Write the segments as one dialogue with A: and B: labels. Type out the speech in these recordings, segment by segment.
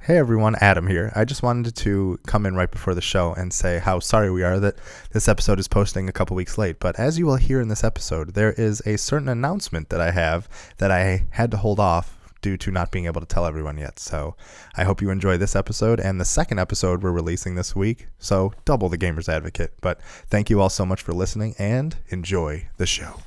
A: Hey everyone, Adam here. I just wanted to come in right before the show and say how sorry we are that this episode is posting a couple weeks late. But as you will hear in this episode, there is a certain announcement that I have that I had to hold off due to not being able to tell everyone yet. So I hope you enjoy this episode and the second episode we're releasing this week. So double the Gamer's Advocate. But thank you all so much for listening and enjoy the show.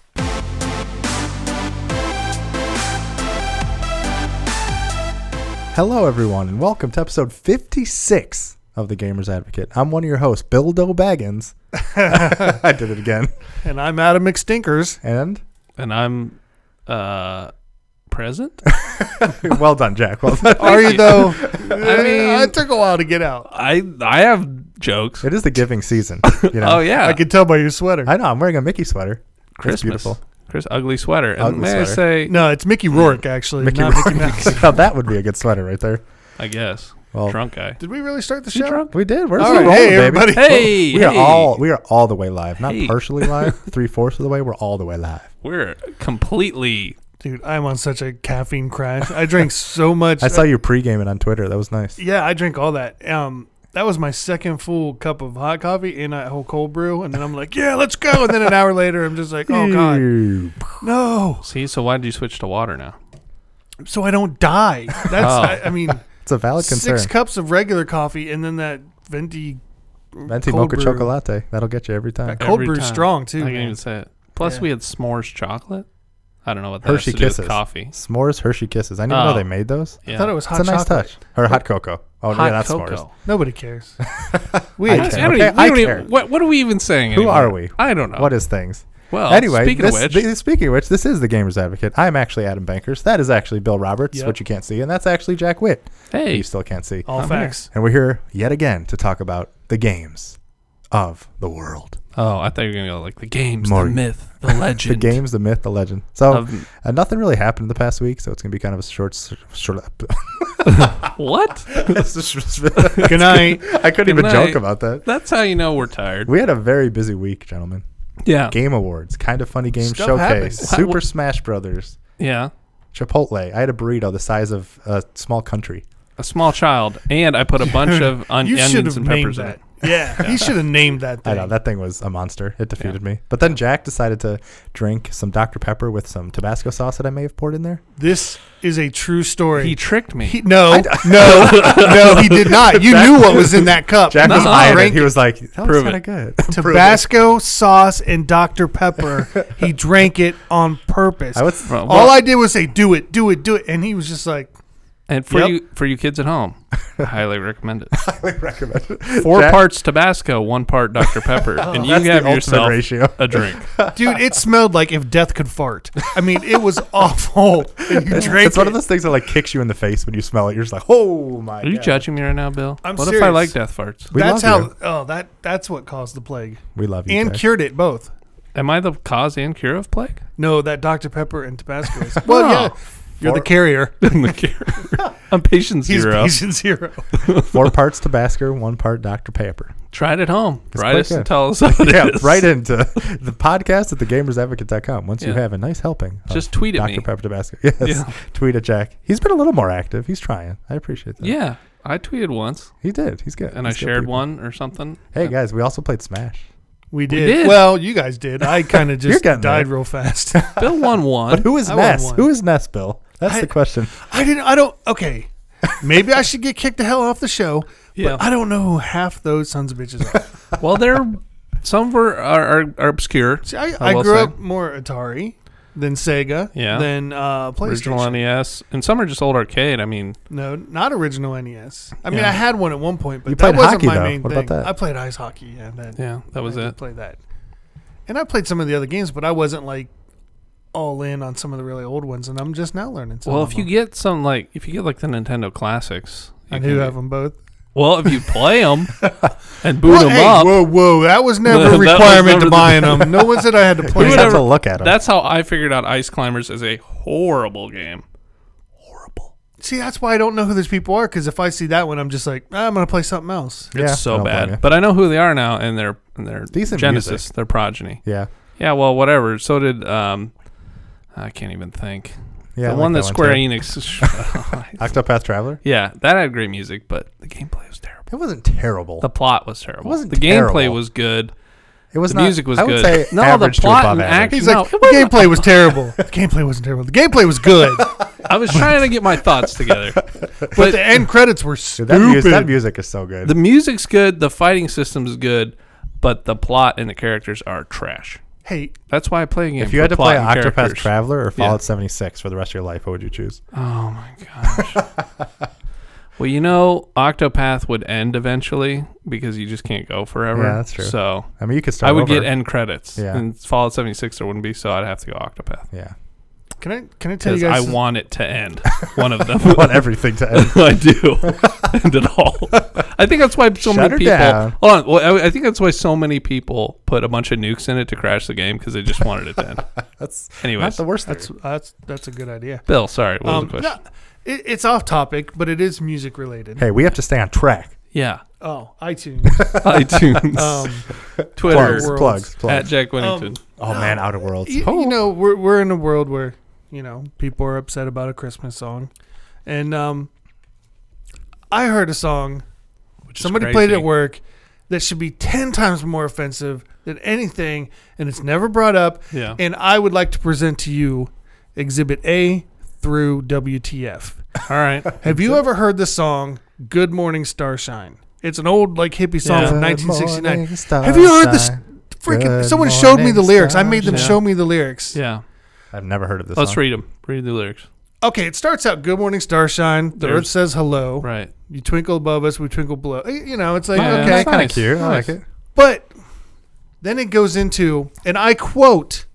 A: Hello, everyone, and welcome to episode 56 of The Gamer's Advocate. I'm one of your hosts, Bildo Baggins. I did it again.
B: And I'm Adam McStinkers.
A: And
C: and I'm uh present.
A: well done, Jack. Well done.
B: Are you
C: you.
B: though? I
C: mean-
B: it took a while to get
A: Uh,
B: out.
C: I I have jokes.
A: It is the giving season. You know?
C: oh yeah,
B: I could tell by your sweater.
A: I know. I'm wearing a Mickey sweater.
C: Christmas.
A: beautiful.
C: Chris ugly sweater. And
A: Ugly
C: may I
A: sweater.
C: say
B: no, it's Mickey Rourke actually.
A: Mm. Mickey
B: not Mickey
A: Rourke.
B: Mouse.
A: now that would be a good sweater right there.
C: I guess
A: Well,
C: drunk guy.
B: Did we really start the
C: Is he
B: show?
C: drunk?
A: we did. Where's
B: All
A: the
B: right.
A: roll,
B: Hey,
A: baby?
B: everybody.
C: Hey,
A: We are
C: hey.
A: all we are all the way live, not
C: Hey.
A: partially live, three fourths of the way. We're all the way live.
C: We're completely.
B: Dude, I'm on such a caffeine crash. I drank so much.
A: I saw you pre-gaming on Twitter. That was nice.
B: yeah, I drank all that. Um, that was my second full cup of hot coffee and that whole cold brew. And then I'm like, yeah, let's go. And then an hour later, I'm just like, oh god,
A: Ew.
B: no.
C: See, so why did you switch to water now?
B: So I don't die. That's
C: Oh.
B: I, I mean,
A: it's a valid concern.
B: six cups of regular coffee and then that venti
A: Venti
B: cold
A: mocha
B: brew.
A: chocolate. That'll get you every time.
B: That cold
C: Every
B: brew's
C: time.
B: strong too.
C: I can't
B: man.
C: even say it. Plus,
B: Yeah.
C: we had s'mores chocolate. I don't know what that
A: Hershey
C: has to do with
A: Kisses.
C: coffee.
A: S'mores Hershey Kisses. I didn't know
C: Oh.
A: they made those.
C: Yeah.
B: I thought it was
A: It's
B: hot
A: a nice touch.
B: chocolate.
A: Or hot cocoa. Oh,
C: hot
A: yeah, not
C: cocoa.
A: s'mores.
B: Nobody cares. we
A: I care.
C: I, don't
A: Okay,
C: even, we
A: I
C: don't even-
A: care.
C: what, what are we even saying?
A: Who
C: anymore?
A: are we?
C: I don't know.
A: What is things?
C: Oh. well,
A: anyway,
C: speaking
A: this,
C: of which,
A: th- speaking of which, this is the Gamers Advocate. I'm actually Adam Bankers. That is actually Bill Roberts,
B: Yep.
A: what you can't see, and that's actually Jack Witt, who
C: hey, Oh.
A: you still can't see.
B: All
C: I'm
B: Oh, facts.
A: And we're here yet again to talk about the games of the world.
C: oh, I thought you were gonna go like the games,
A: Maury.
C: the myth, the legend.
A: The games, the myth, the legend. So
C: of-
A: uh, nothing really happened the past week, so it's gonna be kind of a short, s- short.
C: what?
B: Good night.
A: I couldn't even
C: Good
A: joke
C: night.
A: about that.
C: That's how you know we're tired.
A: We had a very busy week, gentlemen.
C: Yeah.
A: Game Awards, kind of funny game
B: Stuff
A: showcase,
C: Uh, happens.
A: Super Smash Brothers,
C: Yeah.
A: Chipotle. I had a burrito the size of a small country.
C: A small child. And I put a
A: Hmm.
C: bunch of on-
B: You should
C: onions
B: have
C: and
B: named
C: peppers in
B: that.
C: it.
B: Yeah, he should have named that thing.
A: I know that thing was a monster. It defeated me. But then Jack decided to drink some Dr Pepper with some Tabasco sauce that I may have poured in there.
B: This is a true story.
C: He tricked me.
B: He- no, no, no, he did not. You knew what was in that cup.
A: Jack was
C: No.
A: eyeing it.
B: Rank
A: He was like, "That was
C: Prove
A: kind of
C: it.
A: good."
B: Tabasco sauce and Dr. Pepper. he drank it on purpose.
A: I was.
C: Well,
B: All I did was say, do it, do it, do it. And he was just like,
C: and for
B: Yep.
C: you for you kids at home, I highly recommend it.
A: highly recommend it.
C: Four
A: Jack-
C: parts Tabasco, one part Dr. Pepper, and you
A: That's the
C: have
A: ultimate
C: yourself
A: ratio.
C: a drink.
B: dude, it smelled like if death could fart. I mean, it was awful. And you drank
A: It's one
B: it.
A: of those things that like kicks you in the face when you smell it. You're just like, "Oh my!"
C: Are you
A: God.
C: judging me right now, Bill?
B: I'm
C: what if I
B: serious.
C: like death farts?
A: We
B: that's how.
A: love you.
B: Oh, that that's what caused the plague
A: we love you.
B: and
A: Jack.
B: cured it both.
C: Am I the cause and cure of plague?
B: No, that Dr Pepper and Tabasco. Is, well,
A: Oh.
C: No.
B: yeah, you're the carrier.
C: In the cure. I'm patient
B: He's
C: zero.
B: patient zero.
A: Four parts Tabasco, one part Dr Pepper.
C: Try it at home. Write
A: quite
C: us and
A: good.
C: tell us what it
A: yeah,
C: is.
A: right into the podcast at thegamersadvocate.com. Once you
C: Yeah.
A: have a nice helping, of
C: Just tweet at
A: Dr.
C: me.
A: Pepper Tabasco. Yes,
C: Yeah.
A: tweet at Jack. He's been a little more active. He's trying. I appreciate that.
C: Yeah. I tweeted once
A: he did. He's good.
C: and I
A: He's good
C: shared
A: people.
C: one or something.
A: Hey
C: And-
A: guys, we also played Smash.
B: We did.
C: did.
B: Well, you guys did. I kind of just
A: getting
B: died
A: there.
B: real fast.
C: Bill won
A: But
C: one.
A: who is
B: I won
A: Ness?
B: one.
A: Who is Ness, Bill? That's
B: I-
A: the question.
B: I didn't. I don't. Okay. Maybe I should get kicked the hell off the show.
C: Yeah.
B: But I don't know who half those sons of bitches are.
C: Well, they're some were are, are, are obscure.
B: See, I,
C: I
B: I,
C: will
B: grew
C: say.
B: up more Atari than Sega.
C: Yeah.
B: Than uh, PlayStation.
C: Original NES, and some are just old arcade. I mean,
B: No, not original NES. I mean,
C: Yeah.
B: I had one at one point, but
A: You
B: that
A: played
B: wasn't
A: hockey,
B: my
A: though.
B: main
A: What
B: thing.
A: about that?
B: I played ice hockey. Yeah, that,
C: yeah, that was
B: I did
C: it.
B: Play that, and I played some of the other games, but I wasn't like all in on some of the really old ones, and I'm just now learning. Some
C: Well,
B: of
C: if you
B: them.
C: get some like if you get like the Nintendo classics, you
B: I
C: can
B: do
C: get-
B: have them both.
C: Well, if you play them and boot
B: Well,
C: them
B: hey,
C: up,
B: Whoa, whoa, that was never
C: That
B: a
C: was
B: requirement
C: never
B: to
C: the-
B: buying them. No one said I had to
A: We
B: play.
A: just
C: would
B: them.
A: have to
C: have-
A: look at him.
C: that's how I figured out Ice Climbers is a horrible game. Horrible.
B: See, that's why I don't know who those people are. Because if I see that one, I'm just like, "Ah, I'm gonna play something else.
A: Yeah,
C: it's
A: I
C: so
A: don't blame you.
C: bad. But I know who they are now, and they're and they're
A: Decent
C: Genesis,
A: music.
C: their progeny.
A: yeah,
C: Yeah, well, whatever. So did um, I can't even think.
A: Yeah, I
C: the
A: like
C: one that,
A: that one,
C: Square
A: too.
C: Enix.
A: Octopath Traveler.
C: yeah, that had great music, but the gameplay was terrible.
A: It wasn't terrible.
C: The plot was terrible.
A: wasn't
C: the gameplay
A: terrible.
C: was good.
A: it was
C: the
A: not,
C: music was
A: I would
C: good.
A: Say
C: No, the
A: average
C: plot
A: to above
C: and
A: average.
C: action-
B: He's
C: No,
B: like, the
C: it wasn't-
B: gameplay was terrible. The gameplay wasn't terrible. The gameplay was good,
C: I was trying to get my thoughts together.
B: but the end credits were
A: Dude, that, music, that
B: stupid.
A: music is so good.
C: The music's good, the fighting system's good, but the plot and the characters are trash.
B: Hey,
C: That's why I play a game.
A: if you
C: for
A: had to
C: plot
A: play
C: and
A: Octopath
C: characters.
A: Traveler or
C: Yeah.
A: Fallout 76 for the rest of your life, what would you choose?
C: Oh my gosh. well, you know, Octopath would end eventually because you just can't go forever.
A: Yeah, that's true.
C: So
A: I mean, you could start.
C: I would
A: over.
C: get end credits.
A: Yeah.
C: And Fallout 76 there wouldn't be, so I'd have to go Octopath.
A: yeah,
B: can I can I tell you
C: Because
B: guys?
C: I want it to end. One of them.
A: I want everything to end.
C: I do. end it all. I think that's why so
A: Shut
C: many
A: her
C: people.
A: down.
C: Hold on. Well, I, I think that's why so many people put a bunch of nukes in it to crash the game because they just wanted it to end.
A: That's not
C: Anyways,
A: the worst.
B: that's that's that's a good idea.
C: Bill, sorry. What was the question?
B: Um, no, it, it's off topic, but it is music related.
A: Hey, we have to stay on track.
C: Yeah.
B: Oh, iTunes.
C: iTunes,
B: Um,
C: Twitter,
A: Plugs,
B: Worlds.
A: plugs,
C: at
A: plugs.
C: Jack Winnington.
A: oh man, Outer Worlds.
B: you, you know, we're we're in a world where you know people are upset about a Christmas song, and um, I heard a song
C: which is
B: somebody played it
C: crazy.
B: at work that should be ten times more offensive than anything, and it's never brought up.
C: Yeah.
B: And I would like to present to you Exhibit A through WTF.
C: All right.
B: Have you ever heard the song "Good Morning Starshine"? It's an old like hippie song
C: Yeah.
B: from 1969. Have you heard this freaking?
A: Good
B: someone showed me the
A: morning,
B: lyrics. I made them
C: Starshine.
B: show me the lyrics.
C: Yeah.
A: I've never heard of this.
C: Let's
A: song.
C: read them. Read the lyrics.
B: Okay, it starts out "Good Morning Starshine." The earth
C: There's-
B: says hello.
C: Right.
B: You twinkle above us, we twinkle below. Eh, You know, it's like
C: Yeah,
B: okay,
C: that's
A: Kind of
C: Nice,
A: cute. I
C: nice.
A: like it.
B: but then it goes into, and I quote.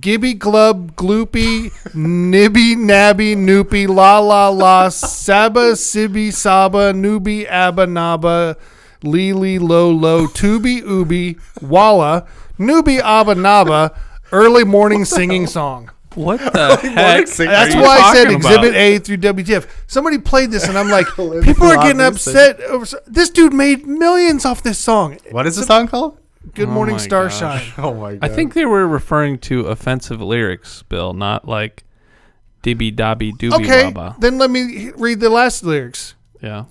B: Gibby Glub Gloopy Nibby Nabby Noopy La La La Saba Sibby Saba Nooby Abba Naba Lili Lo Lo Tooby Ooby Walla Nooby Abba Naba Early Morning Singing Song.
C: What the heck?
A: sing-
C: are
B: That's
C: you
B: why I said
C: talking about?
B: Exhibit A through WTF. Somebody played this, and I'm like,
A: Olivia
B: people are
A: Colman
B: getting
A: said-
B: upset over s- this dude made millions off this song.
A: What is the song called?
B: Good
C: Oh
B: morning,
C: my
B: Starshine.
A: Oh my god.
C: I think they were referring to offensive lyrics, Bill, not like dibby dobby dooby
B: Okay,
C: baba.
B: then let me h- read the last lyrics.
C: Yeah.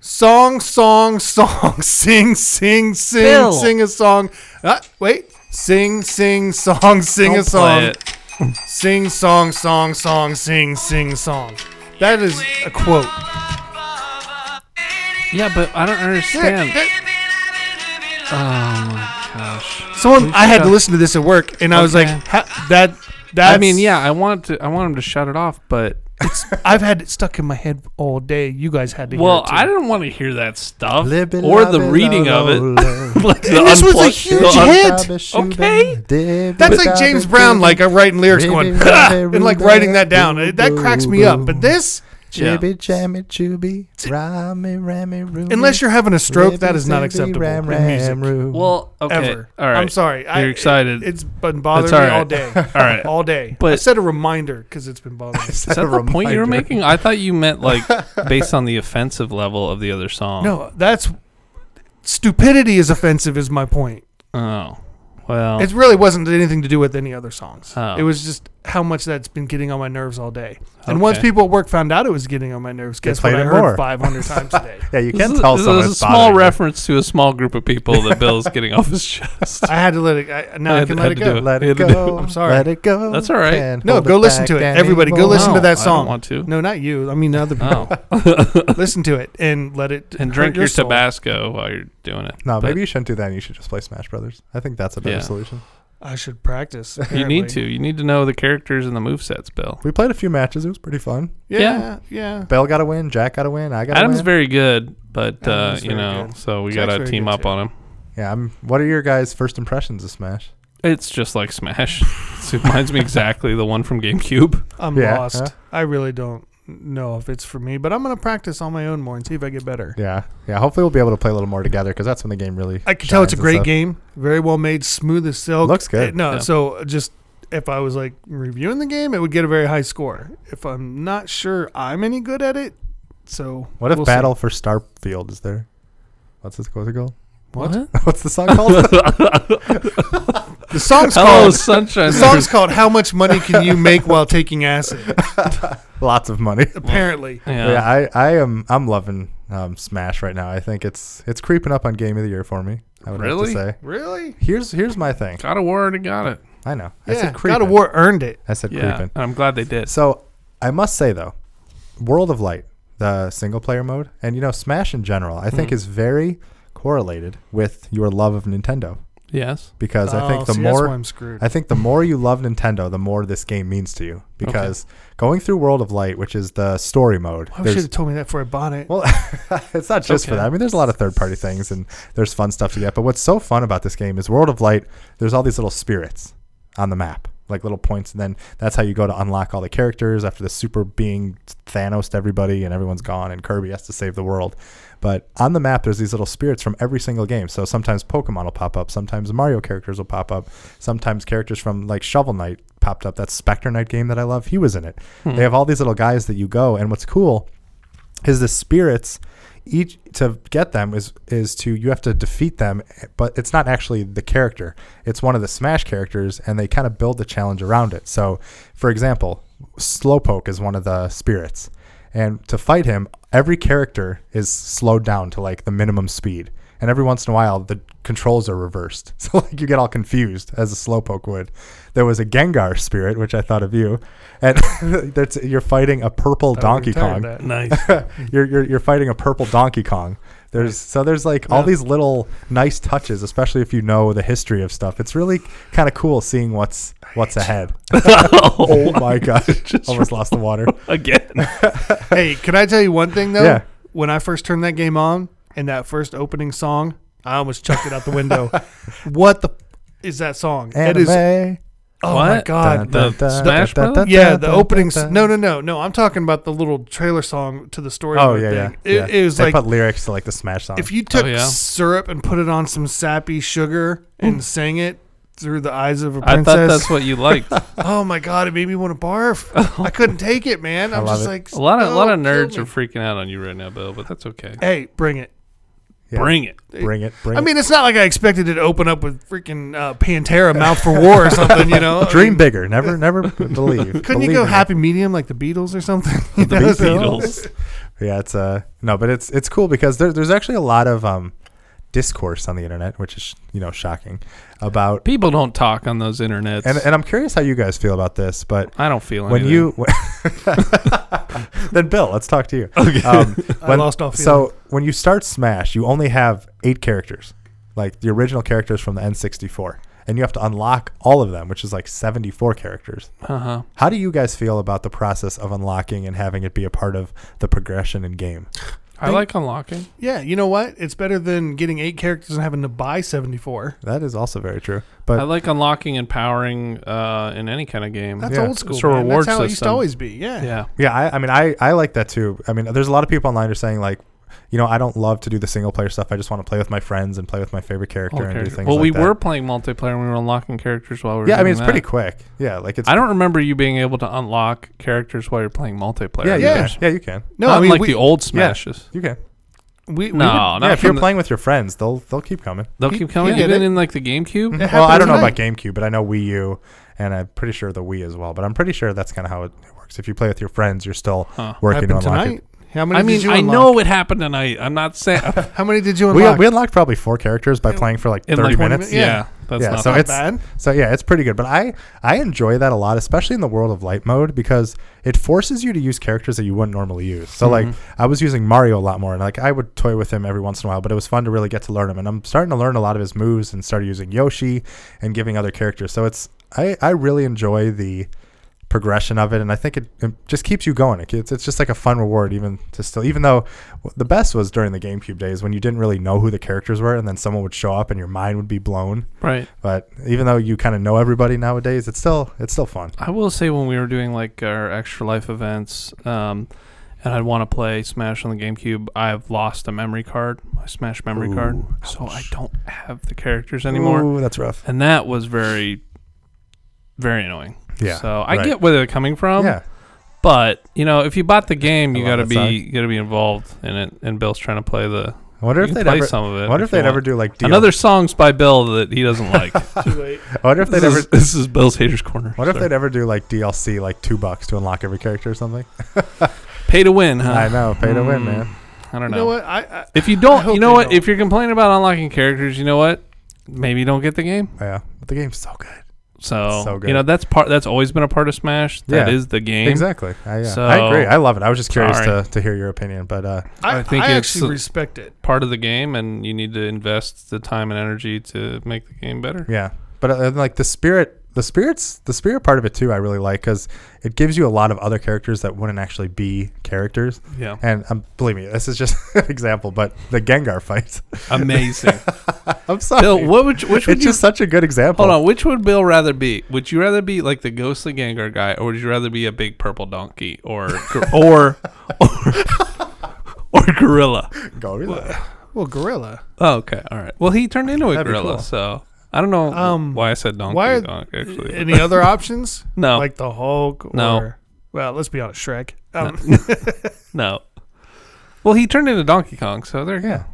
B: Song, song, song, sing, sing, sing,
C: Bill.
B: sing a song. Ah, wait, sing, sing, song, sing
C: Don't
B: a
C: play
B: song,
C: it.
B: sing, song, song, song, sing, sing, song. That is a quote.
C: Yeah, but I don't understand.
B: That-
C: Oh my gosh.
B: Someone, I had to listen to this at work, and I was like,
C: Okay.
B: ha- "That, that."
C: I mean, yeah, I want to. I want him to shut it off, but
B: I've had it stuck in my head all day. You guys had to.
C: well, I
B: hear it
C: didn't want to hear that stuff
A: Libbin'
C: or the
A: lobbin'
C: reading
A: all
C: of it.
A: over.
C: Like the
B: And this was a
C: unplugged-
B: huge
C: the un-
B: hit.
C: Okay.
A: Dibby
B: That's like
A: dabby
B: James Brown,
A: dibby.
B: like I'm writing lyrics, going
A: Baby,
B: "Ha!"
A: baby,
B: and like
A: baby,
B: writing that down.
A: boo,
B: It- That
A: boo,
B: cracks me up.
A: boo.
B: But this,
C: Yeah.
A: Jibby jammy chooby, rammy rammy roomy.
B: unless you're having a stroke, that is not
A: Libby,
B: acceptable
A: ram,
B: in music
A: ram, roo.
C: Well, okay.
B: ever.
C: All right.
B: I'm sorry. You're
C: You're excited.
B: It, has been bothering
C: all
B: me all
C: right.
B: day.
C: All right.
B: all day. But I
C: But-
B: said a reminder because it's been bothering me.
A: Is
C: Is that
A: a
C: the point you were
A: reminder?
C: making? I thought you meant like based on the offensive level of the other song.
B: No, that's stupidity is offensive. Is my point.
C: Oh. Well.
B: It really wasn't anything to do with any other songs.
C: Oh.
B: It was just how much that's been getting on my nerves all day. And once
C: Okay.
B: people at work found out it was getting on my nerves, guess what?
A: played
B: I
A: it
B: heard
A: more.
B: 500 times a day.
A: Yeah, you
C: This
A: can
C: is-
A: tell
C: this
A: someone.
C: is a
A: it's
C: small
A: bothering you.
C: reference to a small group of people that Bill's getting off his chest.
B: I had to let it. I, now
C: I
B: I,
C: had-
B: can
C: had
B: let it
C: to
B: go.
C: do
A: Let
C: You
A: it
C: had to
A: go.
B: I'm sorry.
A: Let it go.
C: That's all right.
A: Can't
B: No,
A: hold
B: go
A: it
B: listen
A: back
B: to it. Everybody, go listen
A: anymore.
B: to that
C: I
B: song.
C: don't want to.
B: No, not you. I mean the other people.
C: Oh.
B: Listen to it and let it.
C: and
B: hurt
C: drink your,
B: soul.
C: Tabasco while you're doing it.
A: No,
C: But
A: maybe you shouldn't do that. and You should just play Smash Brothers. I think that's a better
C: Yeah.
A: solution.
B: I should practice.
C: you
B: apparently.
C: need to. You need to know the characters and the movesets, Bill.
A: We played a few matches. It was pretty fun.
B: Yeah, yeah.
A: Bell got a win. Jack got a win. I got
C: Adam's
A: a win.
C: very good, but uh,
B: Adam's
C: you
B: very
C: know,
B: good.
C: so we
B: Jack's
C: gotta
B: very
C: team
B: good,
C: up
B: too.
C: on him.
A: yeah. I'm, what are your guys' first impressions of Smash?
C: It's just like Smash. it reminds me exactly of the one from GameCube.
B: I'm
A: Yeah,
B: lost.
A: huh?
B: I really don't know if it's for me, but I'm gonna practice on my own more and see if I get better.
A: Yeah, yeah. Hopefully, we'll be able to play a little more together because that's when the game really.
B: I can tell it's a
A: shines and
B: great
A: stuff.
B: game, very well made, smooth as silk.
A: Looks good.
B: Uh, no,
C: Yeah.
B: so just if I was like reviewing the game, it would get a very high score. If I'm not sure I'm any good at it, so
A: What if
B: we'll see.
A: Battle for Starfield is there? What's this? What's it called?
B: What?
A: What's the song called?
B: The song's
C: Hello,
B: called.
C: sunshine.
B: The song's called "How Much Money Can You Make While Taking Acid?"
A: Lots of money.
B: Apparently,
C: yeah.
A: Yeah, I, I am I'm loving um, Smash right now. I think it's it's creeping up on Game of the Year for me. I would
C: Really?
A: have to say.
B: really?
A: Here's here's my thing.
C: God of War already got it.
A: I know. I
B: Yeah,
A: said
B: God
A: creeping.
B: of War earned it.
A: I said
C: Yeah,
A: creeping.
C: and I'm glad they did.
A: So I must say though, World of Light, the single player mode, and you know Smash in general, I think
B: Mm-hmm.
C: Mhm.
A: is very correlated with your love of Nintendo
C: Yes.
A: because I
B: Oh,
A: think the
B: see, that's
A: more
B: why I'm screwed.
A: I think the more you love Nintendo, the more this game means to you because going through World of Light, which is the story mode,
B: Why should
A: there's
B: have told me that before I bought it?
A: Well, it's not just for
C: Okay.
A: that. I mean, there's a lot of third party things and there's fun stuff to get. But what's so fun about this game is World of Light, there's all these little spirits on the map, like little points. And then that's how you go to unlock all the characters after the super being Thanos to everybody and everyone's gone and Kirby has to save the world. But on the map, there's these little spirits from every single game. So sometimes Pokemon will pop up, sometimes Mario characters will pop up, sometimes characters from like Shovel Knight popped up. That Spectre Knight game that I love, he was in it. They have all these little guys that you go, and what's cool is the spirits each to get them is is to you have to defeat them but it's not actually the character it's one of the smash characters and they kind of build the challenge around it so for example slowpoke is one of the spirits and to fight him every character is slowed down to like the minimum speed and every once in a while the controls are reversed so like you get all confused as a slowpoke would there was a gengar spirit which i thought of you and that's you're fighting a purple donkey kong
C: Nice.
A: you're, you're you're fighting a purple Donkey Kong. There's so there's like all
C: Yeah.
A: these little nice touches, especially if you know the history of stuff. It's really kind of cool seeing what's what's ahead. oh my god! Almost lost the water.
C: Again.
B: hey, can I tell you one thing though?
A: Yeah.
B: When I first turned that game on and that first opening song, I almost chucked it out the window. what the f- is that song? It is.
A: Anime.
B: Oh my
C: What?
B: god.
C: The Smash Bros?
B: yeah, the opening. s- No, no, no, no. I'm talking about the little trailer song to the story.
A: Oh
B: mode
A: yeah, yeah.
B: thing.
A: yeah.
B: It, it was
A: they
B: like
A: put lyrics to like the Smash song.
B: if you took
C: Oh, yeah.
B: syrup and put it on some sappy sugar
A: Mm.
B: and sang it through the eyes of a
C: I
B: princess.
C: thought that's what you liked. A
B: oh my god, it made me want to barf. I couldn't take it, man. I'm
A: love
B: just
A: it.
B: like
C: lot of a lot of
B: "No, kill
C: nerds
B: me."
C: are freaking out on you right now, Bill, but that's okay.
B: Hey, bring it.
A: Yeah.
C: Bring it.
A: bring it, bring
B: I mean, it's not like I expected it to open up with freaking uh, Pantera, Mouth for War, or something. You know, I
A: it. dream
B: mean,
A: bigger. Never, never believe.
B: uh, Couldn't
A: Believe
B: you go
A: in it.
B: happy medium like the Beatles or something? You
C: The
B: know, so-
C: Beatles.
A: Yeah, it's uh no, but it's it's cool because there, there's actually a lot of um discourse on the internet, which is you know shocking about
C: People don't talk on those internets.
A: And, and I'm curious how you guys feel about this, but
C: I don't feel
A: when
C: anything.
A: you then Bill, let's talk to you. Okay. Um,
B: I
A: when-
B: lost all feeling.
A: so when you start Smash, you only have eight characters, like the original characters from the N64, and you have to unlock all of them, which is like 74 characters.
C: uh-huh.
A: How do you guys feel about the process of unlocking and having it be a part of the progression in game?
C: I like unlocking.
B: yeah, you know what? It's better than getting eight characters and having to buy seventy four.
A: That is also very true.
C: I
A: But
C: like unlocking and powering uh, in any kind of game.
B: That's
A: Yeah.
B: old school.
C: It's a
B: man.
C: reward
B: That's how it used to
C: system.
B: always be. Yeah.
C: yeah.
A: yeah, I, I mean, I, I like that too. I mean, there's a lot of people online who are saying like, you know, I don't love to do the single player stuff. I just want to play with my friends and play with my favorite character
C: All
A: and
C: characters.
A: do things.
C: Well,
A: like
C: we
A: that.
C: were playing multiplayer and we were unlocking characters while we were
A: Yeah, I
C: doing
A: mean it's
C: that.
A: pretty quick. Yeah, like it's.
C: I don't remember you being able to unlock characters while you're playing multiplayer.
A: Yeah, you
B: Yeah.
A: Can. yeah, you can.
B: No,
C: Not
B: I mean
C: like
B: we,
C: the old smashes.
A: You can.
B: we, we
C: No,
B: would-
C: Oh, not
A: yeah, if you're
C: from the-
A: playing with your friends, they'll they'll keep coming.
C: They'll
B: He-
C: keep coming.
B: he did
C: Even
B: it.
C: in like the GameCube.
B: It
A: Well, I don't
B: happened
A: know about
B: tonight.
A: GameCube, but I know Wii U, and I'm pretty sure the Wii as well. But I'm pretty sure that's kind of how it works. If you play with your friends, you're still
C: Huh.
A: working to
B: happened
A: unlock
B: tonight.
A: it.
B: How many?
C: I
B: did
C: mean,
B: you
C: I
B: unlock?
C: know it happened tonight. I'm not saying.
B: How many did you
A: We,
B: unlock?
A: we unlocked probably four characters by playing for like
C: In
A: 30
C: like
B: minutes?
A: minutes.
C: yeah,
B: Yeah.
C: that's
A: yeah,
C: not
A: so
B: bad.
A: it's
B: Bad.
A: so yeah, it's pretty good. But I I enjoy that a lot, especially in the world of light mode because it forces you to use characters that you wouldn't normally use. So like
C: Mm-hmm.
A: I was using Mario a lot more, and like I would toy with him every once in a while, but it was fun to really get to learn him. And I'm starting to learn a lot of his moves and started using Yoshi and giving other characters. So it's I I really enjoy the progression of it and i think it, it just keeps you going it, it's, it's just like a fun reward even to still even though the best was during the gamecube days when you didn't really know who the characters were and then someone would show up and your mind would be blown
C: right.
A: but even though you kind of know everybody nowadays, it's still it's still fun.
C: I will say when we were doing like our extra life events, um, and I'd want to play Smash on the GameCube. I've lost a memory card, my Smash memory
A: Ooh,
C: card, so I don't have the characters anymore,
A: Ooh, that's rough.
C: and that was very, very annoying.
A: Yeah.
C: So I
A: right.
C: get where they're coming from.
A: yeah.
C: But you know, if you bought the game,
A: I
C: you
A: love
C: gotta
A: that
C: be
A: song.
C: you gotta be involved in it. And Bill's trying to play the
A: I wonder if
C: You can
A: they'd
C: play
A: ever.
C: some of it.
A: I wonder if
C: you
A: they'd ever
C: want.
A: do like DL-
C: another songs by Bill that he doesn't like.
B: Too late.
A: I wonder if
C: this,
A: they'd ever.
C: is, this is Bill's haters corner.
A: What if
C: Sorry.
A: they'd ever do like DLC, like two bucks to unlock every character or something?
C: pay to win? Huh?
A: I know, pay to win,
C: Uh, Mm,
A: man.
C: I don't
B: You
C: know.
B: know what? I, I
C: If you
B: I
C: don't,
B: hope
C: you know
B: they
C: what?
B: don't.
C: If you're complaining about unlocking characters, you know what? Maybe you don't get the game.
A: Yeah, but the game's so good.
C: So,
A: So good.
C: you know that's part. That's always been a part of Smash. That is
A: Yeah.
C: the game.
A: Exactly. I, yeah. I agree.
C: So-
A: I love it. I was just curious
C: Sorry.
A: to, to hear your opinion, but uh,
B: I,
C: I think
B: I
C: it's-
B: actually respect it.
C: Part of the game, and you need to invest the time and energy to make the game better.
A: yeah. But uh, and, like the spirit, the spirits, the spirit part of it too, I really like because it gives you a lot of other characters that wouldn't actually be characters.
C: Yeah,
A: And um, believe me, this is just an example, but the Gengar fight.
C: amazing.
A: I'm sorry.
C: Bill, what would you, which would
A: it's
C: you?
A: just such a good example.
C: hold on. Which would Bill rather be? Would you rather be like the ghostly Gengar guy, or would you rather be a big purple donkey, or gor- or or, or gorilla?
A: Go with it.
B: Well, gorilla.
C: Oh, okay, all right. Well, he turned into a
A: That'd be
C: gorilla,
A: cool.
C: so I don't know
B: Um,
C: why I said donkey.
B: why are-
C: dog, actually,
B: Any other options?
C: no,
B: Like the Hulk? Or,
C: No.
B: Well, let's be honest, Shrek. Um,
C: no. Well, he turned into Donkey Kong, so there you
A: Yeah.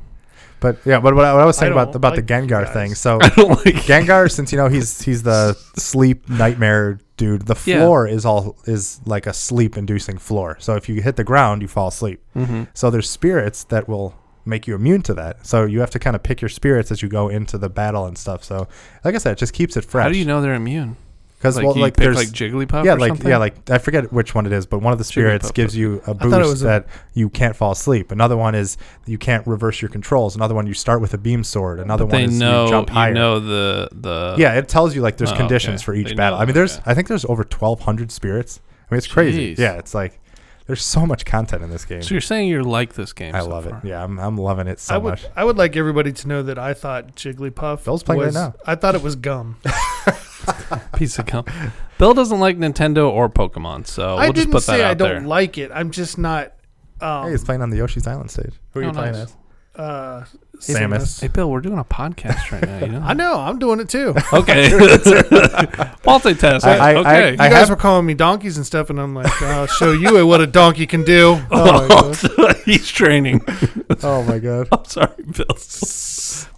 A: But yeah, but what I, what I was
B: I
A: saying about
B: don't
A: about the
B: like you
A: Gengar
B: guys.
A: thing. So
C: go. I don't like.
A: Gengar, since you know he's he's the sleep nightmare dude, the
C: Yeah.
A: floor is all is like a sleep inducing floor. So if you hit the ground, you fall asleep.
C: Mhm.
A: So there's spirits that will make you immune to that. So you have to kind of pick your spirits as you go into the battle and stuff. So like I said, it just keeps it fresh.
C: How do you know they're immune?
A: Because
C: Like
A: well,
C: you
A: like
C: pick
A: there's
C: like Jigglypuff.
A: yeah,
C: or
A: like
C: something?
A: yeah, like I forget which one it is, but one of the spirits
C: Jigglypuff,
A: gives you a
B: thought it was
A: boost
B: a-
A: that you can't fall asleep. Another one is you can't reverse your controls. Another one you start with a beam sword. Another
C: they
A: one is
C: know.
A: you jump higher.
C: know the the.
A: yeah, it tells you like there's
C: Oh,
A: conditions
C: okay.
A: for
C: They
A: each
C: know
A: battle. I mean,
C: that,
A: there's
C: yeah.
A: I think there's over 1,200 spirits. I mean, it's crazy.
C: Jeez.
A: Yeah, it's like there's so much content in this game.
C: So you're saying you like this game?
A: I
C: so
A: love it.
C: far.
A: Yeah, I'm, I'm loving it so
B: I would
A: much.
B: I would like everybody to know that I thought Jigglypuff
A: Bill's playing right
B: was,
A: now.
B: I thought it was gum.
C: Oh, Piece of cum. Bill doesn't like Nintendo or Pokemon, so
B: I
C: we'll just
B: didn't
C: put that
B: say
C: out
B: I don't
C: there.
B: like it. I'm just not. Um,
A: Hey, he's playing on the Yoshi's Island stage. Who are you
C: Oh,
A: playing
C: nice.
A: as?
B: uh,
A: Samus.
C: Hey Bill, we're doing a podcast right now. You know.
B: I know. I'm doing it too.
C: Okay. Multitask.
A: I- I-
C: okay.
A: I
B: you guys
A: have-
B: were calling me donkeys and stuff, and I'm like, I'll show you what a donkey can do.
C: He's training.
A: Oh my god.
C: I'm sorry, Bill.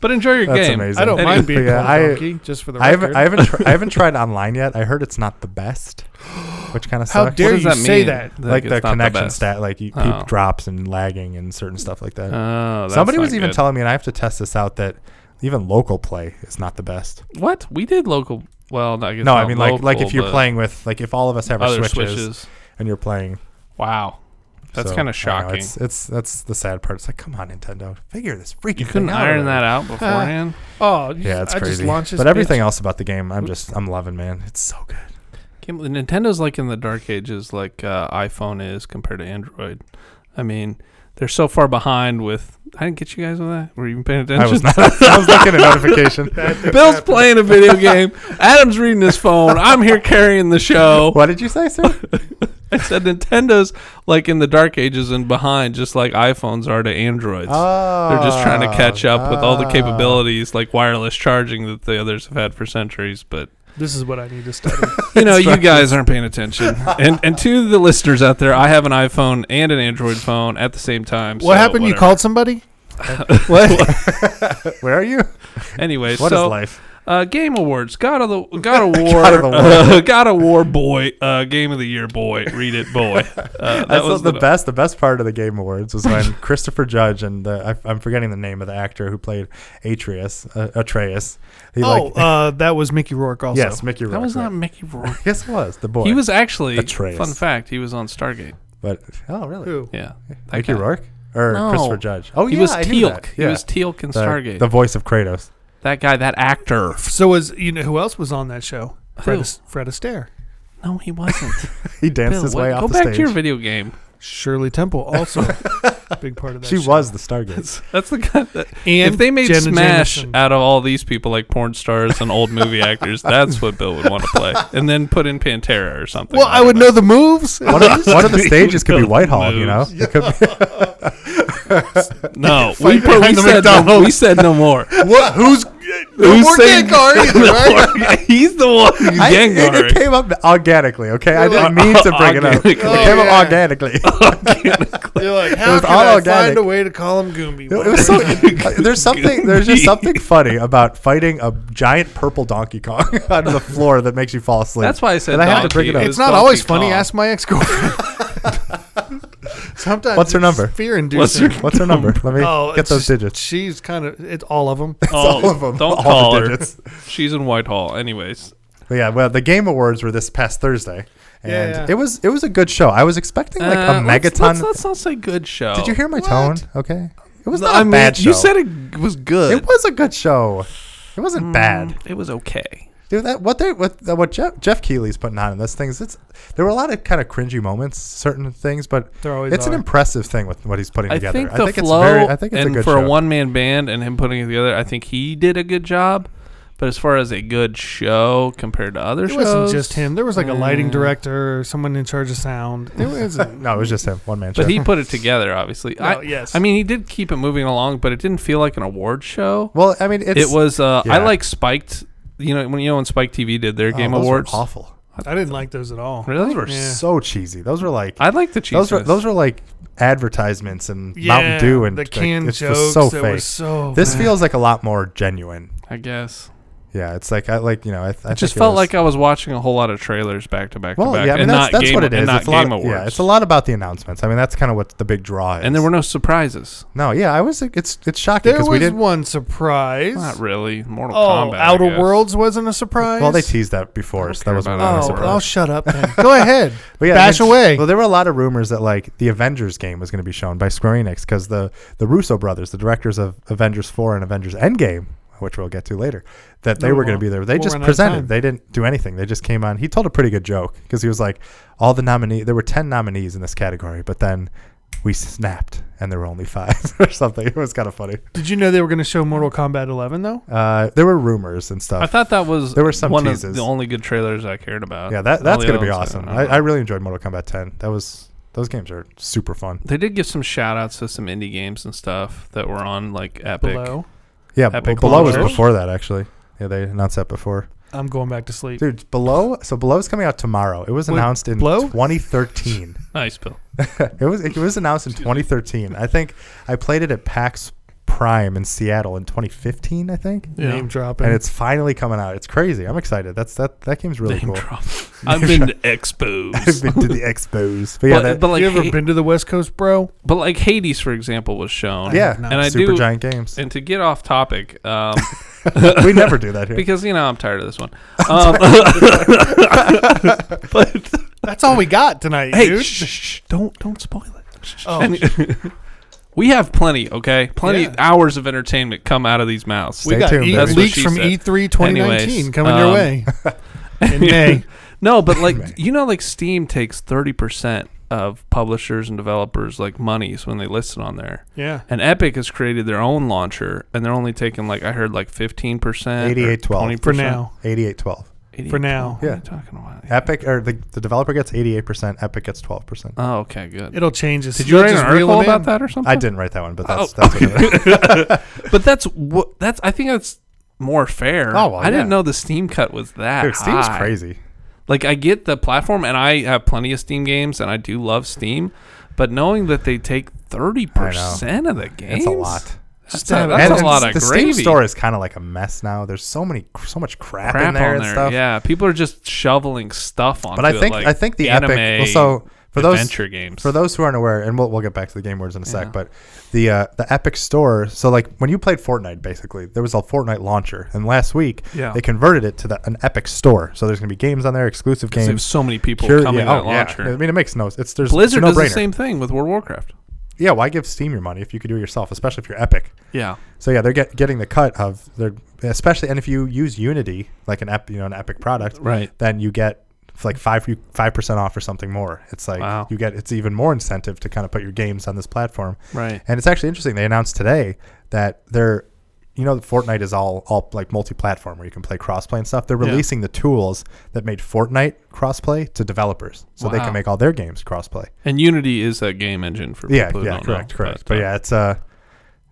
C: But enjoy your
A: That's
C: game.
A: amazing.
B: I don't mind being
A: Yeah,
B: called
A: I-
B: a donkey, just for the
A: I haven't
B: record.
A: I haven't tr- I haven't tried online yet. I heard it's not the best, which kind of
B: How
A: sucks.
B: dare
C: does
B: you
C: that
B: say
C: mean?
B: that?
A: like the
C: it's not
A: connection
C: best.
A: stat, like you keep
C: Oh.
A: drops and lagging and certain stuff like that.
C: Oh, that's
A: Somebody
C: not
A: was even
C: good.
A: telling me, and I have to test this out, that even local play is not the best.
C: What we did local. Well, no, I guess
A: no, I
C: not
A: mean like like
C: local,
A: if you're
C: but
A: playing with like if all of us have our
C: other
A: switches,
C: switches.
A: and you're playing.
C: Wow, that's
A: so,
C: kind
A: I
C: of
A: don't know,
C: shocking.
A: it's, it's that's the sad part. It's like, come on, Nintendo, figure this freaking.
C: you couldn't
A: thing out
C: iron
A: already.
C: that out beforehand.
B: Oh, you-
A: Yeah, it's
B: I
A: crazy.
B: just launched this
A: but
B: bitch.
A: everything else about the game, I'm just I'm loving, man. It's so good.
C: Can't believe- Nintendo's like in the dark ages, like uh, iPhone is compared to Android. I mean, they're so far behind with. I didn't get you guys on that. Were you even paying attention?
A: I was not. I was looking at notification.
C: Bill's playing a video game. Adam's reading his phone. I'm here carrying the show.
A: What did you say, sir?
C: I said Nintendo's like in the dark ages and behind, just like iPhones are to Androids.
A: Oh,
C: They're just trying to catch up with all the
A: ah.
C: capabilities like wireless charging that the others have had for centuries. But
B: This is what I need to study.
C: you know, you guys aren't paying attention. And and to the listeners out there, I have an iPhone and an Android phone at the same time.
B: what
C: so
B: happened? You
C: whatever.
B: called somebody?
A: What? Where are you?
C: anyway?
A: What is
C: so
A: life?
C: uh, Game Awards, God of the God of War,
A: God of the War.
C: uh, God of War, boy, uh, Game of the Year, boy, read it, boy. Uh,
A: That's the, best. The best part of the Game Awards was when Christopher Judge and the, I, I'm forgetting the name of the actor who played Atreus, uh, Atreus. He
B: oh, uh, that was Mickey Rourke also.
A: yes, Mickey Rourke.
C: That was
A: right.
C: not Mickey Rourke.
A: Yes, it was the boy.
C: He was actually
A: Atreus.
C: fun fact. He was on Stargate.
A: But oh, really?
B: Who?
C: Yeah, that
A: Mickey
C: guy.
A: Rourke or
C: No.
A: Christopher Judge? Oh,
C: He
A: yeah,
C: was
A: I knew
C: Teal'c.
A: that.
C: He
A: Yeah.
C: was Teal'c in
A: the,
C: Stargate.
A: the voice of Kratos.
C: that guy, that actor.
B: So was you know who else was on that show? Fred,
C: Who?
B: Ast- Fred Astaire,
C: No, he wasn't.
A: He danced
C: Bill,
A: his
C: what-
A: way off
C: go
A: the
C: back
A: stage.
C: to your video game.
B: Shirley Temple also big part of that.
A: she
B: show.
A: was the Stargate.
C: That's the guy. That,
B: And
C: if they made
B: Jenna
C: Smash
B: Jameson.
C: out of all these people, like porn stars and old movie actors, that's what Bill would want to play, and then put in Pantera or something.
B: well, I
C: don't
B: would know the moves.
A: One of, one of the stages could be
C: Moves.
A: Whitehall, you know. It could be-
C: No, we,
B: behind the
C: we said no,
B: McDonald's.
C: we said no more.
B: what? Who's
A: No
C: Who's
A: more
C: saying-
A: Gengar either, right?
C: He's the one who's
A: I- it-
C: Gengar.
A: it came up organically, okay? I didn't
C: like-
A: mean to bring it up. It
C: Organically.
A: came
B: Oh, yeah.
A: up organically.
B: You're like, how
A: was
B: can
A: all
B: I
A: organic.
B: find a way to call him Goombi?
A: It was so, there's something there's just something funny about fighting a giant purple Donkey Kong on the floor that makes you fall asleep.
C: That's why I said
A: And I had to
C: donkey.
A: bring it up.
B: it's not
C: Donkey
B: always funny.
C: Kong.
B: Ask my ex girlfriend. Sometimes
A: What's her number?
B: Fear inducing.
C: What's your-
A: What's her number? Let me
B: Oh,
A: get those
B: it's-
A: digits.
B: She's kind of it's all of them.
C: Oh,
A: all of 'em.
C: Don't
A: All the
C: call her.
A: digits.
C: She's in Whitehall. Anyways,
A: But yeah, well, the Game Awards were this past Thursday, and
B: Yeah, yeah.
A: it was it was a good show. I was expecting like a
C: Uh, let's-
A: megaton.
C: Let's, let's not say good show.
A: Did you hear my
B: What?
A: tone? Okay, it was not
C: I
A: a
C: mean,
A: bad show.
C: You said it was good. Mm,
A: it was a good show. It wasn't bad.
C: It was okay.
A: Dude, that what they what what Jeff Jeff Keeley's putting on in this things. It's there were a lot of kind of cringy moments, certain things, but
B: There always
A: it's an
B: are.
A: impressive thing with what he's putting
C: I
A: together.
C: think the
A: it's
C: flow
A: very. I think it's
C: and
A: a good
C: for
A: show.
C: a one man band and him putting it together, I think he did a good job. But as far as a good show compared to other
B: It
C: shows,
B: wasn't just him. There was like a lighting
C: Mm.
B: director, or someone in charge of sound. It was
A: no, it was just him, one man show.
C: But he put it together, obviously.
B: no,
C: I,
B: yes.
C: I mean, he did keep it moving along, but it didn't feel like an award show.
A: well, I mean, it's,
C: it was. Uh,
A: yeah.
C: I like Spiked. You know when you know when Spike TV did their
A: oh,
C: Game
A: those were
C: Awards.
A: awful.
B: I didn't like those at all.
C: Really?
A: Those were
B: Yeah.
A: so cheesy. Those were like
C: I like the cheese.
A: those were those were like advertisements and Mountain Dew and
B: the
A: like,
B: canned
A: it's
B: jokes
A: just so
B: that
A: fake.
B: were so
A: this
B: bad.
A: feels like a lot more genuine.
C: I guess.
A: Yeah, it's like I like you know I, I
C: It just
A: think it
C: felt
A: was-
C: like I was watching a whole lot of trailers back to back
A: well
C: to back,
A: yeah I mean
C: and
A: that's,
C: not
A: that's
C: game
A: what it is.
C: and not
A: it's a lot
C: game
A: of-
C: awards.
A: yeah, it's a lot about the announcements. I mean that's kind of what the big draw is.
C: And there were no surprises.
A: no yeah I was it's it's shocking
B: There
A: because we
B: was
A: didn't
B: one surprise.
C: Not really. Mortal
B: oh,
C: Kombat. I
B: Outer
C: guess.
B: Worlds wasn't a surprise.
A: well they teased that before so that
C: care
A: was
C: about
A: one of the
B: Oh,
A: surprises.
B: well, shut up. Then. Go ahead.
A: But yeah,
B: Bash
A: I mean,
B: away.
A: Well, there were a lot of rumors that like the Avengers game was going to be shown by Square Enix because the the Russo brothers, the directors of Avengers Four and Avengers Endgame, which we'll get to later, that they
B: No,
A: were going
B: Oh, we'll-
A: to be there. They
B: we'll
A: just
B: run out of time.
A: presented. They didn't do anything. They just came on. He told a pretty good joke because he was like, all the nominee. There were ten nominees in this category, but then we snapped and there were only five or something. It was kind of funny.
B: Did you know they were going to show Mortal Kombat 11 though?
A: Uh, there were rumors and stuff.
C: I thought that was
A: There were some
C: one of
A: teases.
C: the only good trailers I cared about.
A: yeah, that
C: All
A: that's
C: the
A: going to be
C: others,
A: awesome.
C: don't
A: I,
C: know.
A: I really enjoyed Mortal Kombat 10. That was those games are super fun.
C: they did give some shout outs to some indie games and stuff that were on like Epic.
B: Below.
A: Yeah,
C: Epic
A: Be- Below
B: launches.
A: was before that actually. Yeah, they announced that before.
B: I'm going back to sleep.
A: Dude, Below. So Below's coming out tomorrow. It was
B: Wait,
A: announced in
B: Below?
A: 2013.
C: Nice, Bill.
A: it was it was announced in 2013. I think I played it at PAX Prime in Seattle in 2015. I think.
B: Name dropping.
A: And it's finally coming out. It's crazy. I'm excited. That's that. That game's really
C: Name
A: cool.
C: drop. I've been exposed.
A: I've been to the expos. But yeah,
C: but,
A: that,
C: but like,
B: you ever
C: Ha-
B: been to the West Coast, bro?
C: but like Hades, for example, was shown.
A: yeah,
B: and
C: and I
A: super
C: do.
A: giant games.
C: And to get off topic, um,
A: we never do that here.
C: because you know I'm tired of this one. Um, but
B: That's all we got tonight,
C: hey,
B: dude.
C: shh, shh, shh, don't don't spoil it. Shh, shh,
B: Oh.
C: any- we have plenty, okay? Plenty
B: Yeah.
C: hours of entertainment come out of these mouths.
B: we
A: Stay
B: got
A: tuned,
B: e-
A: That's what
B: leaks
C: she
B: from
C: said.
B: E3 2019
C: Anyways,
B: coming your
C: um,
B: way in May.
C: No, but like you know, like Steam takes thirty percent of publishers and developers like monies when they list it on there.
B: Yeah.
C: And Epic has created their own launcher, and they're only taking like I heard like fifteen percent,
A: 88.12.
B: For now.
A: 8812.
B: For now.
C: yeah.
A: Yeah.
C: talking about?
A: Epic or the, the developer gets 88%. Epic gets 12%.
C: Oh, okay, good.
B: It'll change. as-
C: Did you
B: they'll
C: write an
B: just reel
C: article
B: them
C: about
B: in.
C: that or something?
A: I didn't write that one, but that's
C: Uh-huh. Oh.
A: that's what it is.
C: but that's what that's. I think that's more fair.
A: Oh, well,
C: I didn't
A: yeah.
C: know the Steam cut was that.
A: Dude, Steam's
C: high.
A: crazy.
C: Like I get the platform, and I have plenty of Steam games, and I do love Steam. But knowing that they take thirty percent of the games,
A: It's a lot.
C: That's
B: Damn
C: a,
B: it.
C: that's
A: And
C: a
A: it's-
C: lot of
A: the
C: gravy.
A: Steam store is kind of like a mess now. There's so many, so much crap,
C: crap
A: in there
C: on
A: and
C: there.
A: stuff.
C: Yeah, people are just shoveling stuff on.
A: but I think
C: it, like
A: I think the
C: anime,
A: Epic. Well, so for those
C: adventure games.
A: for those who aren't aware, and we'll, we'll get back to the game words in a
C: Yeah.
A: sec, but the uh, the Epic Store. So like when you played Fortnite, basically there was a Fortnite launcher, and last week
C: Yeah.
A: they converted it to the, an Epic Store. So there's gonna be games on there, exclusive
C: Because they have
A: games.
C: so many people
A: Cure-
C: coming
A: yeah,
C: to that
A: oh, yeah.
C: launcher.
A: I mean, it makes no. It's there's
C: Blizzard
A: it's
C: does
A: no brainer.
C: the same thing with World of Warcraft.
A: Yeah, why give Steam your money if you could do it yourself, especially if you're Epic.
C: Yeah,
A: So yeah, they're get, getting the cut of their, especially and if you use Unity like an app, you know, an Epic product,
C: right.
A: then you get f- like five five percent off or something more. It's like
C: Wow.
A: you get it's even more incentive to kind of put your games on this platform.
C: Right.
A: And it's actually interesting. They announced today that they're, you know, Fortnite is all all like multi-platform where you can play crossplay and stuff. They're
C: Yeah.
A: releasing the tools that made Fortnite crossplay to developers, so they
C: Wow.
A: can make all their games crossplay.
C: And Unity is that game engine for
A: Yeah,
C: people who
A: yeah,
C: don't
A: correct,
C: know,
A: correct.
C: But,
A: But
C: uh,
A: yeah, it's uh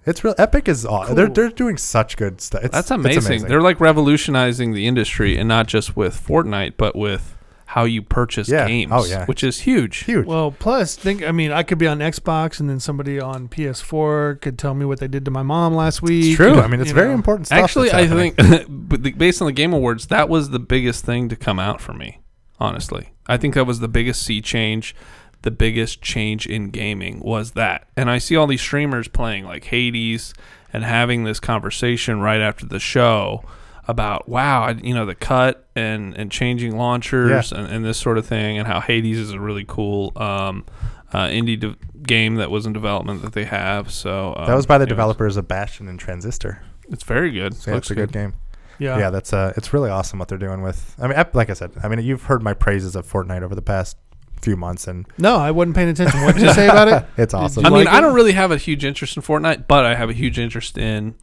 A: It's real. Epic is awesome. They're
C: Cool.
A: they're doing such good stuff. It's-
C: That's
A: it's
C: amazing. They're like revolutionizing the industry, and not just with Fortnite, but with how you purchase
A: Yeah.
C: games.
A: Oh, yeah.
C: which is huge.
A: huge.
B: Well, plus, think I mean, I could be on Xbox, and then somebody on PS4 could tell me what they did to my mom last week.
C: true.
A: Dude, I mean, it's
B: you
A: very
B: know.
A: important stuff.
C: Actually,
A: that's
C: I
A: happening.
C: think but the- based on the Game Awards, that was the biggest thing to come out for me. Honestly, I think that was the biggest sea change, the biggest change in gaming was that. And I see all these streamers playing like Hades and having this conversation right after the show about wow, I, you know, the cut and and changing launchers and, and this sort of thing, and how Hades is a really cool. Um, uh, indie de- game that was in development that they have. So um,
A: that was by the
C: anyways,
A: developers of Bastion and Transistor.
C: It's very good.
A: So yeah, it's a good game.
B: Yeah.
A: Yeah. that's uh, it's really awesome what they're doing with. I mean, ep- like I said, I mean, you've heard my praises of Fortnite over the past few months, and
B: No, I wasn't paying attention. What did you say about it?
A: it's awesome.
C: I
B: you
C: mean,
B: like
C: I
B: it?
C: don't really have a huge interest in Fortnite, but I have a huge interest in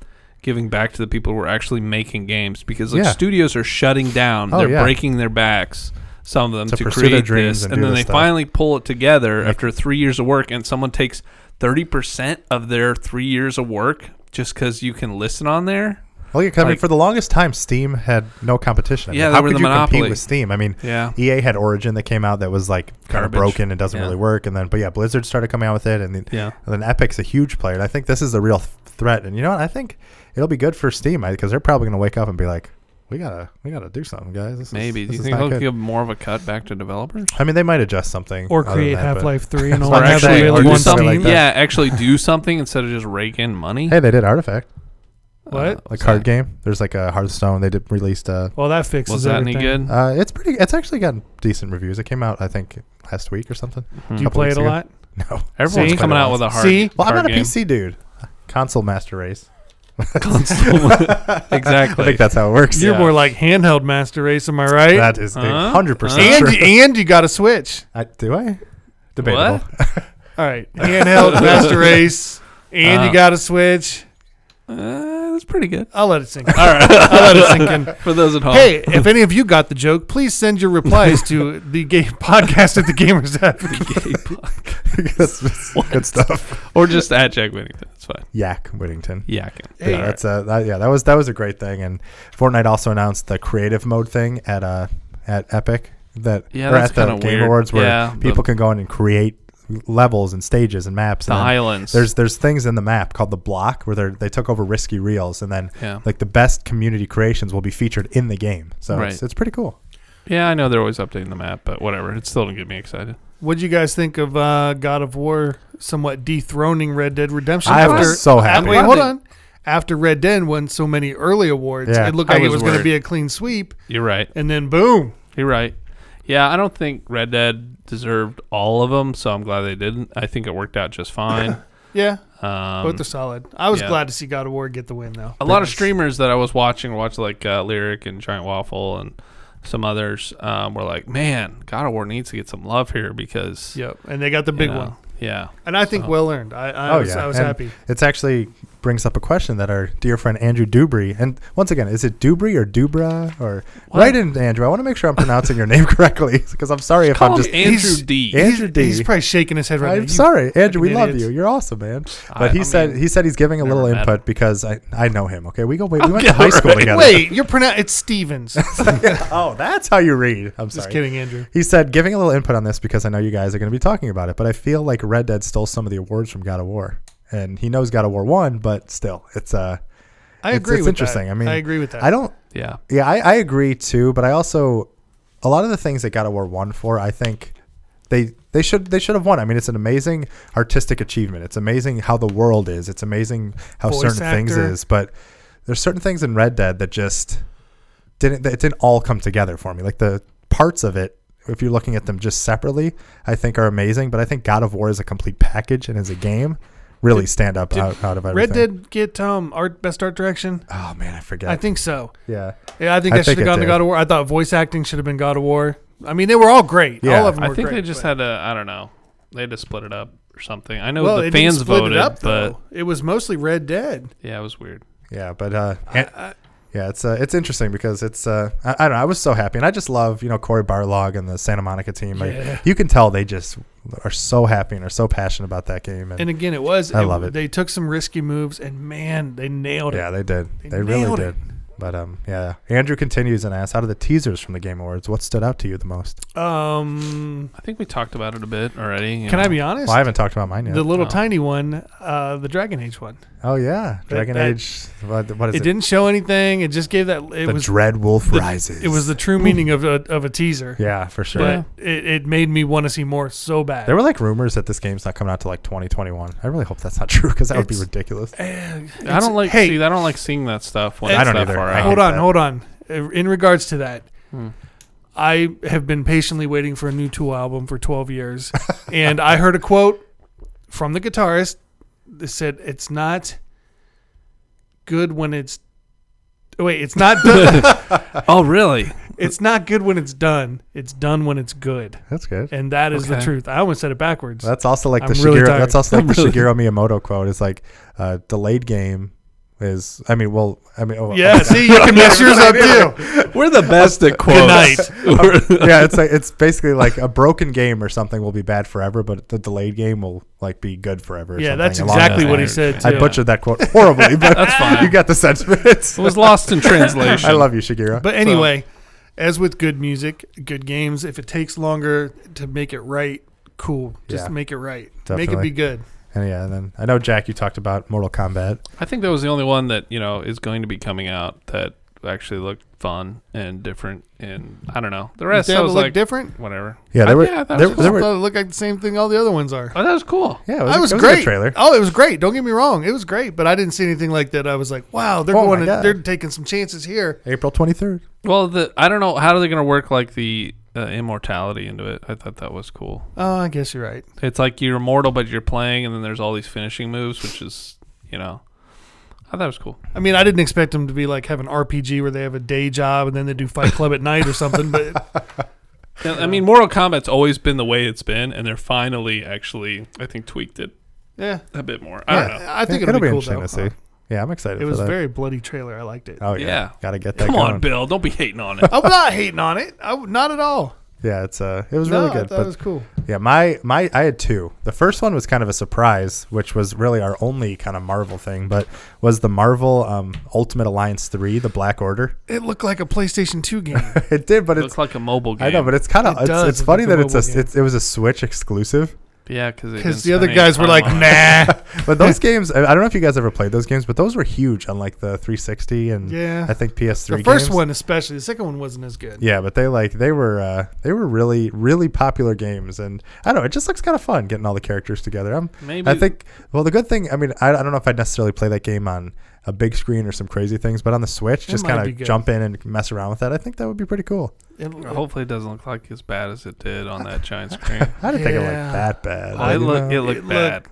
C: giving back to the people who are actually making games because like
A: Yeah.
C: studios are shutting down,
A: Oh,
C: they're
A: yeah.
C: breaking their backs. Some of them
A: To
C: to,
A: pursue
C: create
A: their dreams
C: this,
A: and
C: and,
A: do
C: then
A: this
C: they
A: stuff.
C: finally pull it together after three years of work, and someone takes thirty percent of their three years of work just because you can listen on there.
A: Well, yeah, 'cause I mean,
C: like-
A: for the longest time, Steam had no competition. I mean,
C: Yeah, they
A: how
C: were
A: could
C: the
A: you compete
C: monopoly.
A: with Steam? I mean,
C: Yeah,
A: EA had Origin that came out that was like kind of
C: Garbage.
A: broken and doesn't
C: Yeah.
A: really work, and then but yeah, Blizzard started coming out with it, and then,
C: yeah.
A: and then Epic's a huge player. And I think this is a real th- threat. And you know what? I think it'll be good for Steam because they're probably gonna wake up and be like, we gotta we gotta do something, guys. This is-
C: Maybe do
A: this
C: you
A: is
C: think
A: not
C: they'll
A: good."
C: give more of a cut back to developers?
A: I mean, they might adjust something
B: Or
A: other than
B: create
A: that, but-
B: Half Life Three and all
A: Or
B: that.
A: actually
B: They really
A: do
B: want
A: something
B: to-
A: like that.
C: yeah, actually do something instead of just rake in money. Uh,
A: Hey, they did Artifact,
B: What?
A: a
C: was
A: card
C: that-
A: game. There's like a Hearthstone. They did released. Uh,
B: Well, that fixes
C: Was that any
B: everything.
C: good?
A: uh, it's pretty. It's actually gotten decent reviews. It came out, I think, last week or something.
B: Do you
A: Couple
B: play
A: weeks
B: it a
A: ago.
B: lot?
A: No,
C: Everyone's
B: See?
C: coming out with a hard.
B: See?
A: Well, I'm
C: hard
A: not a
C: game.
A: PC dude. Console master race.
C: console. exactly.
A: I think that's how it works.
B: You're
C: Yeah.
B: more like handheld master race, am I right?
A: That is
C: Huh?
A: a hundred percent
B: and
A: true.
B: and you got a switch.
A: I, do I? Debatable.
B: All right, handheld master race, and
A: Uh-huh.
C: Uh.
B: you got a switch.
C: uh, that's pretty good.
B: I'll let it sink. in.
C: All
B: I'll let
C: right.
B: it sink in.
C: For those at home.
B: Hey, if any of you got the joke, please send your replies to the game podcast at the gamers app.
A: That's- that's Good stuff.
C: or just at Jack Whittington. It's fine.
A: Yak Whittington.
C: Yakking.
B: Hey.
A: yeah, that's a that, yeah. That was that was a great thing. And Fortnite also announced the creative mode thing at uh at Epic that
C: Yeah,
A: or
C: that's
A: at the
C: kinda
A: Game
C: weird.
A: Awards where
C: Yeah, the-
A: people can go in and create levels and stages and maps.
C: The
A: and then
C: islands.
A: there's there's things in the map called the block where they they took over risky reels and then
C: yeah.
A: like the best community creations will be featured in the game. So it's,
C: Right.
A: it's pretty cool.
C: yeah, I know they're always updating the map, but whatever. It still don't get me excited.
B: What'd you guys think of uh, God of War somewhat dethroning Red Dead Redemption?
A: I
B: after,
A: was so
B: after-
A: happy.
B: wait, hold on. After Red Dead won so many early awards,
A: Yeah.
B: it looked
C: I
B: like it
C: was
B: was going to
C: worried.
B: be a clean sweep,
C: You're right.
B: and then boom.
C: You're right. Yeah, I don't think Red Dead deserved all of them, so I'm glad they didn't. I think it worked out just fine.
B: Yeah,
C: Um,
B: both are solid. I was
C: yeah.
B: glad to see God of War get the win, though.
C: a lot of
B: Nice.
C: streamers that I was watching, watch like uh, Lyric and Giant Waffle and some others, um, were like, "Man, God of War needs to get some love here because
B: Yep, and they got the
C: you
B: big
C: know,
B: one,
C: Yeah,
B: and I think
C: So-
B: well earned. I, I
A: Oh,
B: was,
A: yeah.
B: I was
A: And-
B: happy.
A: It's actually brings up a question that our dear friend Andrew Dubry, and once again, is it Dubry or Dubra or
C: What?
A: right in Andrew? I want to make sure I'm pronouncing your name correctly because I'm sorry if
C: Call
A: I'm
C: him
A: just.
C: Andrew
B: he's-
C: D.
A: Andrew D.
B: He's probably shaking his head right now.
A: I'm
B: You-
A: sorry, Andrew. We
B: fucking
A: love
B: idiots.
A: you. You're awesome, man.
C: I-
A: But he
C: I
A: said
C: mean,
A: he said he's giving a
C: never
A: little
C: met
A: input
C: him.
A: because I I know him. Okay, we go we, we went
C: Okay,
A: to high school
C: alright.
A: together.
B: Wait, you're pronouncing it's Stevens.
A: oh, that's how you read. I'm
B: Just
A: sorry.
B: kidding, Andrew.
A: He said, giving a little input on this because I know you guys are going to be talking about it, but I feel like Red Dead stole some of the awards from God of War. And he knows God of War won, but still, it's uh,
B: I
A: It's-
B: agree
A: it's
B: with
A: interesting.
B: That.
A: I mean,
B: I agree with that.
A: I don't
C: yeah,
A: Yeah, I, I agree too, but I also a lot of the things that God of War won for, I think they they should they should have won. I mean, it's an amazing artistic achievement. It's amazing how the world is. It's amazing how
B: Voice
A: certain things
B: actor.
A: is. But there's certain things in Red Dead that just didn't that it didn't all come together for me. Like the parts of it, if you're looking at them just separately, I think are amazing. But I think God of War is a complete package and as a game really stand up
B: did
A: out, out of
B: Red
A: everything.
B: Dead get um art best art direction.
A: Oh man, I forget.
B: I think so.
A: yeah.
B: Yeah, I think
A: I
B: that should
A: think it
B: have gone to
A: did.
B: God of War. I thought voice acting should have been God of War. I mean, they were all great.
A: Yeah.
B: all of them
C: I
B: were
C: think
B: great,
C: they just
B: but-
C: had a I don't know, they had to split it up or something. I know
B: well,
C: the
B: it didn't
C: fans
B: split
C: voted,
B: it up
C: but
B: though. It was mostly Red Dead.
C: yeah, it was weird.
A: Yeah, but uh
B: I-
A: Yeah, it's uh, it's interesting because it's uh, I, I don't know. I was so happy, and I just love you know Corey Barlog and the Santa Monica team. Like,
B: Yeah.
A: you can tell they just are so happy and are so passionate about that game. And,
B: And again, it was.
A: I love it.
B: They took some risky moves, and man, they nailed it.
A: yeah, they did.
B: They
A: They, really
B: nailed
A: did.
B: it.
A: But um, yeah. Andrew continues and asks, out of the teasers from the Game Awards, what stood out to you the most?
B: Um,
C: I think we talked about it a bit already. you
B: can I
C: know.
B: be honest?
A: Well, I haven't talked about mine yet.
B: The little
C: No.
B: tiny one, uh, the Dragon Age one.
A: oh yeah, Dragon
B: that-
A: Age. What, what is
B: It,
A: it?
B: didn't show anything. It just gave that. It
A: the
B: was
A: Dread Wolf
B: the-
A: Rises.
B: It was the true meaning of a of a teaser.
A: yeah for sure.
B: But it, it made me want to see more so bad.
A: There were like rumors that this game's not coming out to like 2021. I really hope that's not true because that would be
B: It's-
A: ridiculous.
C: I don't like
B: Hey,
C: see. I don't like seeing that stuff when
B: I
C: it's
A: don't
C: that
A: either.
C: far
A: I
C: out.
A: hate
B: hold on,
A: that.
B: hold on. Uh, In regards to that,
C: Hmm.
B: I have been patiently waiting for a new Tool album for 12 years, and I heard a quote from the guitarist that said, "It's not good when it's wait, it's not done.
C: Oh, really?
B: it's not good when it's done. It's done when it's good."
A: That's good.
B: And that is the
C: Okay.
B: truth. I almost said it backwards.
A: That's also like the
B: I'm really
A: Shigeru.
B: tired.
A: that's also like
C: I'm
A: the
C: really-
A: Shigeru Miyamoto quote. It's like uh, delayed game is. I mean, well, I mean, oh,
B: yeah, see, you can mess yours up too.
C: We're the best at quotes.
B: Good night.
A: oh, yeah. It's like it's basically like a broken game or something will be bad forever, but the delayed game will like be good forever. Or
B: Yeah,
A: something
B: that's
A: along
B: exactly
A: those
B: what he
A: lines.
B: said.
A: I
B: too.
A: butchered that quote horribly, but
C: That's fine.
A: you got the sentiment.
C: It was lost in translation.
A: I love you, Shigeru.
B: But anyway, as with good music, good games, if it takes longer to make it right, cool. Just
A: Yeah.
B: make it right. Make it
A: Definitely.
B: be good.
A: and yeah, and then I know Jack. You talked about Mortal Kombat.
C: I think that was the only one that you know is going to be coming out that actually looked fun and different. And I don't know. The rest
B: Did
C: I
B: it
C: was
B: look
C: like
B: different?
C: whatever.
A: Yeah,
C: I-
A: there were
C: yeah, that
A: there,
C: was
A: there
B: I
A: were
B: thought it looked like the same thing all the other ones are.
C: Oh, that was cool.
A: yeah. It was,
B: I
A: a-
B: was
A: it a
B: great.
A: good trailer.
B: Oh, it was great. Don't get me wrong. It was great, but I didn't see anything like that. I was like, wow, they're
A: Oh my
B: going. To,
A: God.
B: they're taking some chances here.
A: April twenty third.
C: Well, the I don't know how are they going to work like the uh, immortality into it. I thought that was cool.
B: Oh, I guess you're right.
C: It's like you're immortal, but you're playing, and then there's all these finishing moves, which is you know, I thought it was cool.
B: I mean, I didn't expect them to be like have an RPG where they have a day job and then they do Fight Club at night or something. But
C: Yeah, I mean, Mortal Kombat's always been the way it's been, and they're finally actually, I think, tweaked it
B: yeah,
C: a bit more. I don't know.
B: I think
A: Yeah,
B: it'll, be, cool
A: interesting
B: though.
A: to see. Yeah, I'm excited.
B: It was
A: for that.
B: very bloody trailer. I liked it.
A: Oh yeah,
C: Yeah.
A: gotta get that.
C: Come
A: going.
C: on, Bill, don't be hating on it.
B: I'm not hating on it. I, w- not at all.
A: Yeah, it's uh, it was
B: No,
A: really
B: I
A: good.
B: thought
A: But
B: it was cool.
A: yeah, my my I had two. The first one was kind of a surprise, which was really our only kind of Marvel thing, but was the Marvel um, Ultimate Alliance three, the Black Order.
B: It looked like a PlayStation 2 game.
A: It did, but
C: It
A: it's
C: looks like a mobile game.
A: I know, but it's kind
B: It
A: of it's,
B: does
A: it's
B: look
A: funny
B: like a
A: that it's
B: mobile
A: a
B: game.
A: it's, it was a Switch exclusive.
C: yeah, because
B: Because the other guys were like, nah.
A: But those games, I I don't know if you guys ever played those games, but those were huge on like the 360 and
B: Yeah.
A: I think PS3.
B: The first
A: games.
B: one, especially. The second one wasn't as good.
A: Yeah, but they like they were uh, they were really really popular games, and I don't know. It just looks kind of fun getting all the characters together. I'm
C: Maybe
A: I think well the good thing I mean I, I don't know if I'd necessarily play that game on a big screen or some crazy things, but on the Switch,
B: It
A: just
B: might
A: kind
B: be
A: of
B: good.
A: jump in and mess around with that. I think that would be pretty cool.
B: It- it-
C: Hopefully, it doesn't look like as bad as it did on that giant screen.
A: I didn't think it
B: Yeah.
A: looked that bad. but,
C: I
A: you
C: look,
A: know.
C: it looked
B: It
C: bad.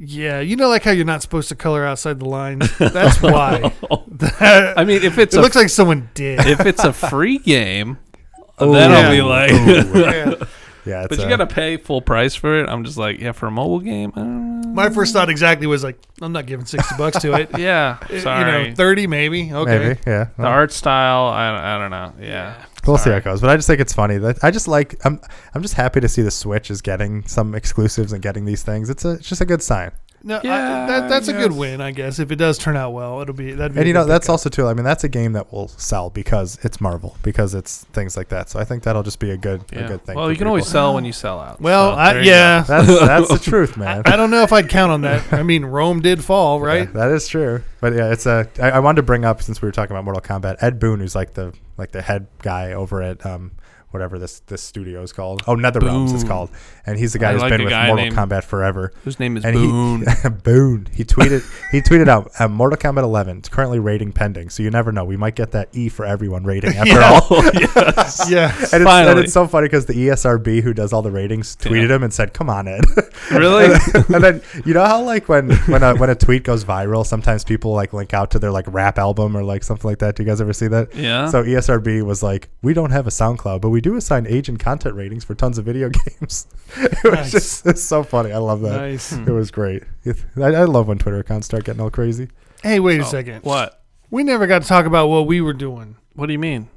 B: yeah, you know, like how you're not supposed to color outside the lines. That's why.
C: I mean, if it's
B: it
C: a,
B: looks like someone did.
C: if it's a free game,
A: Ooh.
C: then I'll be
B: Yeah.
C: like.
A: yeah,
B: Yeah.
A: it's
C: But you
A: uh,
C: gotta pay full price for it. I'm just like, yeah, for a mobile game. uh, I don't know.
B: My first thought exactly was like, I'm not giving 60 bucks to it.
C: yeah,
B: It-
C: sorry.
B: You know, 30 maybe. Okay.
A: uh, maybe yeah.
C: the art style, I, I don't know. Yeah,
A: We'll see
C: sorry.
A: how it goes, but I just think it's funny. That I just like I'm I'm just happy to see the Switch is getting some exclusives and getting these things. It's a it's just a good sign.
B: No, I,
C: Yeah,
B: that, that's a
C: I
B: good
C: guess.
B: win, I guess. If it does turn out well, it'll be that'd be. a
A: And you
B: good
A: know that's
B: pickup.
A: also too. I mean that's a game that will sell because it's Marvel because it's things like that. So I think that'll just be a good
C: yeah.
A: a good thing.
C: well,
A: for
C: you can always
A: people.
C: sell when you sell out.
B: Well,
C: so
B: I,
C: there you
B: yeah,
A: That's that's the truth, man.
B: I don't know if I'd count on that. I mean, Rome did fall, right?
A: Yeah, that is true. But yeah, it's a. I, I wanted to bring up since we were talking about Mortal Kombat, Ed Boon, who's like the like the head guy over at um whatever this this studio is called. Oh, Nether Realms it's
C: Boon.
A: called, and he's the guy
C: I
A: who's
C: like
A: been
C: a
A: with
C: guy
A: Mortal
C: named-
A: Kombat forever.
C: go. Whose name is
A: And
C: Boone?
A: he Boone. He tweeted he tweeted out uh, Mortal Kombat 11. It's currently rating pending, so you never know. We might get that E for everyone rating after all.
C: oh, yes.
B: Yeah.
A: And it's, and
C: Finally.
A: it's so funny because the E ESRB who does all the ratings tweeted
C: Yeah.
A: him and said, "Come on, Ed."
C: Really?
A: and then you know how like when when a, when a tweet goes viral, sometimes people like link out to their like rap album or like something like that. Do you guys ever see that?
C: Yeah.
A: So E ESRB was like, "We don't have a SoundCloud, but we do assign age and content ratings for tons of video games." it was
B: Nice.
A: just it's so funny. I love that.
B: Nice.
A: It was great. It- I, I love when Twitter accounts start getting all crazy.
B: Hey, wait a
C: Oh,
B: second.
C: What?
B: We never got to talk about what we were doing
C: What do you mean?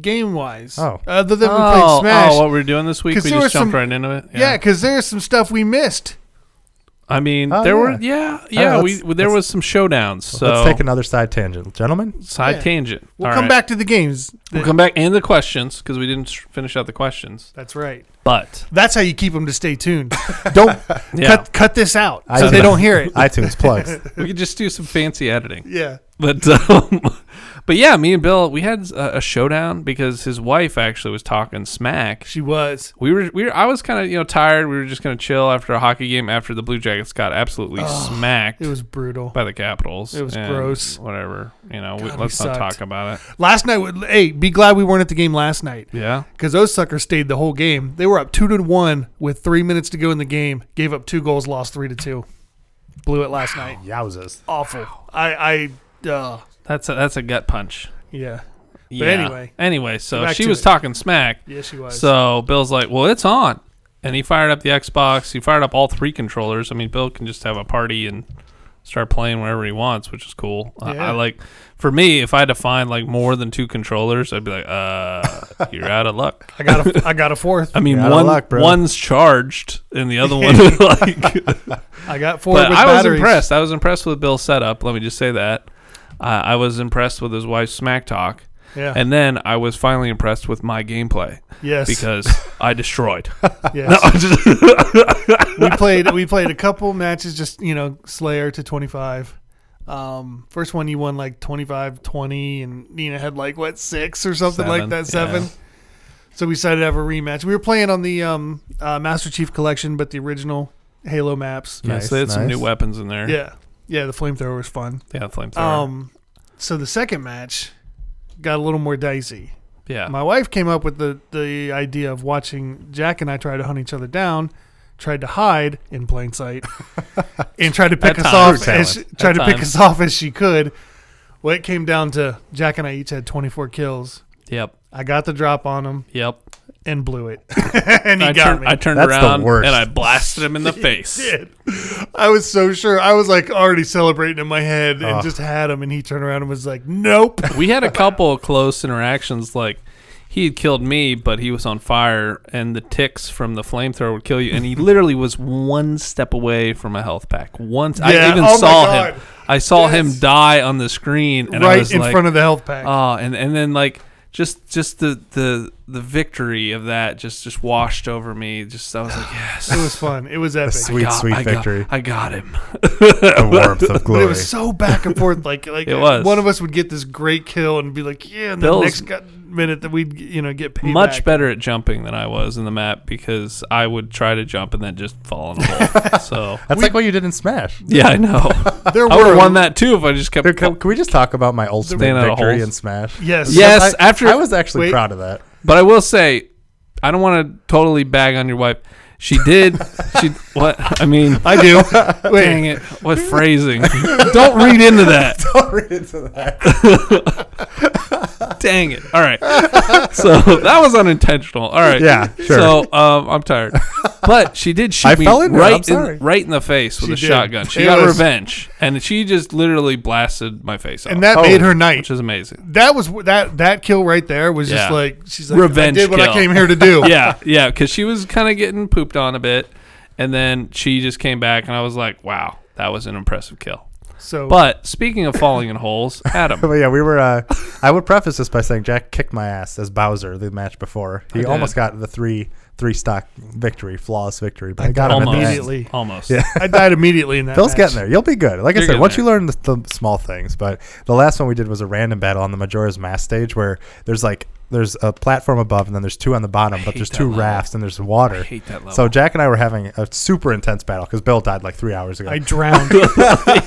B: game wise.
A: Oh.
B: Other than we played Smash.
C: oh, what we're doing this week?
B: 'Cause
C: We
B: there
C: just
B: were
C: jumped
B: some-
C: right into it.
B: yeah, because there's some stuff we missed.
C: I mean,
A: Oh,
C: there
A: yeah.
C: were yeah yeah
A: let's-
C: we there was some showdowns. So
A: Let's take another side tangent, gentlemen.
C: side
B: Yeah.
C: tangent.
B: We'll
C: All
B: come
C: right.
B: back to the games.
C: We'll come back and the questions because we didn't sh- finish out the questions.
B: That's right.
C: But
B: That's how you keep them to stay tuned. Don't
C: yeah,
B: cut cut this out
A: I
B: so they
A: do.
B: don't hear it.
A: iTunes plugs.
C: we could just do some fancy editing.
B: yeah.
C: But um, but yeah, me and Bill we had a, a showdown because his wife actually was talking smack.
B: She was.
C: We were we were, I was kind of you know tired. We were just gonna chill after a hockey game after the Blue Jackets got absolutely smacked.
B: It was brutal.
C: by the Capitals.
B: It was
C: and
B: gross.
C: Whatever. You know, we,
B: God, we
C: let's not
B: sucked.
C: talk about it.
B: Last night, wa- hey, be glad we weren't at the game last night
C: Yeah.
B: because those suckers stayed the whole game. They were up two to one with three minutes to go in the game. Gave up two goals, lost three to two. Blew it last night.
A: Yowzas.
B: Awful. I I uh,
C: That's a, that's a gut punch.
B: yeah.
C: Yeah.
B: anyway.
C: Anyway, so
B: Back
C: she
B: to
C: was
B: it.
C: talking smack.
B: Yeah, she was.
C: So Bill's like, well, it's on. And he fired up the Xbox. He fired up all three controllers. I mean, Bill can just have a party and start playing wherever he wants, which is cool. I- I,
B: Yeah.
C: like, for me, if I had to find like more than two controllers, I'd be like, uh, you're out of luck.
B: I got a, I got a fourth.
C: I mean,
A: You're out of
C: one
A: luck, bro.
C: one's charged and the other one like
B: I got four.
C: but
B: with
C: I was
B: batteries.
C: impressed. I was impressed with Bill's setup. Let me just say that. Uh, I was impressed with his wife's smack talk,
B: Yeah.
C: and then I was finally impressed with my gameplay
B: yes.
C: because I destroyed.
B: yes. we played we played a couple matches just you know slayer to 25 um first one you won like 25 20 and nina had like what six or something like
C: Seven,
B: that seven
C: yeah.
B: so we decided to have a rematch we were playing on the um uh, master chief collection but the original halo maps
C: Yes, they had some new
A: nice.
C: weapons in there.
B: yeah yeah the flamethrower was fun
C: yeah, flamethrower.
B: um so the second match got a little more dicey
C: yeah,
B: my wife came up with the, the idea of watching Jack and I try to hunt each other down, tried to hide in plain sight, and tried to pick
C: At
B: us
C: times.
B: off as she,
C: At
B: tried to pick
C: times.
B: us off as she could. Well, it came down to Jack and I each had 24 kills.
C: yep,
B: I got the drop on him
C: yep.
B: and blew it, and he
C: I,
B: got
C: turned-
B: me.
C: I turned
A: That's the
C: around
A: worst.
C: and I blasted him in the face.
B: did. I was so sure. I was like already celebrating in my head and
A: Ugh.
B: just had him. And he turned around and was like, "Nope."
C: we had a couple of close interactions, like. He had killed me, but he was on fire, and the ticks from the flamethrower would kill you. And he literally was one step away from a health pack. Once I
B: Yeah,
C: even
B: oh my
C: saw him,
B: God.
C: I saw him
B: Yes.
C: die on the screen, and I
B: right
C: was
B: in
C: like,
B: front of the health pack.
C: Oh, and and then like just just the the the victory of that just just washed over me. Just I was like, yes,
B: it was fun. It was epic.
A: sweet, sweet
C: I
A: victory.
C: Got, I got him.
A: the warmth of
B: But
A: glory.
B: it was so back and forth. Like like uh,
C: It was.
B: one of us would get this great kill and be like, yeah, and the
C: Bill's-
B: next gu- minute that we'd you know get paid
C: Much better at jumping than I was in the map because I would try to jump and then just fall in a hole. so
A: That's like what you did in Smash.
C: yeah, I know.
B: There
C: I would
B: were
C: have won that too if I just kept.
A: Dude, can, can we just talk about my ultimate
C: Staying out of
A: victory
C: holes.
A: in Smash?
B: Yes.
C: Yes.
A: I,
C: after-
A: I was actually
B: Wait.
A: proud of that.
C: but I will say, I don't want to totally bag on your wife. She did. she what? I mean,
B: I do. Wait,
C: dang it! What phrasing? don't read into that.
A: Don't read into that.
C: Dang it. All right. So that was unintentional. All right.
A: Yeah, sure.
C: So um, I'm tired. But she did shoot
A: I
C: me
A: fell into it. I'm
C: right,
A: sorry.
C: in, right in the face with
B: She
C: a
B: did.
C: shotgun. She
B: It
C: got
B: was-
C: revenge. And she just literally blasted my face off.
B: and that
A: Oh.
B: made her night.
C: which is amazing.
B: that was that that kill right there was just
C: Yeah.
B: like she's like
C: Revenge
B: I did what
C: kill.
B: I came here to do.
C: Yeah. Yeah. Because she was kind of getting pooped on a bit. And then she just came back, and I was like, wow, that was an impressive kill.
B: So
C: But speaking of falling in holes, Adam.
A: But yeah, we were. Uh, I would preface this by saying Jack kicked my ass as Bowser the match before. He
C: did.
A: almost got the three three stock victory, flawless victory, but I got him at
C: Almost.
A: the end.
B: Immediately.
C: Almost.
A: Yeah.
B: I died immediately in that.
A: Bill's
B: match.
A: getting there. You'll be good. Like
C: You're
A: I said,
C: getting
A: once
C: there.
A: you learn the, the small things. But the last one we did was a random battle on the Majora's Mask stage where there's like there's a platform above and then there's two on the bottom, but
C: hate
A: there's
C: that
A: two
C: level.
A: rafts and there's water.
C: I hate that level.
A: So Jack and I were having a super intense battle because Bill died like three hours ago.
B: I drowned.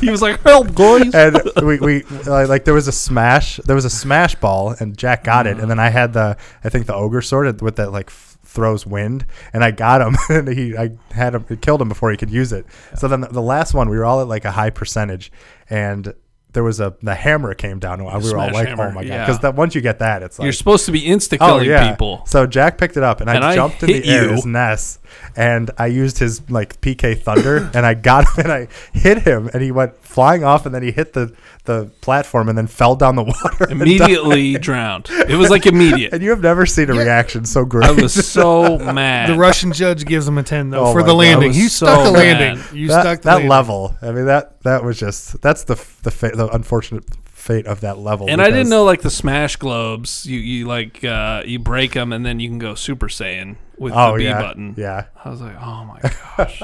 C: he was like, help, guys.
A: and we, we uh, like, like there was a smash there was a smash ball and jack got it and then i had the i think the ogre sword with that like f- throws wind and i got him and he i had him it killed him before he could use it so then the, the last one we were all at like a high percentage and there was a the hammer came down. and We were all
C: Smash
A: like,
C: hammer,
A: "Oh my
C: yeah.
A: god!" Because that once you get that, it's like
C: You're supposed to be insta
A: Oh
C: killing
A: yeah!
C: people.
A: So Jack picked it up, and I
C: And I
A: jumped in
C: hit
A: the air
C: you.
A: as Ness, and I used his like PK Thunder, and I got him, and I hit him, and he went flying off, and then he hit the the platform, and then fell down the water. and died.
C: Immediately drowned. It was like immediate.
A: And you have never seen a reaction so great.
C: I was so mad.
B: The Russian judge gives him a ten though
A: Oh
B: for
A: my
B: the
A: God.
B: landing.
C: That
B: You
C: was
B: stuck
C: so
B: the landing.
C: bad.
B: You
A: that,
B: stuck the
A: that
B: landing.
A: level. I mean that that was just that's the f- the fa- the unfortunate fate of that level.
C: and I didn't
A: because-
C: know like the smash globes. You you like uh, you break them and then you can go Super Saiyan with
A: Oh
C: the B
A: yeah,
C: button.
A: yeah.
C: I was like, oh my gosh.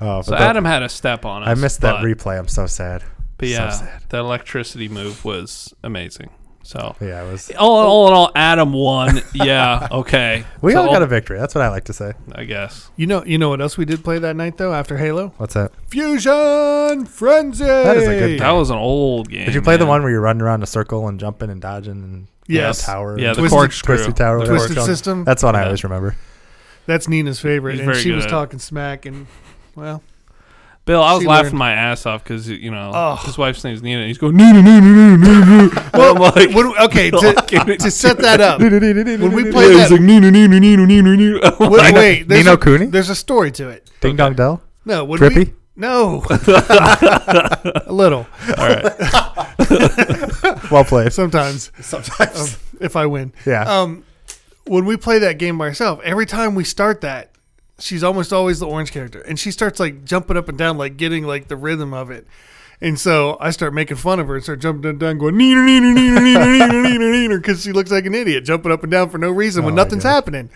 A: Oh, but
C: so
A: that-
C: Adam had a step on us.
A: I missed that
C: but-
A: replay. I'm so sad.
C: But
A: So
C: yeah,
A: sad.
C: that electricity move was amazing. So
A: Yeah, it was.
C: all, all in all, Adam won. yeah. Okay.
A: We
C: So,
A: all got a victory. That's what I like to say.
C: I guess.
B: You know, you know what else we did play that night though after Halo
A: What's that?
B: Fusion Frenzy. That
A: is a good
C: That was an old game.
A: Did you play the
C: man.
A: one where you're running around a circle and jumping and dodging and
B: Yes.
A: the tower?
C: Yeah,
A: and
C: the
B: Twisted-
C: corkscrew.
A: twisty tower.
C: The
A: whatever
B: Twisted
A: it's called?
B: System.
A: That's one I
C: Yeah.
A: always remember.
B: That's Nina's favorite,
C: He's
B: and
C: very
B: she
C: good
B: was
C: at it.
B: talking smack. And well,
C: Bill, I was
B: She
C: laughing
B: learned.
C: my ass off because you know
B: Oh.
C: his wife's name's Nina. And he's going Nina, Nina, Nina, Nina. Nina." And I'm like,
B: what do- okay, to, to set that up, Uh, when we played
C: yeah, he's
B: that,
C: like Nina, Nina, Nina, Nina, Nina. I'm
B: wait,
C: like,
B: wait, there's
A: Nino
B: a-
A: Cooney?
B: There's a story to it.
A: Ding Dong Dell?
B: No, when
A: Drippy?
B: We, no, a little
A: Well played.
B: sometimes. Um,
A: Sometimes.
B: if I win.
A: Yeah.
B: Um, when we play that game by herself, every time we start that, she's almost always the orange character, and she starts like jumping up and down, like getting like the rhythm of it. And so I start making fun of her and start jumping up and down, going neener neener neener neener neener neener neener because she looks like an idiot jumping up and down for no reason when
A: Oh, I
B: nothing's
A: get it.
B: happening.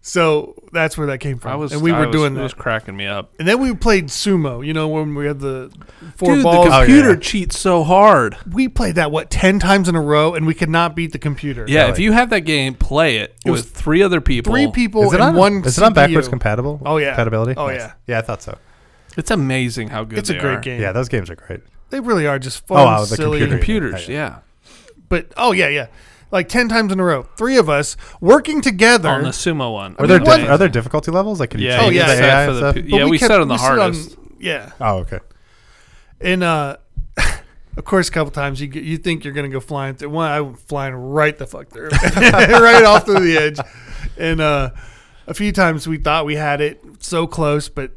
B: So that's where that came from,
C: I was,
B: and we
C: I
B: were
C: was,
B: doing
C: it was
B: that.
C: cracking me up.
B: And then we played sumo. You know when we had the four
C: Dude,
B: balls.
C: the computer
A: Oh, yeah.
C: cheats so hard.
B: we played that what ten times in a row, and we could not beat the computer.
C: Yeah, if you have that game, play it,
B: was
C: with three other people.
B: three people
A: Is it
B: and
A: on,
B: one.
A: is it on
B: CPU.
A: backwards compatible?
B: Oh, yeah.
A: Compatibility?
B: Oh, yeah.
A: Yeah, I thought so.
C: It's amazing how good
B: It's a
C: they
B: great
C: are.
B: game.
A: Yeah, those games are great.
B: they really are just fun,
A: Oh, wow, the
B: silly.
A: computer.
C: Computers,
A: Yeah,
C: yeah.
B: But oh yeah, yeah, like ten times in a row, three of us working together.
C: On the sumo one.
A: Are there,
B: mean,
A: diff-
B: what-
A: are there difficulty levels? Like, can you
C: Yeah,
A: change
B: you
A: the
B: set
A: AI and
C: for the
A: stuff?
C: p- yeah, we
B: kept-
C: set on the
B: set
C: hardest.
B: yeah,
A: Oh, okay.
B: and uh, of course, a couple times you get- you think you're gonna go flying through. One, I went flying right the fuck through, right off to the edge, and uh, a few times we thought we had it so close, but.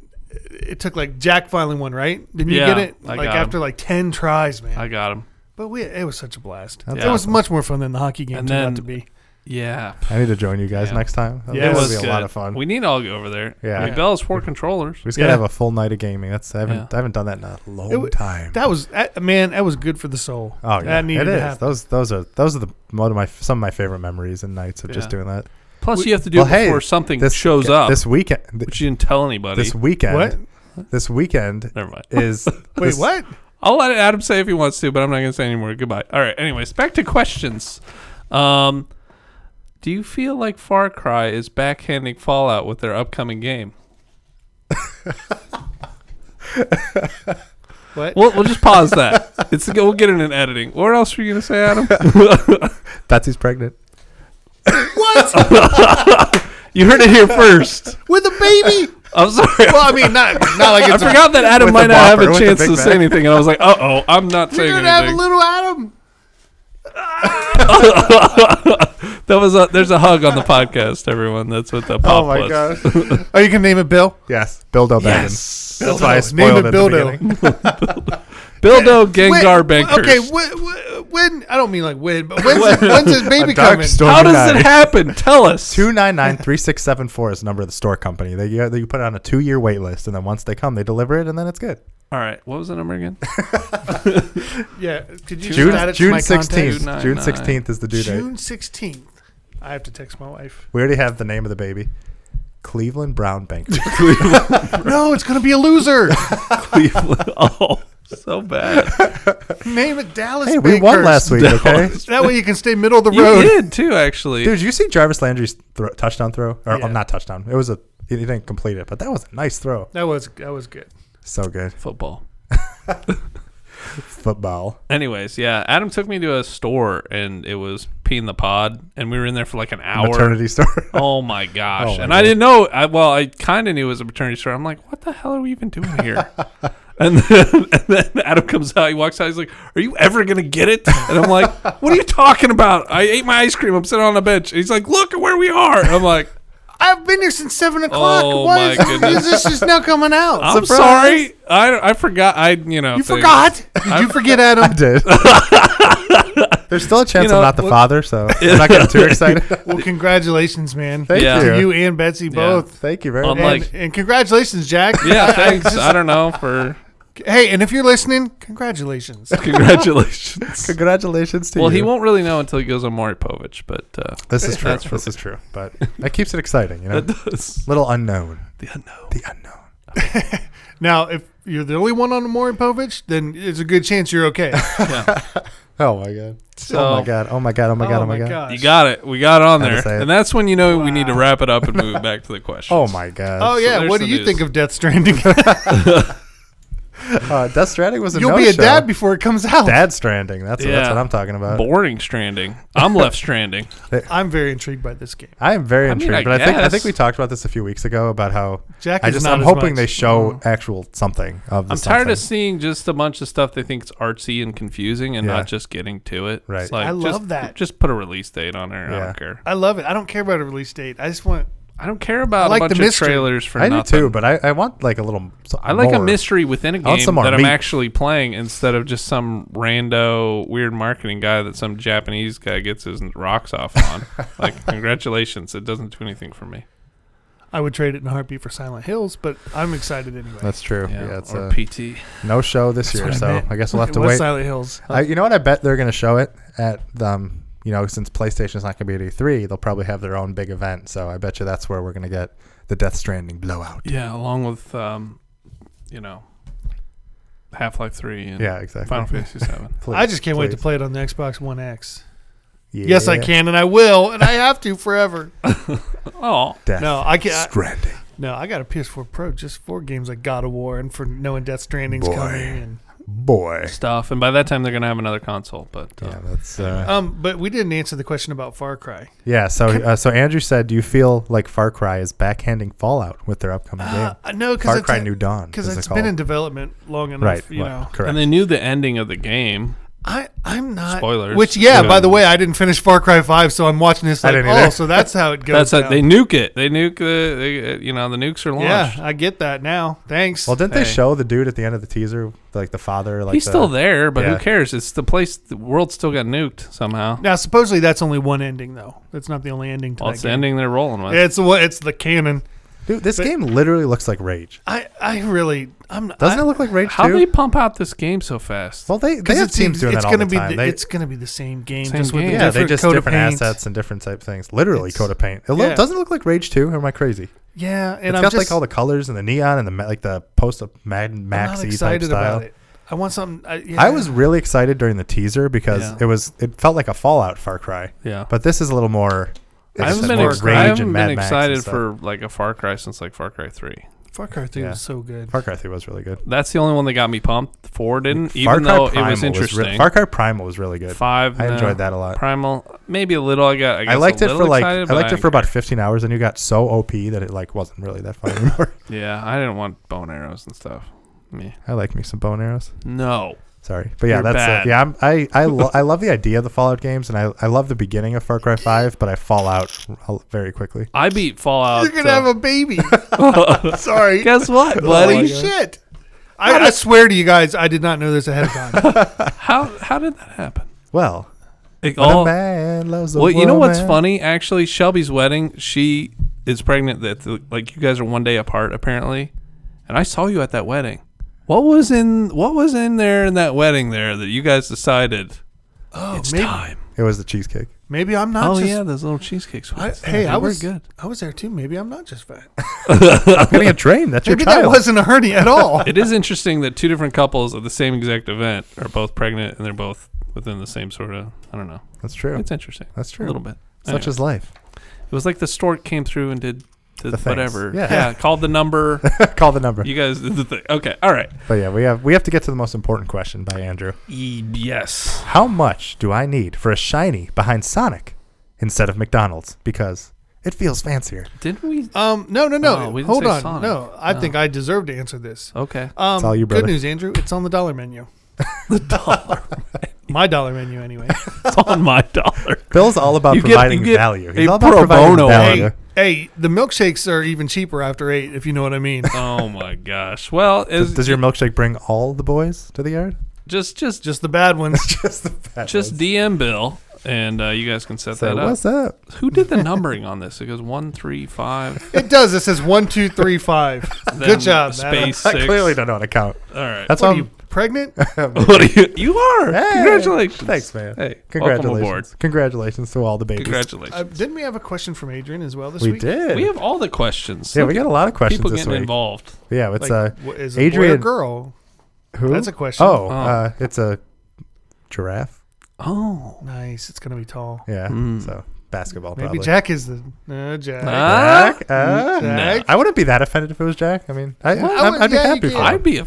B: It took like Jack finally won, right? Didn't you
C: Yeah,
B: get it?
C: I
B: like
C: got him.
B: after like ten tries, man.
C: I got him.
B: But we, it was such a blast.
A: That's
B: It was
A: awesome.
B: much more fun than the hockey game
C: And
B: turned out
C: then-
B: to be.
C: Yeah.
A: I need to join you guys
C: Yeah.
A: next time.
B: Yeah,
A: that
B: it
A: would
B: was
A: be a
C: good.
A: lot of fun. We,
C: We need to all go over there.
A: Yeah.
C: I mean, Bell's four controllers.
A: just gotta
B: Yeah.
A: have a full night of gaming. That's I haven't
C: Yeah.
A: I haven't done that in a long
B: w-
A: time.
B: That was that, man. That was good for the soul.
A: Oh yeah,
B: that needed
A: it
B: to
A: is.
B: happen.
A: Those those are those are the one of my some of my favorite memories and nights of just
C: Yeah.
A: doing that.
C: Plus,
B: We-
C: you have to do
A: Well,
C: it
A: hey,
C: before something
A: This
C: shows up,
A: this weekend. th-
C: which you didn't tell anybody.
A: This weekend.
B: What?
A: This weekend
C: Never mind.
A: is
B: Wait,
A: this-
B: what?
C: I'll let Adam say if he wants to, but I'm not going to say anymore. Goodbye. All right. Anyways, back to questions. Um, do you feel like Far Cry is backhanding Fallout with their upcoming game?
B: What?
C: We'll, we'll just pause that. It's we'll get it in editing. What else were you going to say, Adam?
A: Betsy's pregnant.
C: you heard it here first.
B: With a baby?
C: I'm sorry.
B: well, I mean, not not like
C: I
B: it's. a-
C: forgot that Adam
A: with
C: might
A: the
C: not have
A: whopper,
C: a
A: with the
C: chance
A: Big
C: to say
A: Mac.
C: anything, and I was like, "Uh oh, I'm not
B: You're
C: saying
B: gonna have a
C: anything."
B: little Adam.
C: that was a, there's a hug on the podcast, everyone. That's what the pop
A: Oh my
C: was.
A: gosh.
B: Oh, you can name it Bill.
A: yes, Bildo Baggins. That's why I
B: Bildo. Name
A: spoiled
B: it
A: at
B: Bildo.
A: the beginning.
C: Bildo
B: When-
C: Gengar Bankers.
B: Okay, when, when I don't mean like when, but when's, when's his baby
A: A dark
B: coming?
A: story
C: How does
A: night.
C: it happen? Tell us.
A: Two nine nine three six seven four is the number of the store company. They you, you put it on a two year wait list, and then once they come, they deliver it, and then it's good.
C: All right. What was the number again?
B: Yeah, could you add
A: June June
B: it to my contact?
A: sixteenth.
C: 299.
A: June sixteenth is the due date.
B: June sixteenth. I have to text my wife.
A: We already have the name of the baby. Cleveland Brown Bankers.
B: no, it's gonna be a loser.
C: Cleveland. Oh, so bad.
B: name it Dallas.
A: hey, we won
B: Bakers.
A: last week, okay?
B: That way you can stay middle of the
C: You
B: road.
C: did too, actually.
A: Dude, did you see Jarvis Landry's throw, touchdown throw? Or
B: Yeah.
A: oh, not touchdown. It was a he didn't complete it, but that was a nice throw.
B: That was that was good.
A: So good.
C: Football.
A: Football.
C: Anyways, yeah. Adam took me to a store, and it was Pee in the Pod, and we were in there for like an hour.
A: Maternity store.
C: Oh my gosh!
A: Oh my
C: and
A: God.
C: I didn't know. I, well, I kind of knew it was a maternity store. I'm like, what the hell are we even doing here? And then, and then Adam comes out. He walks out. He's like, "Are you ever gonna get it?" And I'm like, "What are you talking about? I ate my ice cream. I'm sitting on a bench." And he's like, "Look at where we are." And I'm like,
B: I've been here since seven o'clock.
C: Oh,
B: Why is
C: my goodness.
B: is this just now coming out?
C: "I'm
B: Surprise.
C: sorry. I, I forgot. I you know
B: You
C: they-
B: forgot? Did you forget, Adam?
A: I did. There's still a chance
C: know,
A: I'm not the
C: look-
A: father, so I'm not getting too excited.
B: Well, congratulations, man.
A: Thank
C: Yeah.
A: you.
B: To you and Betsy both.
A: Thank you very
C: Um,
A: much.
B: And,
C: Like-
B: and congratulations, Jack. Uh,
C: Yeah, thanks. I don't know for
B: Hey, and if you're listening, congratulations.
C: congratulations.
A: Congratulations to
C: well,
A: you.
C: he won't really know until he goes on Maury Povich, but uh,
A: This is true.
C: That's for
A: This is true. But that keeps it exciting, you know.
C: that does
A: Little unknown.
C: the unknown.
A: The unknown.
B: Now, if you're the only one on Maury Povich, then it's a good chance you're okay.
A: Oh my god.
C: So
A: oh my god. Oh my god. Oh my god. Oh, my god.
B: gosh.
C: you got it. We got on
A: Had to
C: there,
A: say it.
C: and that's when you know we need to wrap it up and move back to the question.
A: Oh my god.
B: Oh yeah,
C: there's
B: what
C: the
B: do you
C: news.
B: think of Death Stranding?
A: Uh, Death Stranding was a
B: You'll
A: no
B: be a
A: show.
B: dad before it comes out.
A: Dad Stranding. That's, that's
C: Yeah.
A: what I'm talking about.
C: boring stranding. I'm left stranding.
B: I'm very intrigued by this game.
A: I am very
C: mean,
A: intrigued,
C: I
A: but I think I
C: guess.
A: think we talked about this a few weeks ago about how
B: Jack
A: I
B: is
A: just
B: not
A: I'm
B: as
A: hoping
B: much. Mm-hmm.
A: they show actual something of the
C: I'm tired
A: something.
C: of seeing just a bunch of stuff they think is artsy and confusing, and
A: Yeah.
C: not just getting to it.
A: Right.
C: It's like,
B: I
C: just-
B: love that.
C: Just put a release date on there. I
A: Yeah.
C: don't care.
B: I love it. I don't care about a release date. I just want
C: I don't care about
B: like
C: a
B: the
C: bunch of
B: mystery.
C: trailers for
A: I do
C: nothing.
A: too, but I, I want like a little. so-
C: I like a
A: more.
C: mystery within a
A: want
C: game
A: some more
C: that
A: meat.
C: I'm actually playing instead of just some rando weird marketing guy that some Japanese guy gets his rocks off on. like, congratulations, it doesn't do anything for me.
B: I would trade it in a heartbeat for Silent Hills, but I'm excited anyway.
A: That's true. Yeah,
C: Yeah,
A: it's
C: or
A: a
C: PT.
A: no show this year,
B: what I
A: so
B: meant.
A: I guess we'll have
B: It
A: to
B: was
A: wait.
B: Silent Hills.
A: I, you know what? I bet they're going to show it at um, you know, since PlayStation's not going to be at E3, they'll probably have their own big event. So I bet you that's where we're going to get the Death Stranding blowout.
C: Yeah, along with, um, you know, Half Life 3 and
A: Yeah, exactly.
C: Final Fantasy 7.
A: Please,
B: I just can't wait to
A: please.
B: play it on the Xbox One X.
A: Yeah.
B: Yes, I can, and I will, and I have to forever.
C: Oh,
A: Death
B: No, I can't. I-
A: Stranding.
B: no, I got a PS4 Pro just for games like God of War and for knowing Death Stranding's
A: Boy.
B: coming. And,
A: Boy.
C: stuff. And by that time, they're going to have another console. But uh,
A: Yeah, that's uh,
B: um, but we didn't answer the question about Far Cry.
A: Yeah, so uh, so Andrew said, "Do you feel like Far Cry is backhanding Fallout with their upcoming
B: Uh,
A: game,
B: no, because
A: Far
B: it's,
A: Cry New Dawn?"
B: because
A: is it
B: it's been in
A: called.
B: development long enough.
A: right,
B: you
A: right,
B: know,
A: correct.
C: and they knew the ending of the game.
B: I I'm not
C: Spoilers.
B: Which yeah,
C: Yeah.
B: by the way, I didn't finish Far Cry Five, so I'm watching this
A: I
B: like
A: didn't
B: oh,
A: either.
B: so that's how it goes.
C: That's
A: uh,
B: now.
C: how they nuke it. They nuke the. They, uh, you know, the nukes are
B: yeah,
C: launched.
B: I get that now. Thanks.
A: well, didn't they
C: Hey.
A: show the dude at the end of the teaser, like the father? Like
C: He's
A: the-
C: still there, but
A: Yeah.
C: who cares? It's the place. The world still got nuked somehow.
B: now supposedly that's only one ending though. That's not the only ending to
C: well,
B: that
C: it's the
B: game.
C: ending they're rolling with.
B: Yeah, It's the one- it's the canon.
A: Dude, this
B: But-
A: game literally looks like Rage.
B: I I really I'm not.
A: Doesn't it look like Rage
C: How
A: Two?
C: do they pump out this game so fast?
A: well, they they
B: Because
A: have
B: it seems
A: teams doing
B: it's
A: that all
B: gonna
A: the
B: be
A: time.
B: the,
A: they,
B: it's gonna be the same game,
C: Same
B: just with
C: game.
B: a
A: yeah,
B: different
A: they just
B: coat of
A: different
B: paint.
A: assets and different type things. Literally, coat of paint. It lo-
B: Yeah.
A: doesn't it look like Rage Two. Or am I crazy?
B: Yeah, and
A: it's
B: I'm
A: got
B: just
A: like all the colors and the neon and the ma- like the post of Mad
B: I'm
A: Maxi
B: not
A: type
B: excited
A: style.
B: about it. I want something. I, yeah.
A: I was really excited during the teaser because
C: Yeah.
A: it was it felt like a Fallout Far Cry,
C: yeah.
A: but this is a little more. it's
C: I haven't
A: just
C: been,
A: more
C: ex-
A: Rage
C: I haven't
A: and
C: been
A: Mad Max and
C: excited
A: stuff.
C: for like a Far Cry since like Far Cry 3.
B: Far Cry Three
A: Yeah.
B: was so good.
A: Far Cry Three was really good.
C: That's the only one that got me pumped. 4 didn't,
A: Far
C: even
A: Cry
C: though
A: Primal
C: it was interesting.
A: re- Far Cry Primal was really good.
C: 5
A: I
C: no.
A: enjoyed that a lot.
C: Primal, maybe a little. I got. I, guess
A: I liked
C: a
A: it for
C: little
A: like
C: excited,
A: I
C: but
A: liked it
C: didn't
A: for about 15 hours, and you got so OP that it like wasn't really that fun anymore.
C: care. Yeah, I didn't want bone arrows and stuff. Me,
A: I like me some bone arrows.
C: no.
A: Sorry, but yeah,
C: You're
A: that's
C: bad.
A: it. Yeah, I'm, I I lo- I love the idea of the Fallout games, and I I love the beginning of Far Cry Five, but I fall out r- very quickly.
C: I beat Fallout.
B: You're gonna
C: uh,
B: have a baby. Sorry.
C: guess what,
B: Holy
C: buddy?
B: shit. I, I swear to you guys, I did not know this ahead of time.
C: How how did that happen?
A: Well,
C: It
A: when
C: all-
A: a man loves a
C: Oh. well, you know what's
A: woman-
C: funny? Actually, Shelby's wedding, she is pregnant. That like you guys are one day apart apparently, and I saw you at that wedding. What was in what was in there in that wedding there that you guys decided
B: oh,
C: it's
B: maybe,
C: time?
A: It was the cheesecake.
B: maybe I'm not
C: Oh
B: just.
C: yeah, those little cheesecakes.
B: I, hey, I was
C: good.
B: I was there too. Maybe I'm not just fat.
A: I'm gonna get drained. That's your
B: Maybe
A: child.
B: that wasn't a hernia at all.
C: It is interesting that two different couples at the same exact event are both pregnant and they're both within the same sort of I don't know.
A: That's true.
C: It's interesting.
A: That's true.
C: A little bit.
A: Such
C: Anyway.
A: as life.
C: It was like the stork came through and did did
A: The things.
C: whatever.
A: Yeah.
C: yeah, called the number.
A: Call the number.
C: You guys did the thing. Okay, all right.
A: But yeah, we have we have to get to the most important question by Andrew.
C: Yes.
A: How much do I need for a shiny behind Sonic instead of McDonald's? Because It feels fancier.
C: Didn't we?
B: Um, no, no, no.
C: Oh, we didn't
B: Hold
C: say
B: on.
C: Sonic.
B: No, I
C: No.
B: think I deserve to answer this.
C: Okay.
B: Um,
A: all you, brother.
B: Good news, Andrew. It's on the dollar menu.
C: The dollar.
B: My dollar menu, anyway.
C: It's on my dollar.
A: Bill's all about
C: You get-
A: providing
C: you get
A: value.
C: a
A: He's all about
C: pro
A: providing
C: bono.
A: value.
B: hey, hey, the milkshakes are even cheaper after eight, if you know what I mean.
C: Oh my gosh. Well,
A: Does,
C: is,
A: does your milkshake bring all the boys to the yard?
C: just just
B: Just the bad ones.
A: Just the fat
C: just DM Bill, and uh, you guys can set that up.
A: what's up?
C: Who did the numbering on this? It goes one, three, five.
B: it does. It says one, two, three, five.
C: then
B: Good job. Adam.
C: Space
A: I
C: six.
A: clearly don't know how to count.
C: All right.
A: That's
B: What
A: all.
B: are you pregnant?
C: what are you? You are.
A: Hey,
C: Congratulations.
A: Thanks, man.
C: Hey,
A: Congratulations.
C: Welcome aboard.
A: Congratulations to all the babies.
C: Congratulations.
B: Uh, didn't we have a question from Adrian as well this
A: We
B: week?
A: did.
C: we have all the questions.
A: yeah,
C: Look
A: we got a lot of
C: at
A: questions
C: people
A: this
C: getting
A: week.
C: involved.
A: Yeah, it's
B: Like,
A: uh,
B: wh- is it boy or
A: Adrian-
B: girl?
A: who?
B: That's a question.
A: Oh,
C: Oh.
A: Uh, it's a giraffe.
C: Oh.
B: nice. It's gonna be tall.
A: Yeah,
C: Mm.
A: so basketball
B: Maybe
A: probably.
B: Jack is the no Jack.
C: Ah.
A: Jack? Uh,
B: Jack.
A: I wouldn't be that offended if it was Jack. I mean, I,
B: Well, I
A: I,
B: would-
A: would be
B: yeah, you
A: happy
B: can.
A: for
C: Oh. I'd
A: him.
C: be. A,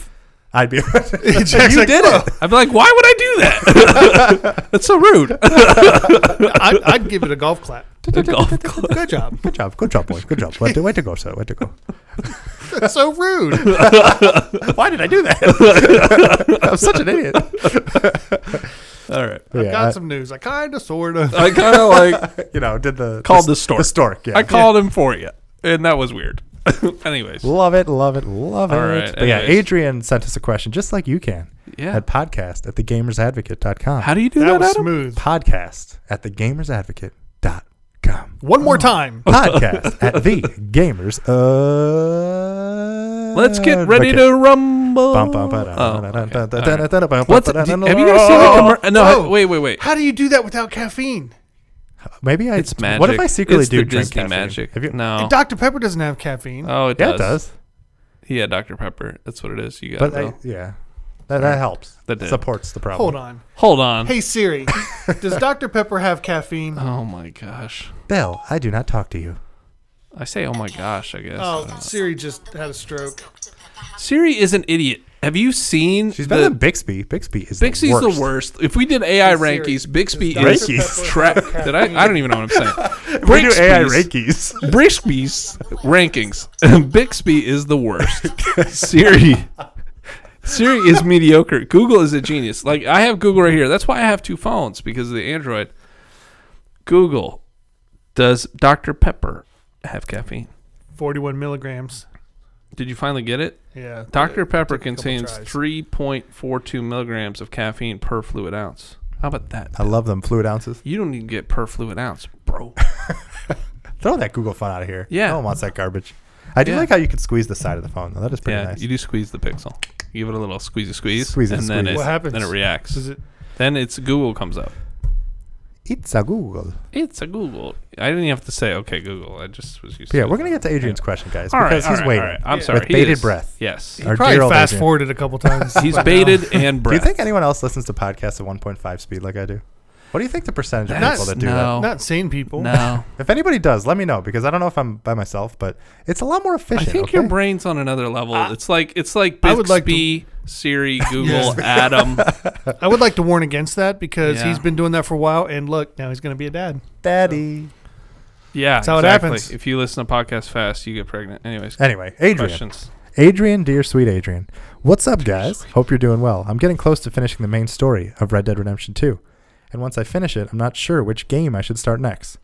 A: I'd be.
B: Jack's like,
C: did it. I'd be like, why would I do that? That's so rude.
B: I'd, I'd give it a golf clap.
C: golf club.
B: Good job.
A: Good job. Good job, boy. Good job. Way to, way to go, sir. Way to go.
B: That's so rude.
A: Why did I do that? I'm such an idiot.
C: All right.
A: Yeah,
B: Got
A: I-
B: some news. I kind of, sort of.
C: I kind of like
A: you know, did the
C: Called
A: the,
C: the stork.
A: The stork. Yeah.
C: I called him for you, and that was weird. Anyways,
A: Love it, love it, love
C: All
A: it.
C: right,
A: but yeah,
C: anyways.
A: Adrian sent us a question just like you can
C: yeah.
A: at podcast at thegamersadvocate.com.
C: How do you do
B: That
C: that,
B: was
C: Adam?
B: smooth.
A: podcast at thegamersadvocate.com.
B: One more time.
A: Podcast at the gamers. Uh,
C: Let's get ready to rumble.
A: Bum, bum, ba,
C: Oh,
A: da, da, da, da,
C: okay.
A: da,
C: All right.
A: da, da, da, bum,
C: What's
A: ba, da,
C: have you
A: da,
C: guys seen
A: da,
C: the commercial? No,
B: Oh.
C: wait, wait, wait.
B: How do you do that without caffeine?
A: Maybe I.
C: It's magic.
A: What if I secretly
C: it's
A: do
C: the
A: drink
C: Disney
A: caffeine?
C: magic?
A: Have you-
C: no.
B: Dr. Pepper doesn't have caffeine.
C: Oh, it does.
A: Yeah, it does.
C: Yeah, Dr Pepper. That's what it is. You got
A: But
C: it.
A: I,
C: Bill.
A: yeah, that, that helps.
C: That did.
A: supports the problem.
B: Hold on.
C: Hold on.
B: Hey Siri, does Dr. Pepper have caffeine?
C: Oh my gosh.
A: Bill, I do not talk to you.
C: I say, oh my gosh. I guess. I
B: Oh,
C: don't know.
B: Siri just had a stroke.
C: Siri is an idiot. Have you seen?
A: She's
C: the,
A: better than Bixby. Bixby is
C: Bixby's
A: the worst.
C: If we did AI
B: Hey, Siri,
C: rankings, Bixby
B: does
C: is
A: Dr. Pepper
C: track. Did I? I don't even know what I'm saying.
A: We do AI
C: Bixby's-
A: Reikis.
C: Bixby's rankings. Bixby is the worst. Siri. Siri is mediocre. Google is a genius. Like I have Google right here. That's why I have two phones because of the Android. Google. Does Dr Pepper have caffeine?
B: 41 milligrams.
C: Did you finally get it?
B: Yeah.
C: Dr Pepper
B: Uh, Took a couple
C: contains
B: tries.
C: 3.42 milligrams of caffeine per fluid ounce. How about that?
A: I love them fluid ounces.
C: You don't need to get per fluid ounce, bro.
A: Throw that Google phone out of here.
C: Yeah.
A: No one wants that garbage. I do
C: Yeah.
A: like how you could squeeze the side of the phone. though. That is pretty
C: yeah,
A: nice.
C: you do squeeze the pixel. You give it a little squeezy squeeze,
A: Squeeze it,
C: and then
A: squeeze it.
C: it
B: What happens?
C: then it reacts.
B: Does it
C: Then it's Google comes up.
A: it's a Google.
C: It's a Google. I didn't even have to say okay Google. I just was used.
A: But yeah,
C: to
A: we're gonna get to Adrian's question, guys,
C: All right,
A: because
C: all
A: he's
C: right, all
A: waiting.
C: right. I'm
B: Yeah.
C: sorry.
A: With
C: he
A: bated
C: is-
A: breath.
C: Yes,
B: he
A: Our
B: probably
A: dear old
B: fast
A: Adrian.
B: forwarded a couple times.
C: he's
B: by now.
C: baited and
A: Do you
C: breath.
A: think anyone else listens to podcasts at 1.5 speed like I do? What do you think the percentage of
C: That's-
A: people that do
C: no.
B: Not sane people.
C: No,
A: that? If anybody does, let me know because I don't know if I'm by myself, but it's a lot more
C: I
A: efficient.
C: think
A: okay?
C: your brain's on another level. it's like it's like Bixby,
B: Ah. I would like to-
C: Siri, Google, Adam.
B: I would like to warn against that because
C: Yeah.
B: he's been doing that for a while and look, now he's going to be a dad.
A: daddy.
C: Yeah,
B: That's how it
C: exactly.
B: happens.
C: If you listen to podcasts fast, you get pregnant. Anyways,
A: Anyway, Adrian.
C: questions.
A: Adrian, dear sweet Adrian. What's up, guys? Hope you're doing well. I'm getting close to finishing the main story of Red Dead Redemption 2, and once I finish it, I'm not sure which game I should start next.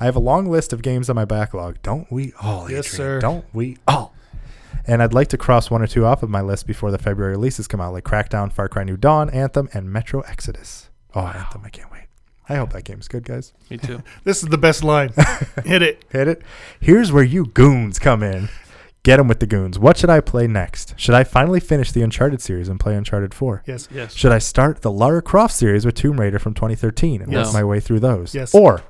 A: I have a long list of games on my backlog. Don't we all,
B: Yes,
A: Adrian?
B: sir.
A: Don't we all? And I'd like to cross one or two off of my list before the February releases come out, like Crackdown, Far Cry New Dawn, Anthem, and Metro Exodus. Oh, Anthem, I can't wait. I hope that game's good, guys.
C: Me too.
B: This is the best line. Hit it.
A: Hit it. Here's where you goons come in. Get 'em with the goons. What should I play next? Should I finally finish the Uncharted series and play Uncharted 4?
B: Yes.
C: Yes.
A: Should I start the Lara Croft series with Tomb Raider from 2013 and
C: Yes.
A: work my way through those?
B: Yes.
A: Or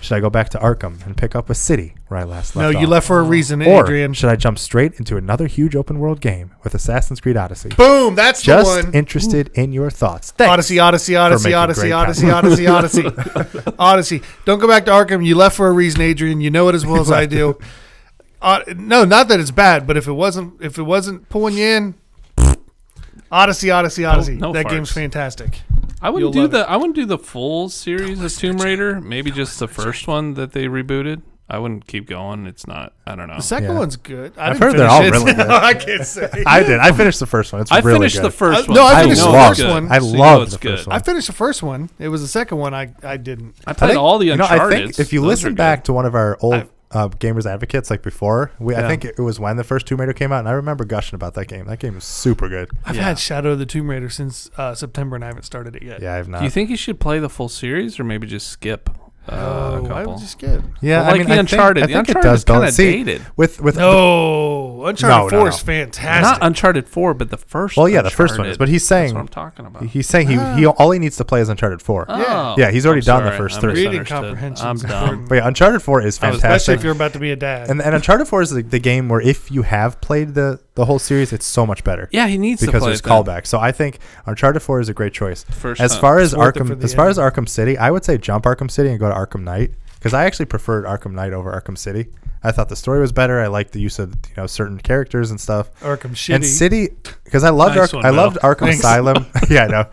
A: should I go back to Arkham and pick up a city where I last
B: No,
A: left
B: you
A: off?
B: left for a reason, eh,
A: Or
B: Adrian.
A: should I jump straight into another huge open world game with Assassin's Creed Odyssey?
B: Boom, that's the
A: Just
B: one.
A: interested in your thoughts. Thanks.
B: Odyssey, Odyssey, Odyssey,
A: making
B: Odyssey,
A: great
B: Odyssey, Odyssey, Odyssey, Odyssey. Don't go back to Arkham. You left for a reason, Adrian. You know it as well as I do. Uh, no, not that it's bad, but if it wasn't, if it wasn't pulling you in, Odyssey, Odyssey, Odyssey.
C: no
B: that
C: farts.
B: game's fantastic.
C: I
B: You'll
C: wouldn't do
B: love
C: the I wouldn't do the full series of Tomb Raider. Maybe just the first one that they rebooted. I wouldn't keep going. It's not. I don't know.
B: The second
A: Yeah.
B: one's good. I
A: I've
B: didn't
A: heard they're all
B: finish it.
A: really good.
B: I can't say.
A: I did. I finished the first one. It's
C: I
A: really
C: finished
A: good.
C: the first
B: I-
C: one.
B: no, I
C: so
B: finished
C: you
B: the
C: know it's
B: first
C: good.
B: one.
C: So
A: I
C: you know
A: loved
C: it's
A: the
C: good.
A: first one.
B: I finished the first one. It was the second one I, I didn't.
C: I played all the
A: you know,
C: Uncharted.
A: I think if you listen back to one of our old uh, gamers advocates, like before, we, I
C: Yeah.
A: think it was when the first Tomb Raider came out, and I remember gushing about that game. That game was super good.
B: I've
C: Yeah.
B: had Shadow of the Tomb Raider since uh, September and I haven't started it yet.
A: Yeah, I've
C: do you
A: not.
C: think you should play the full series or maybe just skip uh,
B: Oh,
C: a
B: I
C: couple?
B: was just good.
A: Yeah,
C: Well,
A: I
C: like
A: mean,
C: the
A: I think-
C: Uncharted.
A: I
C: the
A: think it
C: Uncharted
A: does
C: kind
A: balance.
C: of
A: See,
C: dated.
A: with with
B: No, Uncharted
A: No, no,
B: 4 is
A: no.
B: fantastic.
C: Not Uncharted Four, but the first.
A: Well, yeah, the first one is,
C: Uncharted.
A: but he's
C: that's
A: saying
C: what I'm talking about.
A: he's saying he, he all he needs to play is Uncharted Four.
C: Oh,
A: Yeah, he's already
C: I'm
A: done the
C: sorry.
A: first
C: I
A: three.
B: Reading
C: misunderstood.
B: comprehension
C: I'm
B: is
C: dumb.
B: important,
A: But yeah, Uncharted Four is
C: I was-
B: especially
A: fantastic.
B: if you're about to be a dad.
A: And, and Uncharted Four is the, the game where if you have played the the whole series, it's so much better.
C: Yeah, he needs to
A: because
C: play
A: there's
C: it then.
A: callbacks. So I think Uncharted Four is a great choice.
C: First
A: as
C: time.
A: far as
B: It's worth it for
A: Arkham,
B: the
A: as far as
B: ending.
A: Arkham City, I would say jump Arkham City and go to Arkham Knight because I actually preferred Arkham Knight over Arkham City. I thought the story was better. I liked the use of you know certain characters and stuff.
B: Arkham
A: And
B: Shitty.
A: City, because I loved Ark-
C: Nice one,
A: I
C: Bill.
A: loved Arkham
B: Thanks.
A: Asylum. yeah, I know.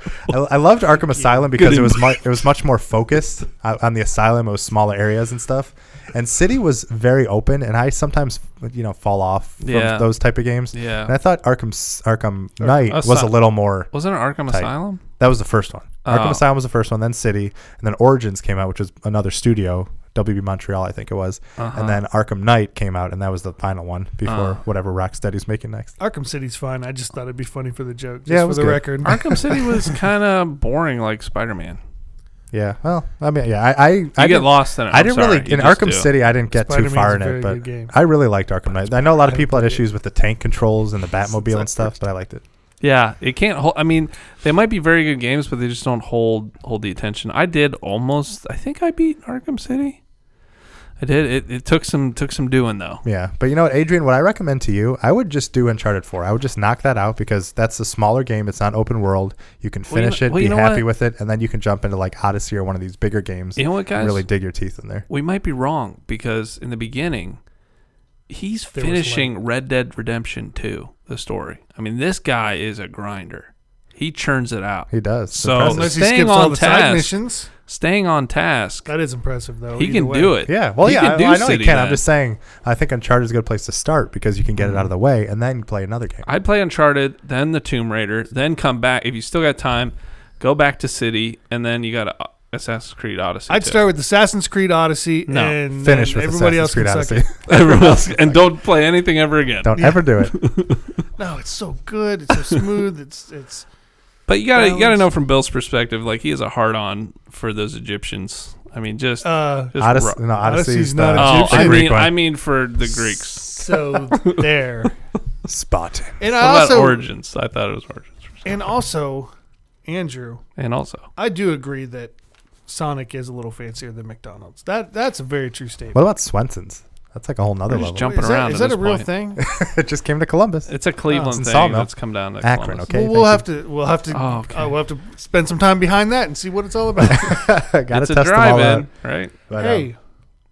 A: I, I loved Arkham Asylum because it was mu- it was much more focused uh, on the asylum. It was smaller areas and stuff. And City was very open, and I sometimes you know fall off from
C: Yeah.
A: those type of games.
C: Yeah.
A: And I thought Arkham S- Arkham Knight was a
C: Asy-
A: little more.
C: Wasn't it Arkham
A: Tight.
C: Asylum?
A: That was the first one. Arkham
C: Oh.
A: Asylum was the first one, then City, and then Origins came out, which was another studio, WB Montreal, I think it was. And then Arkham Knight came out, and that was the final one before
C: Uh-huh. Uh.
A: whatever Rocksteady's making next.
B: Arkham City's fine. I just thought it'd be funny for the joke. Just
A: Yeah, it
B: for
A: was
B: the
A: good.
B: record.
C: Arkham City was kind of boring, like Spider-Man.
A: Yeah. Well, I mean, yeah, I I,
C: You
A: I
C: get
A: didn't-
C: lost in it.
A: I
C: I'm
A: didn't
C: sorry.
A: really
C: You
A: in
C: just
A: Arkham
C: do.
A: City. I didn't get
B: Spider-Man's
A: too far
B: a
A: in
B: very
A: it,
B: good game.
A: but I really liked Arkham Knight. I know a lot of
B: I
A: people had
B: haven't played
A: issues with the tank controls and the Batmobile and
B: that
A: stuff, but I liked it.
C: Yeah, it can't hold. I mean, they might be very good games, but they just don't hold hold the attention. I did almost. I think I beat Arkham City. I did. It, it took some took some doing though.
A: Yeah, but you know what, Adrian? What I recommend to you, I would just do Uncharted Four. I would just knock that out because that's a smaller game. It's not open world. You can
C: Well, you
A: finish
C: know- well,
A: it,
C: you
A: be
C: know
A: happy
C: what?
A: with it, and then you can jump into like Odyssey or one of these bigger games.
C: You know what,
A: and
C: guys?
A: really dig your teeth in there.
C: we might be wrong because in the beginning, he's
B: There was
C: finishing Red Dead Redemption Two. The story. I mean, this guy is a grinder. He churns it out.
A: He does. It's
C: So-
A: impressive.
B: Unless he
C: Staying
B: skips
C: on
B: all the side
C: task.
B: missions.
C: Staying on task,
B: That is impressive, though.
C: he can do it.
A: yeah, well,
C: He
A: yeah,
C: can
A: I,
C: do
A: I know you
C: City
A: can. I'm
C: then.
A: just saying. I think Uncharted is a good place to start because you can get it out
B: Mm.
A: of the way and then play another game.
C: I'd play Uncharted, then the Tomb Raider, then come back. If you still got time, go back to City, and then you got uh, Assassin's Creed Odyssey.
B: I'd
C: too.
B: start with Assassin's Creed Odyssey
C: No.
B: and
A: Finish
B: then
A: with
B: everybody
A: Assassin's
B: else
A: Creed Odyssey.
B: can suck it.
C: Everyone else, and don't play anything ever again.
A: Don't ever do it.
B: No, it's so good. It's so smooth. It's it's
C: But you gotta you gotta
B: Balance.
C: know from Bill's perspective, like he is a hard on for those Egyptians. I mean, just,
B: uh
C: just
A: Odyssey,
C: ru-
A: no, Odyssey's,
B: Odyssey's
A: not
B: not
A: the,
B: a-
C: Oh,
B: Egyptian.
C: I
A: The Greek
C: mean,
A: one.
C: I mean for the Greeks.
B: So there.
A: spot.
B: And
C: What
B: I
C: about
B: also
C: Origins? I thought it was Origins.
B: and also Andrew,
C: And also,
B: I do agree that Sonic is a little fancier than McDonald's. That that's a very true statement.
A: What about Swenson's? That's like a whole nother
C: We're just
A: level.
C: jumping
B: is that,
C: around
B: is
C: at
B: that a
C: this
B: real
C: point.
B: thing?
A: it just came to Columbus.
C: it's a Cleveland
A: Oh, in
C: thing
A: Sawmill. that's
C: that's come down to
A: Akron, okay.
B: well, we'll have
A: thank
B: to we'll have to
C: Oh, okay.
B: uh, we'll have to spend some time behind that and see what it's all about.
A: you. Gotta
C: it's a
A: test them all out.
C: drive-in, right?
A: But, um,
B: hey,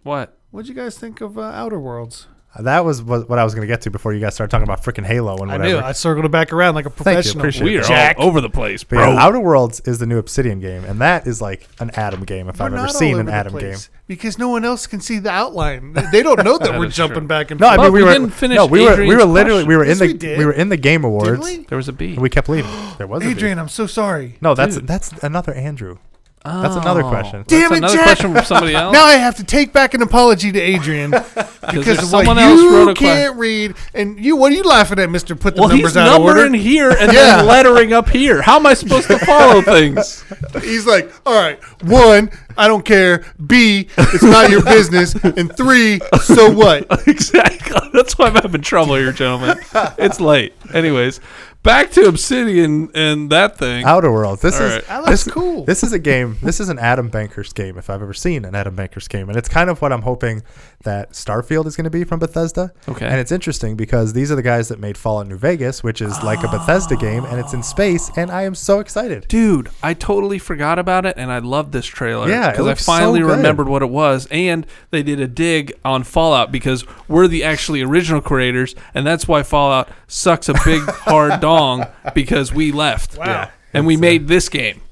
C: What?
B: what'd you guys think of uh, Outer Worlds?
A: That was what, what I was going to get to before you guys started talking about freaking Halo and
B: I
A: whatever.
B: knew I circled it back around like a
A: you,
B: professional.
A: appreciate
C: We are
B: Jack.
C: all over the place,
A: but
C: bro.
A: yeah, Outer Worlds is the new Obsidian game, and that is like an Atom game if
B: We're
A: I've ever
B: not all
A: seen
B: over
A: an
B: the
A: Atom game.
B: place because no one else can see the outline. They don't know that,
C: That
B: we're
C: is
B: jumping
C: true.
B: back and
A: No, I mean
B: forth.
C: Look,
A: we,
C: we
A: were
C: didn't finish
A: no, we were we
C: Adrian's
A: were literally we were in
B: question.
A: the
B: Yes, we did.
A: we were in the Game
B: Did
A: Awards.
B: we?
C: There was a B.
A: And we kept leaving. There was a beat.
B: Adrian, I'm so sorry.
A: No, that's
C: Dude.
A: that's another Andrew. That's another question.
B: Damn
C: That's
B: it,
C: another
B: Jack.
C: question from somebody else.
B: Now I have to take back an apology to Adrian because
C: there's
B: of what
C: someone else
B: you
C: wrote a que-
B: can't read. And you, what are you laughing at, Mister? Put the
C: well,
B: numbers
C: he's
B: out of
C: numbering
B: order.
C: here and
B: Yeah.
C: then lettering up here. How am I supposed to follow things?
B: He's like, all right, one, I don't care. B, it's not your business. And three, so what?
C: exactly. That's why I'm having trouble here, gentlemen. It's late. Anyways, back to Obsidian and that thing.
A: Outer Worlds. This
C: All
A: is
C: right.
B: That
A: this,
B: looks cool.
A: This is a game. This is an Adam Banker's game if I've ever seen an Adam Banker's game, and it's kind of what I'm hoping that Starfield is going to be from Bethesda.
C: Okay.
A: And it's interesting because these are the guys that made Fallout New Vegas, which is like a Bethesda game, and it's in space, and I am so excited.
C: Dude, I totally forgot about it, and I love this trailer.
A: Yeah, it
C: because I
A: looks so
C: finally
A: good.
C: remembered what it was, and they did a dig on Fallout because we're the actually original creators, and that's why Fallout sucks a big hard dong because we left.
B: Wow. Yeah.
C: and we made this game.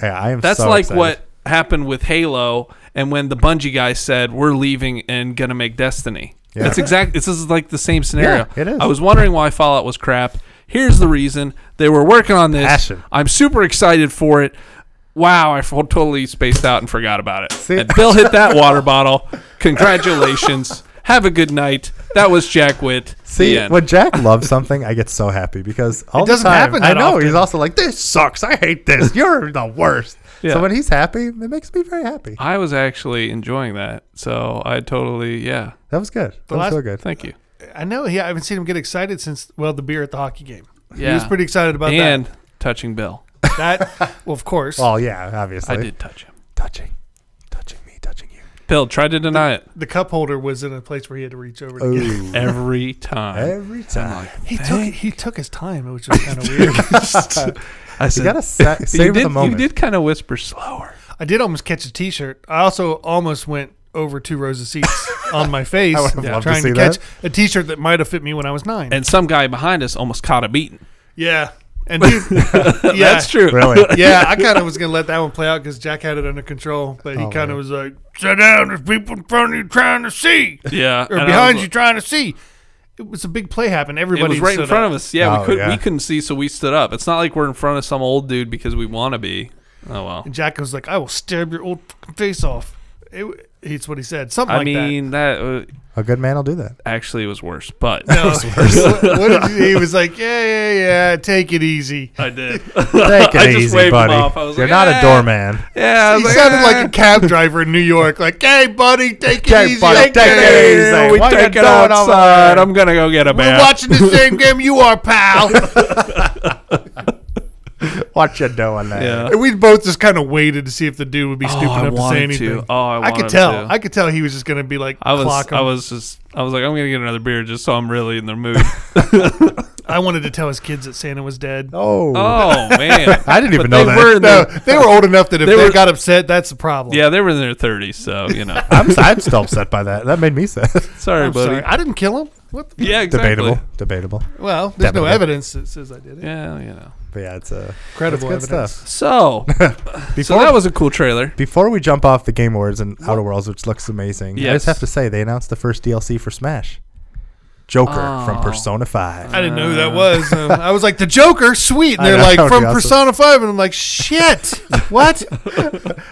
A: Yeah, I am.
C: That's
A: so
C: like
A: excited.
C: what happened with Halo and when the Bungie guy said we're leaving and gonna make Destiny.
A: Yeah.
C: That's exact. This is like the same scenario.
A: Yeah, it is.
C: I was wondering why Fallout was crap. Here's the reason they were working on this.
A: Passion.
C: I'm super excited for it. Wow, I f- totally spaced out and forgot about it.
A: See?
C: And Bill hit that water bottle. Congratulations. Have a good night. That was Jack Witt.
A: See,
C: The end.
A: when Jack loves something, I get so happy because all
B: doesn't
A: the time,
B: happen
A: I
B: that
A: know
B: often.
A: he's also like, "This sucks. I hate this. You're the worst."
C: Yeah.
A: So when he's happy, it makes me very happy.
C: I was actually enjoying that. So I totally, yeah.
A: That was good. That
B: last-
A: was so good.
C: Thank you.
B: I know. Yeah, I haven't seen him get excited since well the beer at the hockey game.
C: Yeah.
B: He was pretty excited about
C: and touching Bill.
B: that. That, well, of course.
A: Well, yeah, obviously.
C: I did touch him.
A: Touching, touching me, touching you.
C: Bill tried to deny it
B: the cup holder was in a place where he had to reach over. To
A: Oh,
B: get it.
A: Ooh,
C: Oh, every time.
A: every time.
B: He took he took his time, which was kind of weird.
C: I
A: You
C: said,
A: gotta sa- savor
C: you did,
A: the moment.
C: You did kind of whisper slower.
B: I did almost catch a T-shirt. I also almost went over two rows of seats on my face,
A: I would've loved to
B: trying
A: see
B: to,
A: that.
B: catch a T-shirt that might have fit me when I was nine.
C: And some guy behind us almost caught a beating.
B: yeah, and dude, yeah,
C: That's true.
A: Really?
B: yeah, I kind of was gonna let that one play out because Jack had it under control, but he
A: Oh, man.
B: kind of was like, "Sit down. There's people in front of you trying to see,
C: Yeah.
B: or behind you trying to see." It was a big play happen.
C: It
B: Everybody
C: was right in
B: stood
C: front
B: up.
C: of us. Yeah,
A: Oh,
C: we could
A: yeah.
C: we couldn't see, so we stood up. It's not like we're in front of some old dude because we want to be. Oh well.
B: And Jack was like, "I will stab your old fucking face off." It, it's what he said. Something
C: I
B: like that.
C: mean, that, uh,
A: A good man will do that.
C: actually was worse, but
B: No. What- what did you- he was like, yeah, yeah, yeah, take it easy.
C: I did. Take
A: Take it
C: I just
A: easy,
C: waved
A: buddy.
C: Him off. I was
A: You're
C: like,
A: not
C: "Ah."
A: a doorman.
C: Yeah, I
B: He
C: was like,
B: sounded like
C: "Ah."
B: a cab driver in New York, like, hey, buddy, take it
A: Hey,
B: easy.
A: buddy, take it easy.
C: We
A: What you
C: take it
A: doing over
C: outside.
A: there?
C: I'm gonna go get a
B: We're
C: bath.
B: watching the same game you are, pal.
A: What you doing there?
C: Yeah.
B: and we both just kind of waited to see if the dude would be stupid
C: Oh, I
B: enough to
C: wanted
B: say
C: to.
B: anything.
C: Oh, I
B: could
C: wanted
B: tell.
C: to.
B: I could tell he was just going to be like,
C: I was
B: clock him.
C: I was just I was like I'm gonna get another beer just so I'm really in the mood.
B: I wanted to tell his kids that Santa was dead.
A: Oh,
C: oh man,
A: I didn't
C: But
A: even know
C: they
A: that.
C: were in
B: No,
C: their,
B: they were old enough that if
C: Oh. They
B: they,
C: were-
B: got upset, that's the problem.
C: yeah they were in their 30s, so you know.
A: I'm, I'm still upset by that. That made me sad.
C: Sorry,
B: I'm
C: buddy.
B: sorry. I didn't kill him. What? The,
C: Yeah, exactly.
A: Debatable. Debatable.
B: well, there's no
A: Definitely.
B: evidence that says I did it.
C: Yeah, you know.
A: But yeah, it's uh,
B: Credible
A: that's good
B: evidence.
A: stuff.
C: So, so
A: Before
C: that was a cool trailer.
A: Before we jump off the Game Awards and Outer Worlds, which looks amazing, I
C: Yes.
A: just have to say they announced the first DLC for Smash, Joker
C: Oh.
A: from Persona Five.
B: I didn't know who that was. Um, I was like, the Joker, sweet. And
A: I
B: they're
A: know,
B: like,
A: that would
B: from
A: be awesome.
B: Persona 5. And I'm like, shit. what?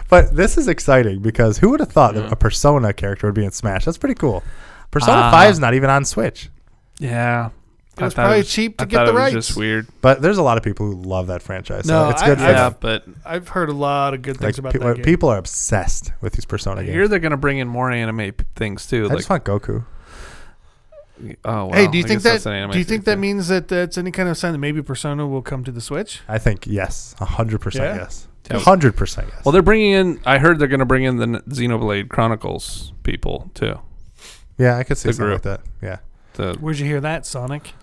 A: But this is exciting because who would have thought that a Persona character would be in Smash? That's pretty cool. Persona
C: Ah.
A: Five is not even on Switch,
C: Yeah,
B: It was probably cheap to
C: I
B: get
C: thought
B: the
C: it was
B: rights.
C: Just weird.
A: but there's a lot of people who love that franchise. So
B: No,
A: it's good
B: I-
A: for
B: I've-
C: Yeah,
A: them.
C: but
B: I've heard a lot of good
A: Like,
B: things about
A: pe-
B: that game.
A: people are obsessed with these Persona
C: I
A: games.
C: hear they're gonna bring in more anime p- things too.
A: I
C: like,
A: just want Goku.
C: oh wow.
B: hey, do you think
C: I guess that's
B: that
C: an anime
B: do you think
C: thing,
B: that means that that's any kind of sign that maybe Persona will come to the Switch?
A: I think yes, hundred percent
B: Yeah?
A: yes,
C: Yeah.
A: hundred percent yes.
C: Well, they're bringing in. I heard they're going to bring in the N- Xenoblade Chronicles people too.
A: yeah, I could see
C: the
A: something like that. Yeah,
C: The
B: Where'd you hear that, Sonic?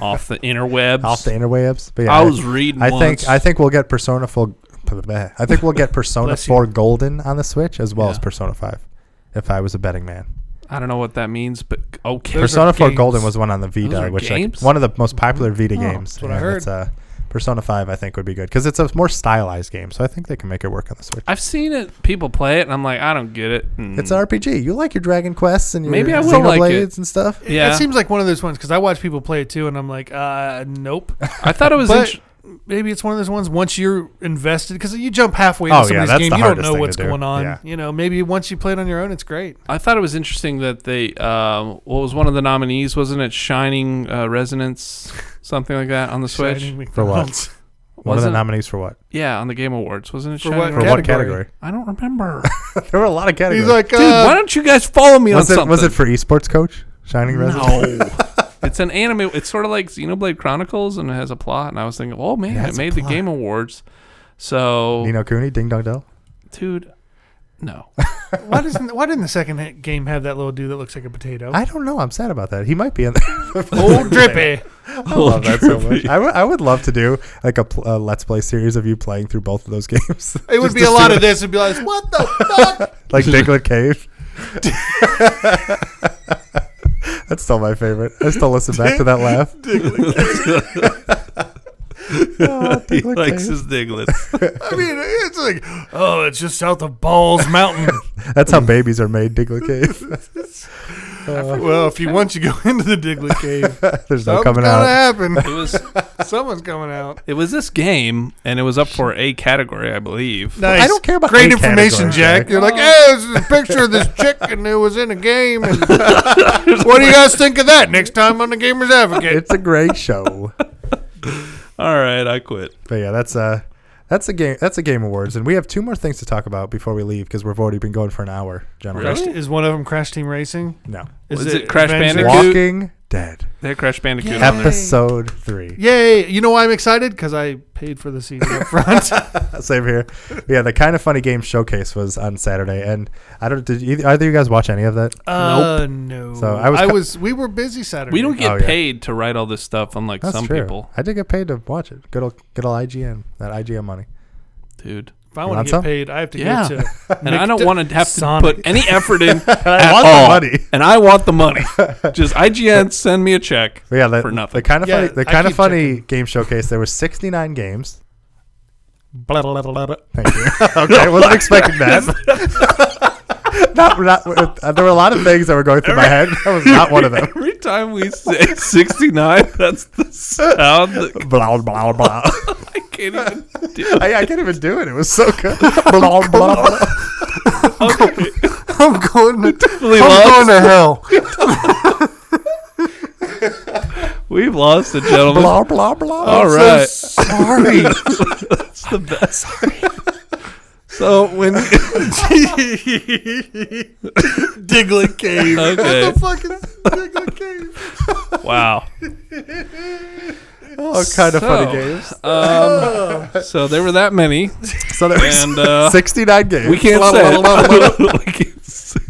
C: off the interwebs.
A: off the interwebs. But yeah,
C: I was reading.
A: I
C: once.
A: think I think we'll get Persona full. I think we'll get Persona
B: Bless you.
A: Four Golden on the Switch as well as
C: Yeah.
A: Persona Five. If I was a betting man,
C: I don't know what that means, but okay.
B: Those
A: Persona
B: are
A: Four
B: games.
A: Golden was one on the Vita,
C: Those are
A: which like,
C: games?
A: one of the most popular Vita
B: Oh,
A: games.
B: that's what I
A: and
B: heard.
A: it's, uh, Persona Five, I think, would be good because it's a more stylized game, so I think they can make it work on the Switch.
C: I've seen it. People play it, and I'm like, I don't get it. Hmm. And
A: It's an RPG. You like your Dragon Quests and your
C: Maybe I will like
A: Xenoblades
C: it.
A: and stuff.
C: Yeah.
B: It seems like one of those ones because I watch people play it too, and I'm like, uh, nope.
C: I thought it was.
B: But-
C: int-
B: maybe it's one of those ones once you're invested because you jump halfway
A: Oh,
B: into
A: yeah,
B: somebody's
A: that's
B: game,
A: the
B: you don't
A: hardest
B: know
A: thing
B: what's
A: to do.
B: going on.
A: Yeah.
B: You know, maybe once you play it on your own, it's great.
C: I thought it was interesting that they. Um, what was one of the nominees? Wasn't it Shining uh, Resonance, something like that, on the Switch?
B: Shining
A: For what?
B: McDonald's.
A: One of the
C: Wasn't-
A: nominees for what?
C: Yeah, on the Game Awards, wasn't it?
B: For
C: Shining
B: what
A: For
C: Resonance?
A: what
B: Category.
A: category?
C: I don't remember.
A: there were a lot of categories.
B: He's like,
C: Dude,
B: uh,
C: why don't you guys follow me
A: was
C: on
A: it
C: something?
A: was it for esports coach Shining Resident?
C: No. it's an anime. It's sort of like Xenoblade Chronicles and it has a plot. And I was thinking, oh man,
A: Yeah,
C: it
A: it's a
C: made the
A: plot.
C: Game Awards. So,
A: Nino Cooney, Ding Dong Dell.
C: dude, no.
B: Why doesn't why didn't the second hit game have that little dude that looks like a potato?
A: I don't know. I'm sad about that. He might be in there.
B: Old drippy.
A: I love that so much. I would- I would love to do like a, pl- a let's play series of you playing through both of those games.
B: It would
A: Just
B: be
A: to see
B: a lot
A: what-
B: of this. It'd be like, what the fuck?
A: like Diglett Cave. That's still my favorite. I still listen back to that laugh.
C: he likes his diglets.
B: I mean, it's like, oh, it's just south of Balls Mountain.
A: That's how babies are made, Diglett Cave.
B: well, if you once you go into the Diglett Cave,
A: There's no
B: something's
A: coming
B: gonna
A: out.
B: happen.
C: It was
B: Someone's coming out.
C: it was this game, and it was up for a category, I believe.
B: Nice.
A: don't care about
B: great
A: A
B: information,
A: category,
B: Jack.
A: Jack.
B: You're like, hey, this is a picture of this chick and it was in a game. And what do you guys think of that? Next time on the Gamers Advocate.
A: It's a great show.
C: All right, I quit.
A: But yeah, that's uh that's a game that's a game awards, and we have two more things to talk about before we leave because we've already been going for an hour. Generally,
C: Really?
B: Is one of them Crash Team Racing?
A: no.
C: Was it Crash
B: Adventure?
C: Bandicoot?
A: Walking Dead
C: They had Crash Bandicoot
B: Yeah.
C: on there.
A: episode three.
B: Yay! You know why I'm excited? Because I paid for the CD up front.
A: Same here. Yeah, the kind of funny game showcase was on Saturday, and I don't did either, either of you guys watch any of that?
B: Uh, no.
A: So
B: I
A: I
B: was,
A: was co-
B: We were busy Saturday.
C: We don't get
A: Oh, yeah.
C: paid to write all this stuff, unlike
A: That's
C: some
A: true.
C: people,
A: I did get paid to watch it. Good old good old IGN that IGN money.
C: dude.
B: If I
A: You
B: want
A: want
B: to get
A: some?
B: paid, I have to
C: Yeah.
B: go to.
C: And I don't want to have to
B: Sonic.
C: put any effort in at
A: want the
C: all.
A: money.
C: And I want the money. Just IGN send me a check
A: But yeah, the,
C: for
A: the
C: nothing.
A: kind of funny
B: Yeah,
A: the
B: I
A: kind of
B: keep
A: funny game showcase. There were sixty nine games.
B: Blah, blah, blah, blah.
A: Thank you. okay, I wasn't expecting that. not, not, uh, there were a lot of things that were going through my head. That was not one of them.
C: Every time we say 69, that's the sound that
A: Blah blah blah.
C: I can't even do.
A: I, I can't even do it. It was so good. Blah blah. blah.
C: Okay.
B: I'm going to,
C: Totally
B: I'm going
C: lost.
B: to hell.
C: We've lost it, gentlemen.
A: Blah blah blah.
C: All right.
B: So sorry.
C: That's the best. So when
B: Diglett Cave.
C: okay,
B: What the fuck is Diglett Cave?
C: wow.
A: All kind of funny
C: So-
A: games.
C: Um, so there were that many,
A: So there was
C: and uh,
A: sixty nine games.
C: we can't
A: Blah,
C: say.
A: blah, blah, blah.
C: it. we can't say-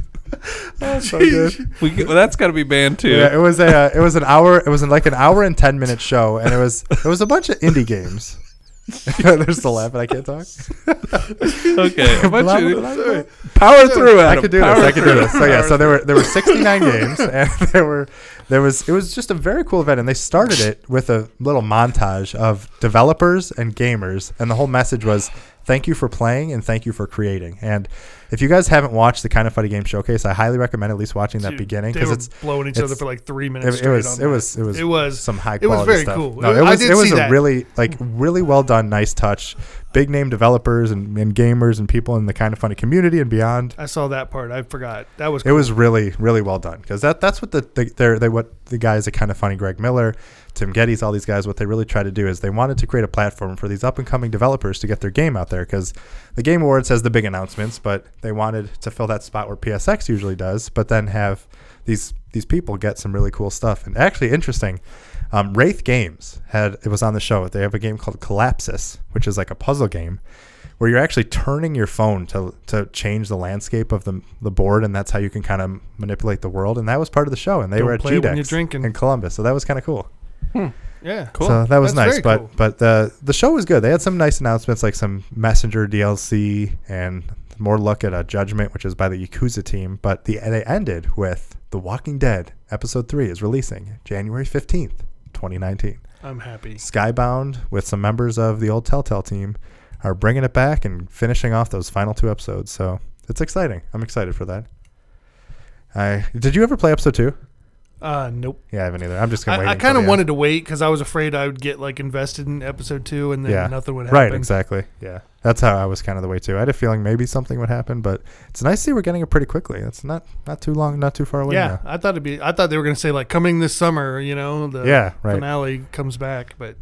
A: So good.
C: we can- well, that's got to be banned too.
A: Yeah, it was a uh, it was an hour. It was an, like an hour and ten minute show, and it was it was a bunch of indie games. There's the laugh, and I can't talk.
C: Okay, how about
A: Blah,
C: you?
A: blah, blah.
C: power through. Adam.
A: I could do
C: power
A: this. I could do
C: through.
A: this. So yeah,
C: Power
A: so there were there were 69 games, and there were there was it was just a very cool event, and they started it with a little montage of developers and gamers, and the whole message was thank you for playing and thank you for creating. And if you guys haven't watched the kind of funny game showcase, I highly recommend at least watching that beginning
B: They
A: because
B: were
A: it's
B: blowing each
A: it's-
B: other for like three minutes.
A: it, it
B: straight
A: was
B: on
A: it
B: that.
A: was it was
B: It was-
A: some high
B: it was
A: quality
B: very
A: stuff.
B: cool.
A: No,
B: It-
A: it
B: I
A: was
B: did
A: it was
B: see
A: a
B: that.
A: really like really well done, nice touch. Big name developers and, and gamers and people in the kind of funny community and beyond.
B: I saw that part. I forgot. That was
A: It was really, really well done because that that's what the, the they're, they what the guys that kind of funny Greg Miller, Tim Geddes, all these guys. What they really tried to do is they wanted to create a platform for these up and coming developers to get their game out there because the Game Awards has the big announcements, but they wanted to fill that spot where PSX usually does, but then have these these people get some really cool stuff. And actually, interesting, um, Wraith Games had it was on the show. They have a game called Collapsis, which is like a puzzle game where you're actually turning your phone to to change the landscape of the the board, and that's how you can kind of manipulate the world. And that was part of the show. And they
B: Don't
A: were at
B: play it when
A: GDEX
B: you're drinking.
A: in Columbus, so that was kind of cool.
B: yeah.
C: Cool.
A: So that was
B: That's
A: nice.
B: very
A: But
B: cool.
A: but the the show was good. They had some nice announcements, like some Messenger DLC and more look at a Judgment, which is by the Yakuza team. But the they ended with The Walking Dead episode three is releasing January fifteenth, twenty nineteen.
B: I'm happy.
A: Skybound with some members of the old Telltale team are bringing it back and finishing off those final two episodes. So it's exciting. I'm excited for that. I did you ever play episode two?
B: Uh, nope.
A: Yeah, I haven't either. I'm just gonna wait.
B: I, I
A: until
B: kind of
A: the
B: wanted to wait because I was afraid I would get like invested in episode two and then
A: Yeah.
B: nothing would
A: end.
B: happen.
A: right, exactly. Yeah, that's how I was kind of the way too. I had a feeling maybe something would happen, but it's nice to see we're getting it pretty quickly. It's not not too long, not too far away.
B: Yeah,
A: now.
B: I thought it'd be. I thought they were gonna say like coming this summer. You know, the
A: yeah, right.
B: finale comes back, but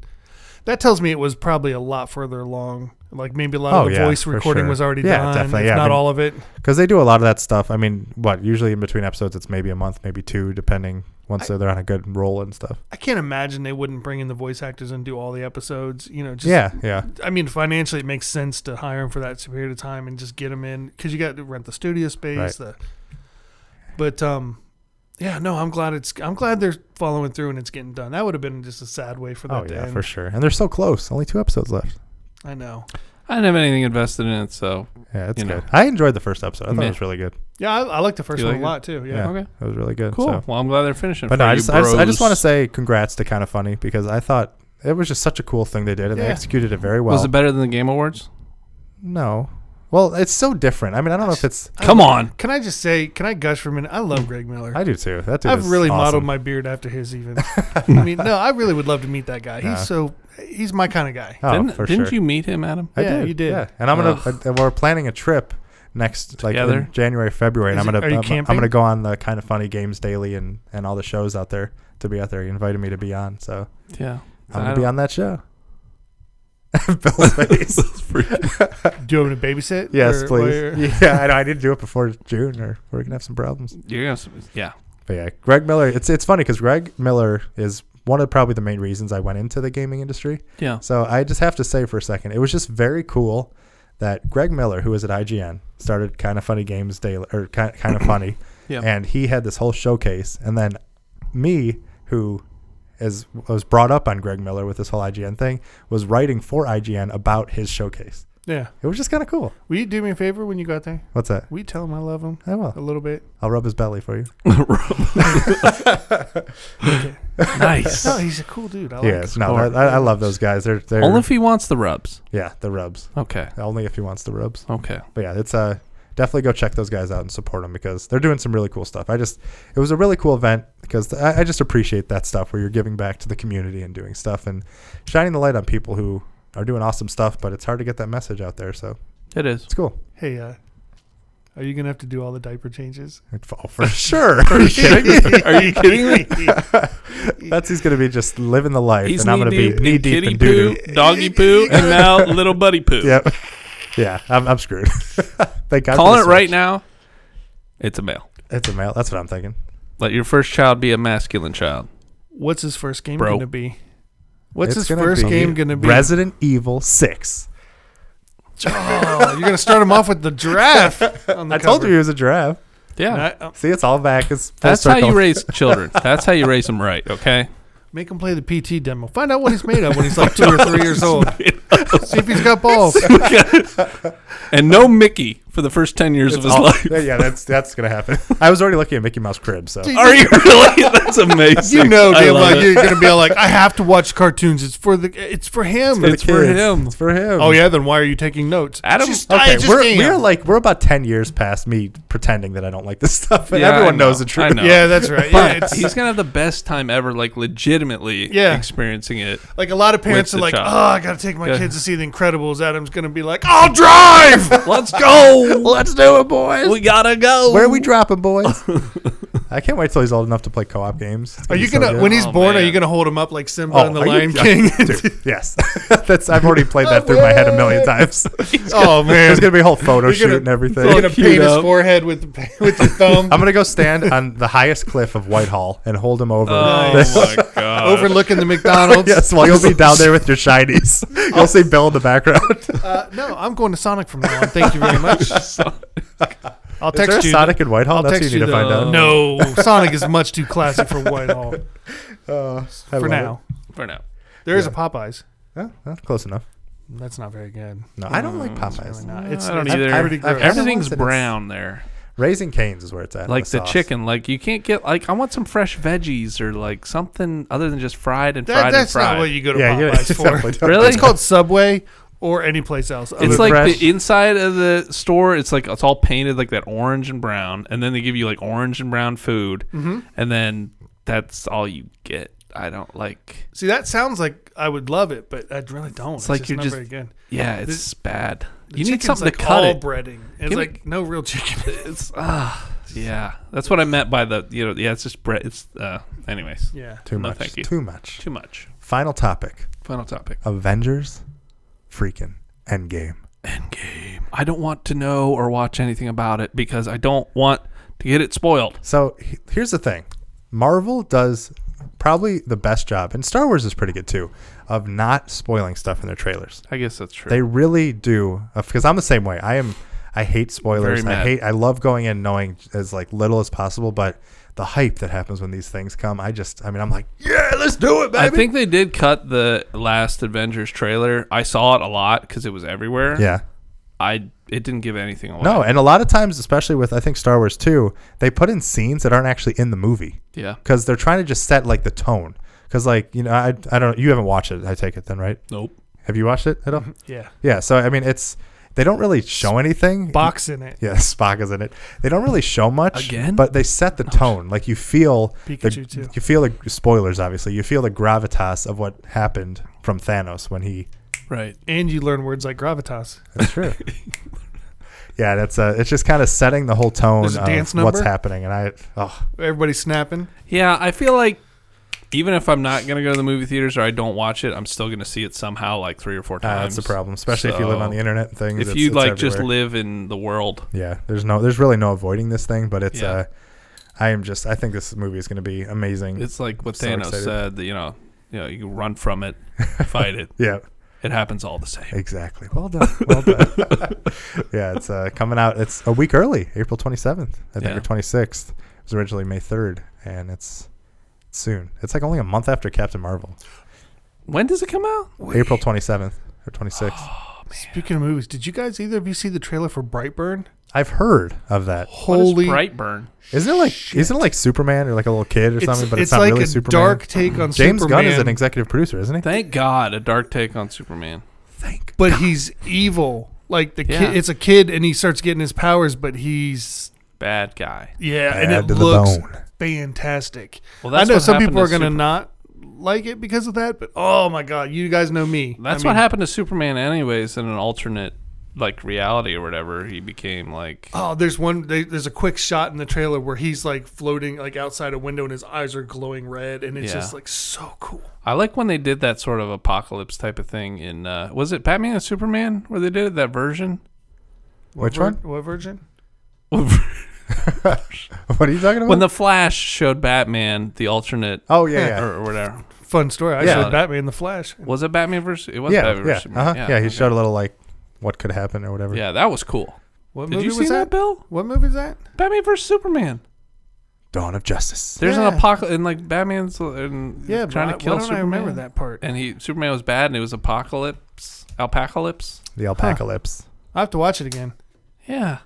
B: that tells me it was probably a lot further along. Like maybe a lot
A: Oh,
B: of the
A: yeah,
B: voice
A: for
B: recording
A: sure.
B: was already
A: Yeah,
B: done,
A: definitely,
B: if
A: yeah, I
B: not
A: mean-
B: all of it.
A: Because they do a lot of that stuff. I mean, what usually in between episodes, it's maybe a month, maybe two, depending once they're on a good roll and stuff.
B: I can't imagine they wouldn't bring in the voice actors and do all the episodes. You know, just
A: yeah, yeah.
B: I mean, financially, it makes sense to hire them for that period of time and just get them in because you got to rent the studio space.
A: Right.
B: The, but um, yeah, no, I'm glad it's. I'm glad they're following through and it's getting done. That would have been just a sad way for that
A: Oh
B: to
A: yeah,
B: end.
A: for sure. And they're so close. Only two episodes left.
B: I know.
C: I didn't have anything invested in it, so
A: Yeah, it's
C: You know.
A: good. I enjoyed the first episode. I thought
C: Meh.
A: it was really good.
B: Yeah, I, I like the first
C: You
B: one
C: like
B: a
C: it?
B: lot too. Yeah.
A: Yeah.
C: okay,
A: It was really good.
C: cool.
A: so-
C: Well, I'm glad they're finishing.
A: But no,
C: for
A: I
C: you
A: just, I just I just
C: bros.
A: want to say congrats to Kind of Funny because I thought It was just such a cool thing they did, and they
B: Yeah.
A: executed it very well.
C: Was it better than the Game Awards?
A: no. Well, it's so different. I mean, I don't know if it's.
C: Come on.
B: Can I just say? Can I gush for a minute? I love Greg Miller.
A: Mm. I do too. That dude
B: I've
A: is
B: really modeled
A: awesome.
B: my beard after his. Even. I mean, no, I really would love to meet that guy. He's
A: Yeah.
B: so. He's my kind of guy.
A: Oh,
C: didn't
A: for
C: didn't
A: sure.
C: you meet him, Adam?
A: I
B: Yeah,
A: did.
B: you did.
A: Yeah, and I'm gonna.
C: Ugh.
A: Uh, we're planning a trip next, like
C: Together?
A: in January, February, and
B: Is
A: I'm
B: it-
A: gonna.
B: are you
A: I'm, I'm
B: camping?
A: gonna go on the kind of funny games daily and and all the shows out there to be out there. He invited me to be on, so
C: Yeah.
A: I'm
C: I
A: gonna be
C: don't-
A: on that show. Bill's face.
B: Do you want me to babysit?
A: yes,
B: Or-
A: please.
B: or-
A: Yeah, I know. I need to do it before June, or we're gonna have some problems.
C: You're gonna, s- yeah.
A: But yeah, Greg Miller. It's it's funny because Greg Miller is one of probably the main reasons I went into the gaming industry.
C: Yeah.
A: So I just have to say for a second, it was just very cool that Greg Miller, who was at IGN, started kind of funny games daily or kind kind of funny,
C: Yeah.
A: and he had this whole showcase, and then me, who is was brought up on Greg Miller with this whole IGN thing, was writing for IGN about his showcase.
B: Yeah.
A: It was just kind of cool.
B: Will you do me a favor when you go out there?
A: What's that?
B: Will you tell him I love him
A: I
B: a
A: will.
B: little bit?
A: I'll rub his belly for you.
C: nice.
B: No, he's a cool dude. I like
A: Yes,
B: him.
A: no, I, I I love those guys. They're they're
C: Only if he wants the rubs.
A: yeah, the rubs.
C: Okay.
A: Only if he wants the rubs.
C: Okay.
A: But yeah, it's uh definitely go check those guys out and support them because they're doing some really cool stuff. I just it was a really cool event because I, I just appreciate that stuff where you're giving back to the community and doing stuff and shining the light on people who are doing awesome stuff, but it's hard to get that message out there. So
C: It is.
A: it's cool.
B: Hey, uh, are you gonna have to do all the diaper changes?
A: Oh, for sure. Are you
C: Are you kidding me?
A: Betsy's gonna be just living the life,
C: He's
A: and I'm gonna be
C: knee-deep in
A: knee deep
C: kitty
A: in doo doo.
C: poo, doggy poo, and now little buddy poo.
A: Yep. Yeah, I'm, I'm screwed. Thank God.
C: Call
A: for
C: it
A: the
C: right
A: switch.
C: now. It's a male.
A: It's a male. That's what I'm thinking.
C: Let your first child be a masculine child.
B: What's his first game
C: Bro.
B: gonna be? What's
A: It's
B: his
A: gonna
B: first
A: be
B: game gonna be?
A: Resident Evil Six.
B: Oh, you're gonna start him off with the giraffe. On the
A: I told you
B: cover.
A: he was a giraffe.
C: Yeah.
B: And I- uh,
A: See, it's all back. It's full
C: That's how
A: circle.
C: you raise children. That's how you raise them right, okay?
B: make him play the PT demo. Find out what he's made of when he's like two or three years old. See if he's got balls.
C: and no Mickey for the first 10 years of his
A: Oh,
C: life.
A: yeah, that's that's gonna happen. I was already looking at Mickey Mouse crib, so
C: Are you really? That's amazing.
B: You know,
C: I
B: damn
C: love
B: well
C: it.
B: you're gonna be all like, I have to watch cartoons. It's for the. It's for him.
C: It's for
A: kids.
C: him.
A: It's for him.
B: oh yeah, then why are you taking notes?
C: Adam-
B: Just- I
A: Okay,
B: just
A: we're,
B: am.
A: we're like we're about ten years past me pretending that I don't like this stuff, and
C: Yeah,
A: everyone
C: I know.
A: knows the
C: I
A: truth.
C: know.
B: yeah, that's right. Yeah,
C: But
B: it's,
C: he's gonna have the best time ever, like legitimately
B: Yeah.
C: experiencing it.
B: Like a lot of parents
C: With
B: are
C: the
B: like,
C: child.
B: "Oh, I gotta take my
C: Yeah.
B: kids to see The Incredibles." Adam's gonna be like, "I'll drive."
C: Let's go.
A: Let's do it, boys.
C: we gotta go.
A: Where are we dropping, boys? I can't wait till he's old enough to play co-op games. It's
B: Are you
A: be so
B: gonna
A: good.
B: when he's
C: Oh,
B: born? Are
C: man.
B: you gonna hold him up like Simba
A: Oh,
B: and the
A: are you-
B: Lion
A: yeah,
B: King?
A: dude, yes, that's I've already played that through my head a million times.
B: oh man,
A: There's gonna be a whole photo
B: You're
A: shoot
B: gonna-
A: and everything.
B: you're gonna
C: Cute
B: paint his
C: up.
B: forehead with the- with your thumb,
A: I'm gonna go stand on the highest cliff of Whitehall and hold him over.
C: Oh
A: This-
C: my god.
B: overlooking the McDonald's.
A: uh, Oh, yes, while you'll be down there with your shinies. You'll see Bill in the background.
B: Uh, no, I'm going to Sonic from now on. Thank you very much. I'll
A: Is there
B: text
A: a
B: you.
A: Sonic in Whitehall?
B: I'll
A: That's what
B: text
A: you need to
B: you
A: find
C: the-
A: out.
B: No, Sonic is much too classic for Whitehall
A: Uh, I
B: for
A: love
B: now.
C: For now.
B: There is a Popeyes.
A: it. Yeah, that's close enough.
B: That's not very good.
A: No, I don't like
C: Mm,
A: Popeyes.
B: Really not. Um, It's,
C: I don't
B: it's
C: either.
A: I've-
B: pretty
A: I've
B: gross.
A: had
C: Everything's
A: Everyone's in
C: brown there.
A: Raising Cane's is where it's at.
C: Like the,
A: sauce.
C: chicken. Like you can't get like I want some fresh veggies or like something other than just fried and
B: That-
C: fried
B: that's
C: and fried.
B: not what you go to
A: Yeah, you
B: Popeyes for.
A: definitely don't.
C: Really?
B: It's called Subway or any place else.
C: it's
A: Is it
C: like
A: fresh?
C: the inside of the store. It's like it's all painted like that orange and brown, and then they give you like orange and brown food,
B: Mm-hmm.
C: and then that's all you get. I don't like.
B: see, that sounds like I would love it, but I really don't. It's,
C: like
B: just
C: you're
B: not
C: just-
B: very good.
C: Yeah, it's bad.
B: The
C: You need
B: chicken's,
C: something
B: like
C: to cut
B: all
C: it.
B: breading. It's
C: Give me-
B: like no real chicken.
C: It's ah, yeah. That's what I meant by the you know. Yeah, it's just bread. It's uh. Anyways,
B: yeah.
A: Too
C: No,
A: much.
C: thank you.
A: Too much.
C: too much.
A: Final topic:
C: Final topic.
A: Avengers, freaking Endgame.
C: Endgame. I don't want to know or watch anything about it because I don't want to get it spoiled.
A: So he- here's the thing Marvel does probably the best job, and Star Wars is pretty good too, of not spoiling stuff in their trailers.
C: I guess that's true.
A: They really do, because I'm the same way. I am. I hate spoilers.
C: Very
A: I
C: mad.
A: hate. I love going in knowing as like little as possible, but the hype that happens when these things come, I just. I mean, I'm like, yeah, let's do it, baby.
C: I think they did cut the last Avengers trailer. I saw it a lot because it was everywhere.
A: Yeah.
C: I it didn't give anything away.
A: No, and a lot of times, especially with I think Star Wars 2, they put in scenes that aren't actually in the movie.
C: Yeah.
A: because they're trying to just set like the tone. because like you know I I don't you haven't watched it. I take it then, right?
C: Nope.
A: Have you watched it at all?
B: Yeah.
A: Yeah. So I mean, it's they don't really show anything.
B: Box in it.
A: Yeah, Spock is in it. They don't really show much
C: Again?
A: but they set the tone. Like you feel
B: Pikachu
A: the,
B: too.
A: You feel the spoilers, obviously. You feel the gravitas of what happened from Thanos when he.
C: Right.
B: And you learn words like gravitas.
A: That's true. yeah, that's uh, it's just kind of setting the whole tone
B: There's a
A: of
B: dance
A: what's
B: number?
A: happening, and I oh
B: Everybody's snapping.
C: Yeah, I feel like even if I'm not gonna go to the movie theaters or I don't watch it, I'm still gonna see it somehow like three or four
A: uh,
C: times.
A: that's the problem, especially if you live on
C: So,
A: the internet and things.
C: If
A: it's-
C: you
A: it's
C: like just
A: everywhere.
C: live in the world,
A: yeah, there's no, there's really no avoiding this thing, but it's
C: Yeah.
A: uh, I am just, I think this movie is going to be amazing.
C: it's like what
A: Mm. So
C: Thanos
A: excited.
C: said. that, You know, you know, you run from it, fight it.
A: yeah,
C: It happens all the same.
A: exactly. Well done, well done. yeah, it's uh, coming out. It's a week early, April 27th, I think,
C: Yeah.
A: or 26th. It was originally May 3rd, and it's soon. It's like only a month after Captain Marvel.
C: When does it come out?
A: April 27th or 26th.
B: Speaking of movies, did you guys either of you see the trailer for Brightburn?
A: I've heard of that.
B: Holy
C: what is Brightburn.
A: Isn't it like isn't it like Superman or like a little kid or
B: it's,
A: something? But it's,
B: it's
A: not
B: like
A: really
B: a
A: Superman.
B: dark take on
A: James
B: Superman.
A: Gunn is an executive producer, isn't he?
C: Thank God, a dark take on Superman.
A: Thank.
B: but he's evil. Like the
C: Yeah.
B: kid, it's a kid, and he starts getting his powers, but he's
C: Bad guy.
B: yeah,
A: Bad
B: and
A: to
B: it
A: the
B: looks
A: bone.
B: fantastic.
C: Well,
B: I
C: that's
B: know
C: what
B: some
C: happened
B: people are
C: to
B: gonna
C: Super-
B: not like it because of that, but oh my god, you guys know me.
C: That's
B: I
C: what
B: mean,
C: happened to Superman, anyways, in an alternate like reality or whatever. He became like
B: Oh, there's one. They, there's a quick shot in the trailer where he's like floating like outside a window, and his eyes are glowing red, and it's
C: Yeah.
B: just like so cool.
C: I like when they did that sort of apocalypse type of thing in uh, was it Batman and Superman where they did that version?
A: Which
B: Vir-
A: one?
B: What virgin?
C: when
A: What are you talking about?
C: the Flash showed Batman the alternate
A: oh yeah, yeah.
C: or, or whatever.
B: Fun story. I
A: Yeah.
B: showed Batman the Flash.
C: Was it Batman versus it was
A: yeah,
C: Batman
A: yeah,
C: versus
A: uh-huh.
C: Superman.
A: yeah.
C: Yeah,
A: he
C: okay.
A: showed a little like what could happen or whatever.
C: Yeah, that was cool.
B: What
C: Did
B: movie
C: you
B: was
C: see that, Bill?
B: What movie is that?
C: Batman versus Superman.
A: Dawn of Justice.
C: There's
B: Yeah.
C: an apocalypse and like Batman's uh, and
B: Yeah,
C: trying
B: but I-
C: to kill
B: why don't
C: Superman.
B: I remember that part?
C: And he Superman was bad and it was apocalypse alpacalypse.
A: The alpacalypse.
B: I have to watch it again.
C: Yeah.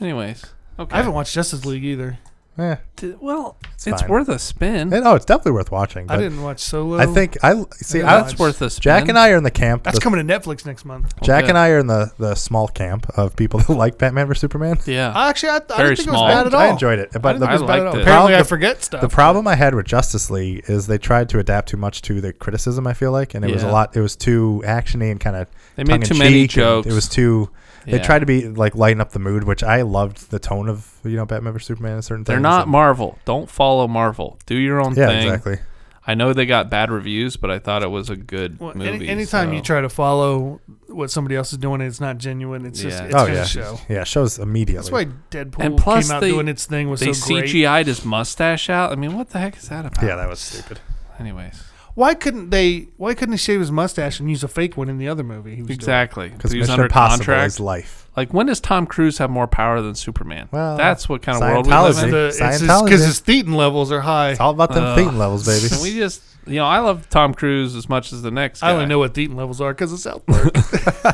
C: Anyways. Okay.
B: I haven't watched Justice League either. Eh.
A: Yeah.
C: D- well, it's,
A: fine.
C: worth a spin.
A: And, oh, it's definitely worth watching.
B: I
A: but-
B: didn't watch Solo.
A: I think I see.
B: Yeah,
A: I,
C: That's worth a spin.
A: Jack and I are in the camp.
B: that's
A: the-
B: coming to Netflix next month.
A: Jack
C: Okay.
A: and I are in the, the small camp of people that like Batman vs Superman.
C: Yeah.
B: Actually, I, th- I
C: Very
B: didn't think
C: small.
B: it was bad at all.
A: I enjoyed it, but
B: didn't
A: the,
B: think it was
C: I
B: bad at
C: liked
B: all.
C: Oh. it.
B: Apparently,
A: Problem-
B: I forget stuff.
A: the problem I had with Justice League is they tried to adapt too much to the criticism. I feel like, and it was a
C: Yeah.
A: lot. It was too actiony and kind of
C: They made too many jokes.
A: It was too. They
C: Yeah.
A: tried to be like lighten up the mood, which I loved the tone of you know Batman vs Superman and certain
C: They're
A: things.
C: not
A: and-
C: Marvel. Don't follow Marvel. Do your own
A: yeah,
C: thing.
A: exactly.
C: I know they got bad reviews, but I thought it was a good
B: Well, any-
C: movie.
B: anytime
C: so-
B: you try to follow what somebody else is doing, it's not genuine. It's just
C: Yeah.
B: it's
A: oh
B: gonna
A: yeah,
B: show.
A: yeah. it Shows immediately.
B: That's why Deadpool
C: And plus
B: came out
C: they-
B: doing its thing was
C: they
B: so great.
C: CGI'd his mustache out. I mean, what the heck is that about?
A: yeah, that was stupid.
C: Anyways,
B: Why couldn't they? Why couldn't he shave his mustache and use a fake one in the other movie? He was doing?
C: exactly.
A: Because
C: he was
A: Mission
C: under
A: Impossible
C: contract.
A: is life.
C: Like, when does Tom Cruise have more power than Superman?
A: Well,
C: that's what kind of world we
A: Scientology.
C: live in.
B: The, it's
A: Scientology.
B: because his thetan levels are high.
A: It's all about them
C: Ugh.
A: thetan levels, baby.
C: Can Uh, we just, you know, I love Tom Cruise as much as the next. Guy,
B: I only know what thetan levels are because of South Park.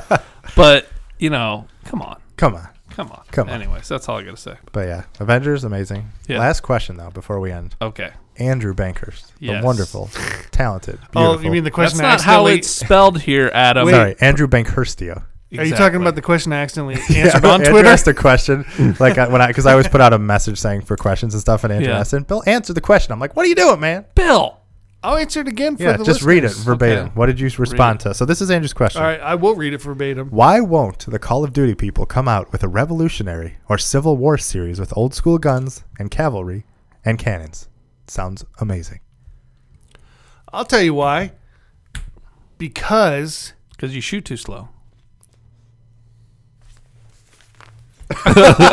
C: but you know, come on,
A: Come on.
C: come on,
A: Come on.
C: Anyways, that's all I gotta say.
A: But yeah, Avengers, amazing.
C: Yeah.
A: Last question, though, before we end.
C: Okay,
A: Andrew Bankhurst,
C: Yes.
A: the wonderful, talented, beautiful.
B: oh, you mean the question?
C: that's
B: I
C: not how
B: accidentally-
C: it's spelled here, Adam.
B: Wait.
A: Sorry, Andrew Bankhurstio.
B: Are you talking about the question I accidentally answered
A: Yeah,
B: on
A: Andrew
B: Twitter?
A: asked a question, like I, when I, because I always put out a message saying for questions and stuff, and Andrew
C: Yeah.
A: asked it. Bill, answer the question. I'm like, what are you doing, man?
C: Bill?
B: I'll answer it again for
A: yeah,
B: the
A: just read it
B: listeners.
A: verbatim.
C: Okay.
A: What did you respond to? So this is Andrew's question.
B: All right, I will read it verbatim.
A: Why won't the Call of Duty people come out with a revolutionary or Civil War series with old school guns and cavalry and cannons? Sounds amazing.
B: I'll tell you why. Because
C: Because you shoot too slow.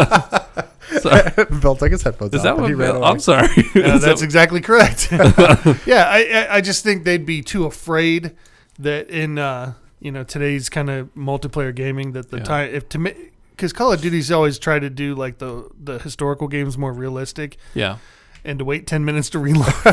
C: sorry.
A: Bill took his headphones
C: Is
A: off
C: that
A: and he
C: what
A: ran
C: Bill?
A: away.
C: I'm sorry.
B: Yeah,
C: Is
B: uh, that's
C: that-
B: exactly correct. yeah, I, I I just think they'd be too afraid that in uh, you know today's kind of multiplayer gaming that the
C: Yeah.
B: time if to because Call of Duty's always try to do like the the historical games more realistic
C: yeah.
B: and to wait ten minutes to reload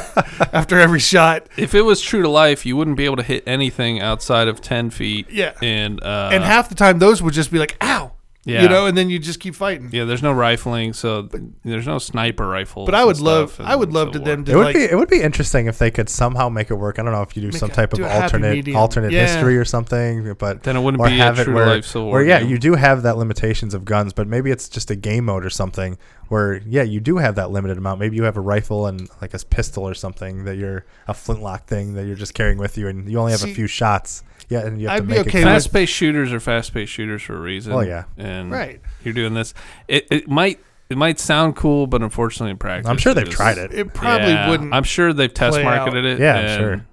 B: after every shot.
C: If it was true to life, you wouldn't be able to hit anything outside of 10 feet.
B: Yeah.
C: And, uh,
B: and half the time those would just be like ow
C: Yeah.
B: You know, and then you just keep fighting.
C: Yeah, there's no rifling, so there's no sniper rifles.
B: But I
C: and
B: would love,
C: stuff
B: I would
C: in
B: love to
C: Civil War.
B: them
A: It
B: to
A: would
B: like,
A: be it would be interesting if they could somehow make it work. I don't know if you do
B: Make
A: some
B: a-
A: type of
B: do a happy
A: alternate
B: medium.
A: alternate
B: Yeah.
A: history or something, but
C: Then it wouldn't
A: or
C: be
A: have
C: a
A: it
C: true
A: where,
C: life Civil War.
A: where yeah,
C: game.
A: you do have that limitations of guns, but maybe it's just a game mode or something where yeah, you do have that limited amount. Maybe you have a rifle and like a pistol or something that you're a flintlock thing that you're just carrying with you, and you only have
B: See,
A: a few shots. Yeah, and you have
B: I'd
A: to
B: be
A: make
B: okay
A: it.
B: with-
A: count.
C: fast paced shooters are fast paced shooters for a reason.
A: Oh, yeah.
C: and
B: Right.
C: you're doing this. It it might it might sound cool, but unfortunately, in practice,
A: I'm sure they've
C: is-
A: tried it
B: it probably
C: Yeah,
B: wouldn't.
C: I'm sure they've test
B: play out.
C: marketed it.
A: Yeah, I'm
C: and
A: sure.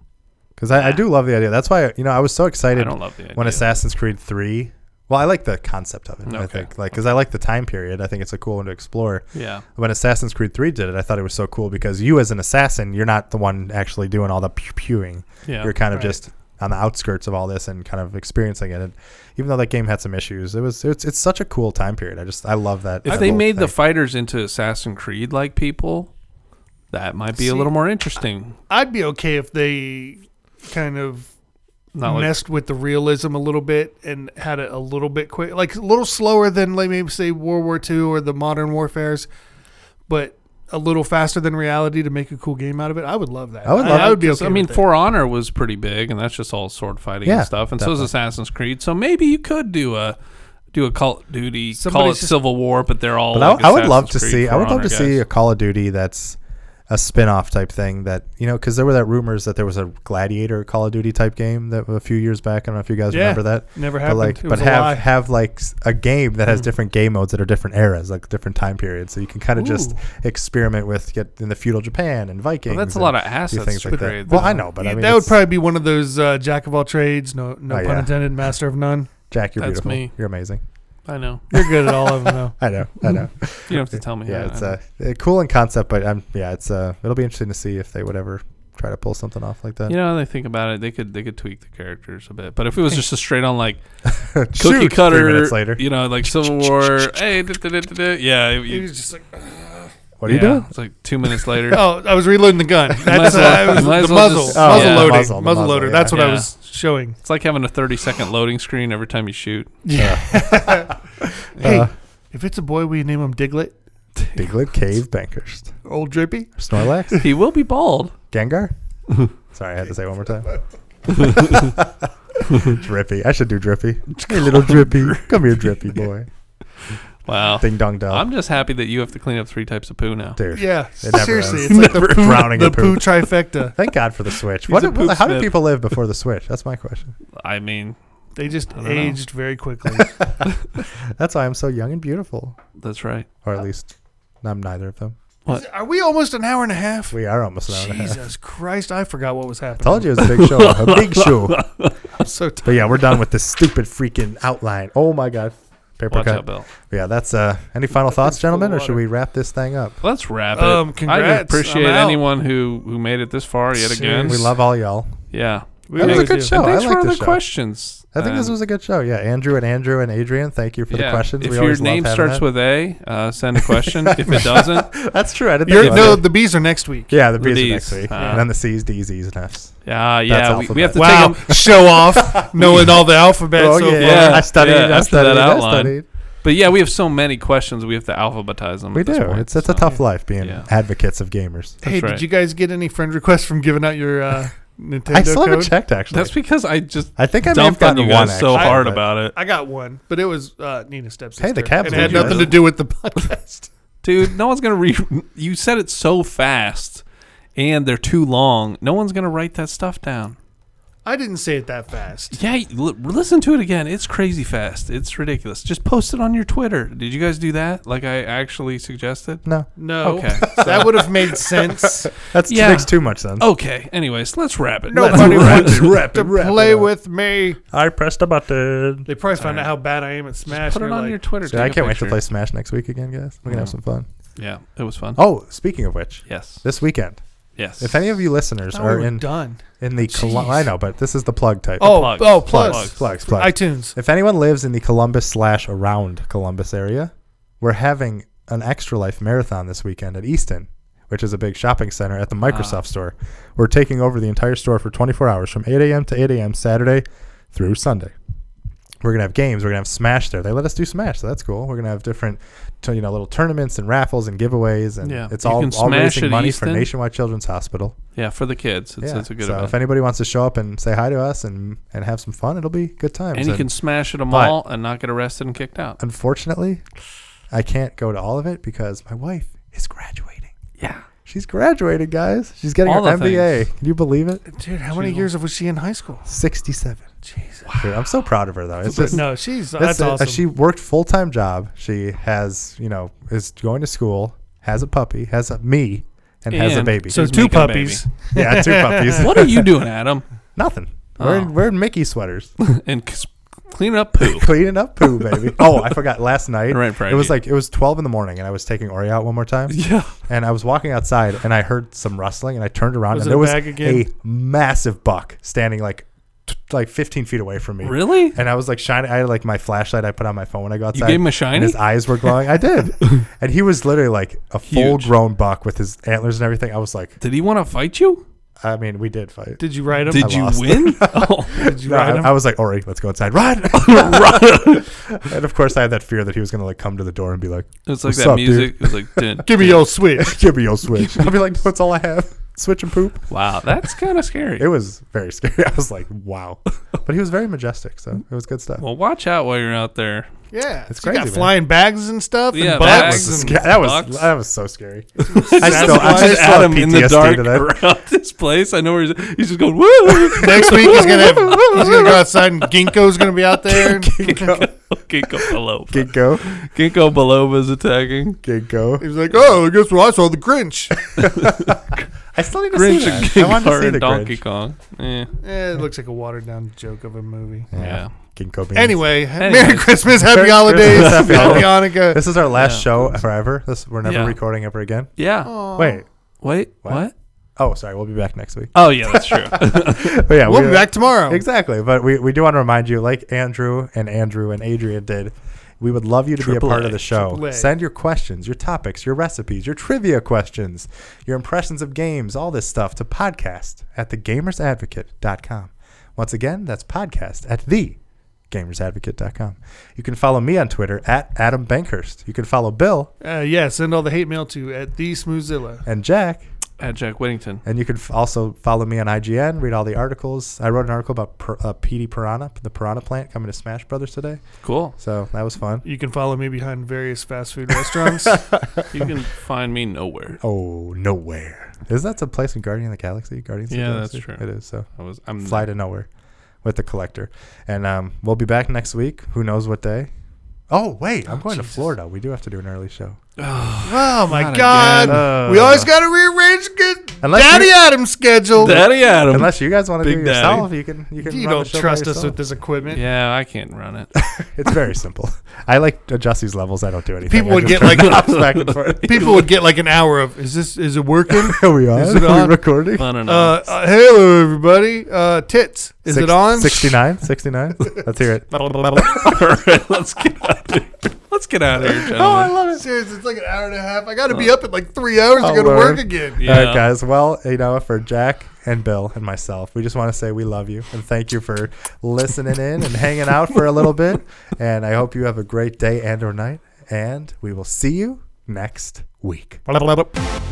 A: because I, I do love the idea. That's why you know I was so
C: I
A: excited
C: don't love the idea.
A: when Assassin's Creed 3. Well, I like the concept of it. I
C: Okay.
A: think like cuz I like the time period. I think it's a cool one to explore.
C: yeah,
A: When Assassin's Creed 3 did it, I thought it was so cool because you as an assassin, you're not the one actually doing all the pew pewing.
C: yeah,
A: you're kind of
B: Right.
A: just on the outskirts of all this and kind of experiencing it. And even though that game had some issues, it was it's, it's such a cool time period. I just I love that.
C: If
A: that
C: they
A: whole
C: made
A: thing.
C: the fighters into Assassin Creed like people, that might be
B: See,
C: a little more interesting.
B: I'd be okay if they kind of
C: Not like
B: messed with the realism a little bit and had it a little bit quick, like a little slower than like maybe say World War II or the modern warfares, but a little faster than reality to make a cool game out of it. I would love that.
A: I would love
B: I,
A: it,
B: would be
C: 'cause,
B: okay.
C: I mean,
B: with it.
C: For Honor was pretty big, and that's just all sword fighting
A: Yeah,
C: and stuff. And so
A: definitely.
C: is Assassin's Creed. So maybe you could do a do a Call of Duty,
B: Somebody's
C: call it
B: just-
C: Civil War, but they're all.
A: But I,
C: like
A: I would love to
C: Assassin's Creed,
A: see. I
C: For
A: would love
C: Honor
A: to see
C: guys.
A: a Call of Duty that's a spin-off type thing that you know because there were that rumors that there was a Gladiator Call of Duty type game that a few years back. I don't know if you guys
B: Yeah.
A: remember that.
B: never
A: But
B: happened.
A: like,
B: it
A: but
B: was a lie.
A: have have like s- a game that has
C: Hmm.
A: different game modes that are different eras, like different time periods. So you can kind of just
B: Ooh.
A: experiment with get in the feudal Japan and Vikings.
C: Well, that's a
A: and
C: lot of
A: do
C: assets
A: things
C: to
A: like
C: grade,
A: that. Well,
C: though.
A: I know, but I
B: uh, Yeah,
A: mean,
B: that would
A: it's-
B: probably be one of those uh, jack of all trades, no no
A: Oh,
B: pun
A: yeah.
B: intended, master of none.
A: Jack, you're
C: That's
A: beautiful.
C: me.
A: You're amazing.
C: I know.
B: You're good at all of them, though.
A: I know. I know.
C: You don't have to tell me.
A: yeah,
C: Hmm. I
A: it's
C: know.
A: uh, uh, cool in concept, but I'm yeah, it's uh, it'll be interesting to see if they would ever try to pull something off like that.
C: You know, they think about it. They could they could tweak the characters a bit, but if it was just a straight on like
A: Shoot,
C: cookie
A: three
C: cutter,
A: minutes later.
C: you know, like Civil War, hey, da, da, da, da, da, yeah, you-
B: He was just like,
A: What are you
C: yeah,
A: doing?
C: It's like two minutes later.
B: oh, I was reloading the gun. That's
C: as well-
B: uh, it was
C: you might as
B: the
C: well
B: muzzle,
C: just-
A: Oh,
B: muzzle
A: yeah.
B: loading,
A: Muzzle, the
B: muzzle,
A: muzzle,
B: loader.
A: yeah.
B: That's what I
C: Yeah.
B: was showing.
C: It's like having a thirty second loading screen every time you shoot.
B: Yeah. hey,
A: Uh,
B: if it's a boy, we name him Diglett.
A: Diglett Cave Bankhurst.
B: Old Drippy.
A: Snorlax?
C: He will be bald.
A: Gengar? Sorry, I had to say it one more time. drippy. I should do Drippy. Hey, little Drippy. Come here, Drippy boy.
C: Wow.
A: Ding dong dong.
C: I'm just happy that you have to clean up three types of poo now.
A: Dude.
B: Yeah,
A: It never
B: seriously,
A: ends.
B: it's like the,
A: Never
B: poo,
A: Drowning
B: the
A: in
B: poo
A: poop.
B: trifecta.
A: Thank God for the Switch. What
C: a
A: did, how did
C: poopsnip.
A: people live before the Switch? That's my question.
C: I mean,
B: They just
C: I don't know.
B: aged very quickly.
A: That's why I'm so young and beautiful.
C: that's right.
A: Or at least I'm neither of them.
B: Are we almost an hour and a half?
A: We are almost an hour and a half.
B: Jesus Christ, I forgot what was happening.
A: Told you it was a big show. A big show.
B: I'm so tired.
A: But yeah, we're done with this stupid freaking outline. Oh my God. Paper
C: Watch
A: cut.
C: out, Bill.
A: Yeah, that's uh any final thoughts, gentlemen, or should we wrap this thing up?
C: Let's wrap it.
B: Um,
C: I
B: congrats.
C: appreciate
B: I'm out.
C: anyone who who made it this far yet again.
A: We
B: Seriously.
A: love all y'all.
C: Yeah.
B: We
A: That was
B: really
A: a good
B: do.
A: show.
C: and
A: I
C: thanks
A: like
C: for all
A: this
C: the
A: show.
C: questions.
A: I think this
C: And,
A: was a good show. Yeah, Andrew and Andrew and Adrian, thank you for
C: Um, yeah,
A: the questions.
C: If
A: we
C: your
A: always
C: name
A: love
C: starts
A: having
C: with A, uh, send a question. if it doesn't,
A: that. that's true. I didn't
B: You're,
A: think
B: no,
A: about that.
B: the bees are next week.
A: Yeah, the B's are
C: D's,
A: next week,
C: uh,
A: and then the C's, D's, E's, and F's.
C: yeah, yeah, we, we have to
B: Wow,
C: take 'em-
B: show off, knowing all the alphabet.
A: Oh,
B: so far.
C: yeah.
A: I studied.
C: yeah,
A: I
C: after
A: studied.
C: that
A: I
C: outline.
A: studied.
C: But yeah, we have so many questions. We have to alphabetize them.
A: We
C: at this
A: do.
C: point,
A: it's it's a
C: so.
A: tough life being
C: Yeah.
A: advocates of gamers.
B: Hey,
C: That's right.
B: did you guys get any friend requests from giving out your uh, Nintendo
A: I still haven't
B: code?
A: checked actually.
C: That's because I just
A: I think I may have
C: dumped on
A: gotten
C: you
A: one
C: guys so
A: actually,
C: hard
A: but-
C: about it,
B: I got one, but it was uh, Nina Stepsister.
A: Hey, the Cavs
B: And it had
C: will do
B: nothing
A: that.
B: to do with the podcast.
C: dude. No one's gonna read. You said it so fast, and they're too long. No one's gonna write that stuff down.
B: I didn't say it that fast.
C: Yeah, you- li- listen to it again. It's crazy fast. It's ridiculous. Just post it on your Twitter. Did you guys do that? Like I actually suggested.
A: No,
B: No.
C: Okay.
B: that would have made sense.
A: that's
C: Yeah. Oh.
A: makes too much sense.
C: Okay. Anyways, let's wrap it.
A: Let's
B: Nobody
A: wrap
B: wants
A: it, wrap
B: to
A: it, wrap it
B: play
A: up.
B: with me.
A: I pressed a button.
B: They probably found out how bad I am at Smash.
C: Put it
B: and
C: on
B: they're like,
C: your Twitter.
A: Dude, I
C: Take a
A: can't wait to
C: picture.
A: play Smash next week again, guys. We're gonna have
C: Yeah.
A: some fun.
C: Yeah, it was fun.
A: Oh, speaking of which,
C: yes.
A: this weekend,
C: Yes.
A: if any of you listeners
B: "Oh,
A: are
B: we're
A: in
B: done.
A: in the Colu- I know, but this is the plug type.
B: Oh,
C: plugs.
B: oh,
A: plugs,
B: plus,
A: plugs,
C: Plugs.
A: plugs.
B: iTunes.
A: If anyone lives in the Columbus slash around Columbus area, we're having an Extra Life marathon this weekend at Easton, which is a big shopping center at the
C: Ah.
A: Microsoft store. We're taking over the entire store for 24 hours from 8 a.m. to 8 a.m. Saturday through Sunday. we're gonna have games. We're gonna have Smash there. They let us do Smash, so that's cool. We're gonna have different, t- you know, little tournaments and raffles and giveaways, and
C: Yeah.
A: it's
C: You
A: all
C: can
A: all
C: Smash
A: raising
C: at
A: money for
C: Easton.
A: Nationwide Children's Hospital.
C: Yeah, for the kids, it's,
A: yeah.
C: it's a good
A: so if
C: event.
A: anybody wants to show up and say hi to us and and have some fun, it'll be good times.
C: And you
A: And
C: can smash at a mall and not get arrested and kicked out.
A: unfortunately, I can't go to all of it because my wife is graduating.
C: Yeah.
A: She's graduated, guys. She's getting
C: All
A: her
C: the
A: MBA.
C: things.
A: Can you believe it?
B: Dude, how many
C: She's-
B: years was she in high school?
A: Sixty-seven.
B: Jesus.
A: Dude, I'm so proud of her though. It's just
B: no, she's
A: That's,
B: that's,
A: it. Uh,
B: awesome.
A: She worked full time job. She has, you know, is going to school, has a puppy, has a me, and, has a
C: And-
A: baby.
B: so
C: she's
B: two
C: making a
B: puppies.
A: yeah, two puppies.
C: What are you doing, Adam?
A: Nothing.
C: Oh.
A: Wearing, wearing Mickey sweaters,
C: And c- cleaning up poo.
A: cleaning up poo, baby. Oh, I forgot. Last night,
C: Right,
A: it was
C: Friday.
A: like it was twelve in the morning, and I was taking Ori out one more time,
C: yeah.
A: and I was walking outside, and I heard some rustling, and I turned around,
B: Was
A: and
B: it a
A: there was
B: bag again?
A: a massive buck standing like, t- like fifteen feet away from me.
C: Really?
A: And I was like shining. I had like my flashlight. I put on my phone when I go outside.
C: You gave him a
A: and
C: shiny?
A: his eyes were glowing. I did, and he was literally like a full
C: Huge.
A: grown buck with his antlers and everything. I was like,
C: Did he want to fight you?
A: I mean, we did fight.
B: Did you write them?
C: Did you
A: lost.
C: win? oh.
B: Did you
A: No,
B: ride
A: I,
B: 'em?
A: I was like, Ori, let's go inside. Run! and of course, I had that fear that he was going to like come to the door and be like,
C: It's like
A: What's
C: that
A: up, dude?
C: music. It's like, dun,
B: Give me
C: dun.
B: your switch.
A: "Give me your switch." I'll be like, "No, "That's all I have. Switch and poop."
C: Wow, that's kind of scary.
A: It was very scary. I was like, "Wow," but he was very majestic, so it was good stuff.
C: Well, watch out while you're out there.
B: Yeah,
A: It's
B: she got
A: crazy, man.
B: flying bags and stuff.
C: Yeah,
B: and
A: that
C: bags
B: bucks
A: was
B: and
A: sca- that was
C: bucks.
A: that was so scary. I
C: That's
A: still,
C: why
A: I just still have
C: Adam in the
A: PTSD
C: dark
A: to that.
C: around this place. I know where he's, he's just going. Woo!
B: Next week he's gonna have, he's gonna go outside and Ginkgo's gonna be out there.
C: Ginkgo, Ginkgo biloba.
A: Get go,
C: Ginkgo biloba is attacking.
A: get go.
B: He's like, oh, guess what? I saw the Grinch.
A: I still need to
C: Grinch
A: see
C: and
A: that. I wanted to see
C: Ginkgo
A: the
C: and Donkey
A: Grinch.
C: Kong. Eh,
B: Eh, it looks like a watered down joke of a movie.
C: yeah.
A: Ginkgo beans.
B: Anyway, Merry
C: Anyways.
B: Christmas, Happy
A: Merry
B: Holidays,
A: Christmas, happy
B: Happy Hanukkah.
A: This is our last
C: Yeah.
A: show forever. This we're never
C: Yeah.
A: recording ever again.
C: Yeah.
A: Wait.
C: Wait.
A: What?
C: What?
A: Oh, sorry. We'll be back next week.
C: Oh yeah, that's true.
A: But yeah,
B: We'll
A: we-
B: be back tomorrow.
A: Exactly. But we, we do want to remind you, like Andrew and Andrew and Adrian did, we would love you to be
C: Triple
A: a part
C: A.
A: of the show.
B: Triple A.
A: Send your questions, your topics, your recipes, your trivia questions, your impressions of games, all this stuff to podcast at thegamersadvocate.com. Once again, that's podcast at the gamersadvocate.com. You can follow me on Twitter at Adam Bankhurst. You can follow Bill
B: Uh, yeah, send all the hate mail to at the Smoozilla.
A: and Jack
C: At Jack Whittington.
A: And you can f- also follow me on IGN, read all the articles. I wrote an article about pir- uh, PD Piranha, the Piranha plant coming to Smash Brothers today.
C: Cool.
A: So that was fun.
B: You can follow me behind various fast food restaurants.
C: You can find me nowhere.
A: Oh, nowhere. Is that the place in Guardian of the Galaxy? Guardians
C: Yeah,
A: of the Galaxy?
C: that's true.
A: It is. So
C: I was. I'm.
A: fly to nowhere with the collector. And um, we'll be back next week. Who knows what day? Oh, wait. I'm
B: Oh,
A: going
B: Jesus.
A: to Florida. We do have to do an early show.
B: oh my
C: Not
B: God,
A: again.
B: we
A: Uh.
B: always got to rearrange good
A: Unless
B: Daddy
A: you-
B: Adam's schedule.
C: Daddy Adam.
A: Unless you guys want to do it
C: Big Daddy.
A: yourself, you can. You, can
B: Um, you
A: run the
B: don't
A: show by
B: trust us
A: yourself.
B: with this equipment.
C: yeah, I can't run it.
A: It's very simple. I like adjust these levels. I don't do anything.
B: People
A: I
B: would
A: just
B: get like
A: bounce back and forth.
B: people would get like an hour of is this is it working?
A: Are we on?
B: Is it
A: Are we
B: on?
A: recording?
C: I don't know.
B: Uh, uh, hello, everybody. Uh, tits. Is
A: Six-
B: it on? Oh,
A: 69? 69? Let's hear it.
C: All right, let's get out of here. Let's get out of here, gentlemen.
B: love it. Seriously, it's like an hour and a half. I got to be up at like three hours
A: Oh,
B: to go to
A: Lord.
B: work again.
C: Yeah.
A: All right, guys. Well, you know, for Jack and Bill and myself, we just want to say we love you and thank you for listening in and hanging out for a little bit. And I hope you have a great day and or night. And we will see you next week.
B: Blah, blah, blah, blah.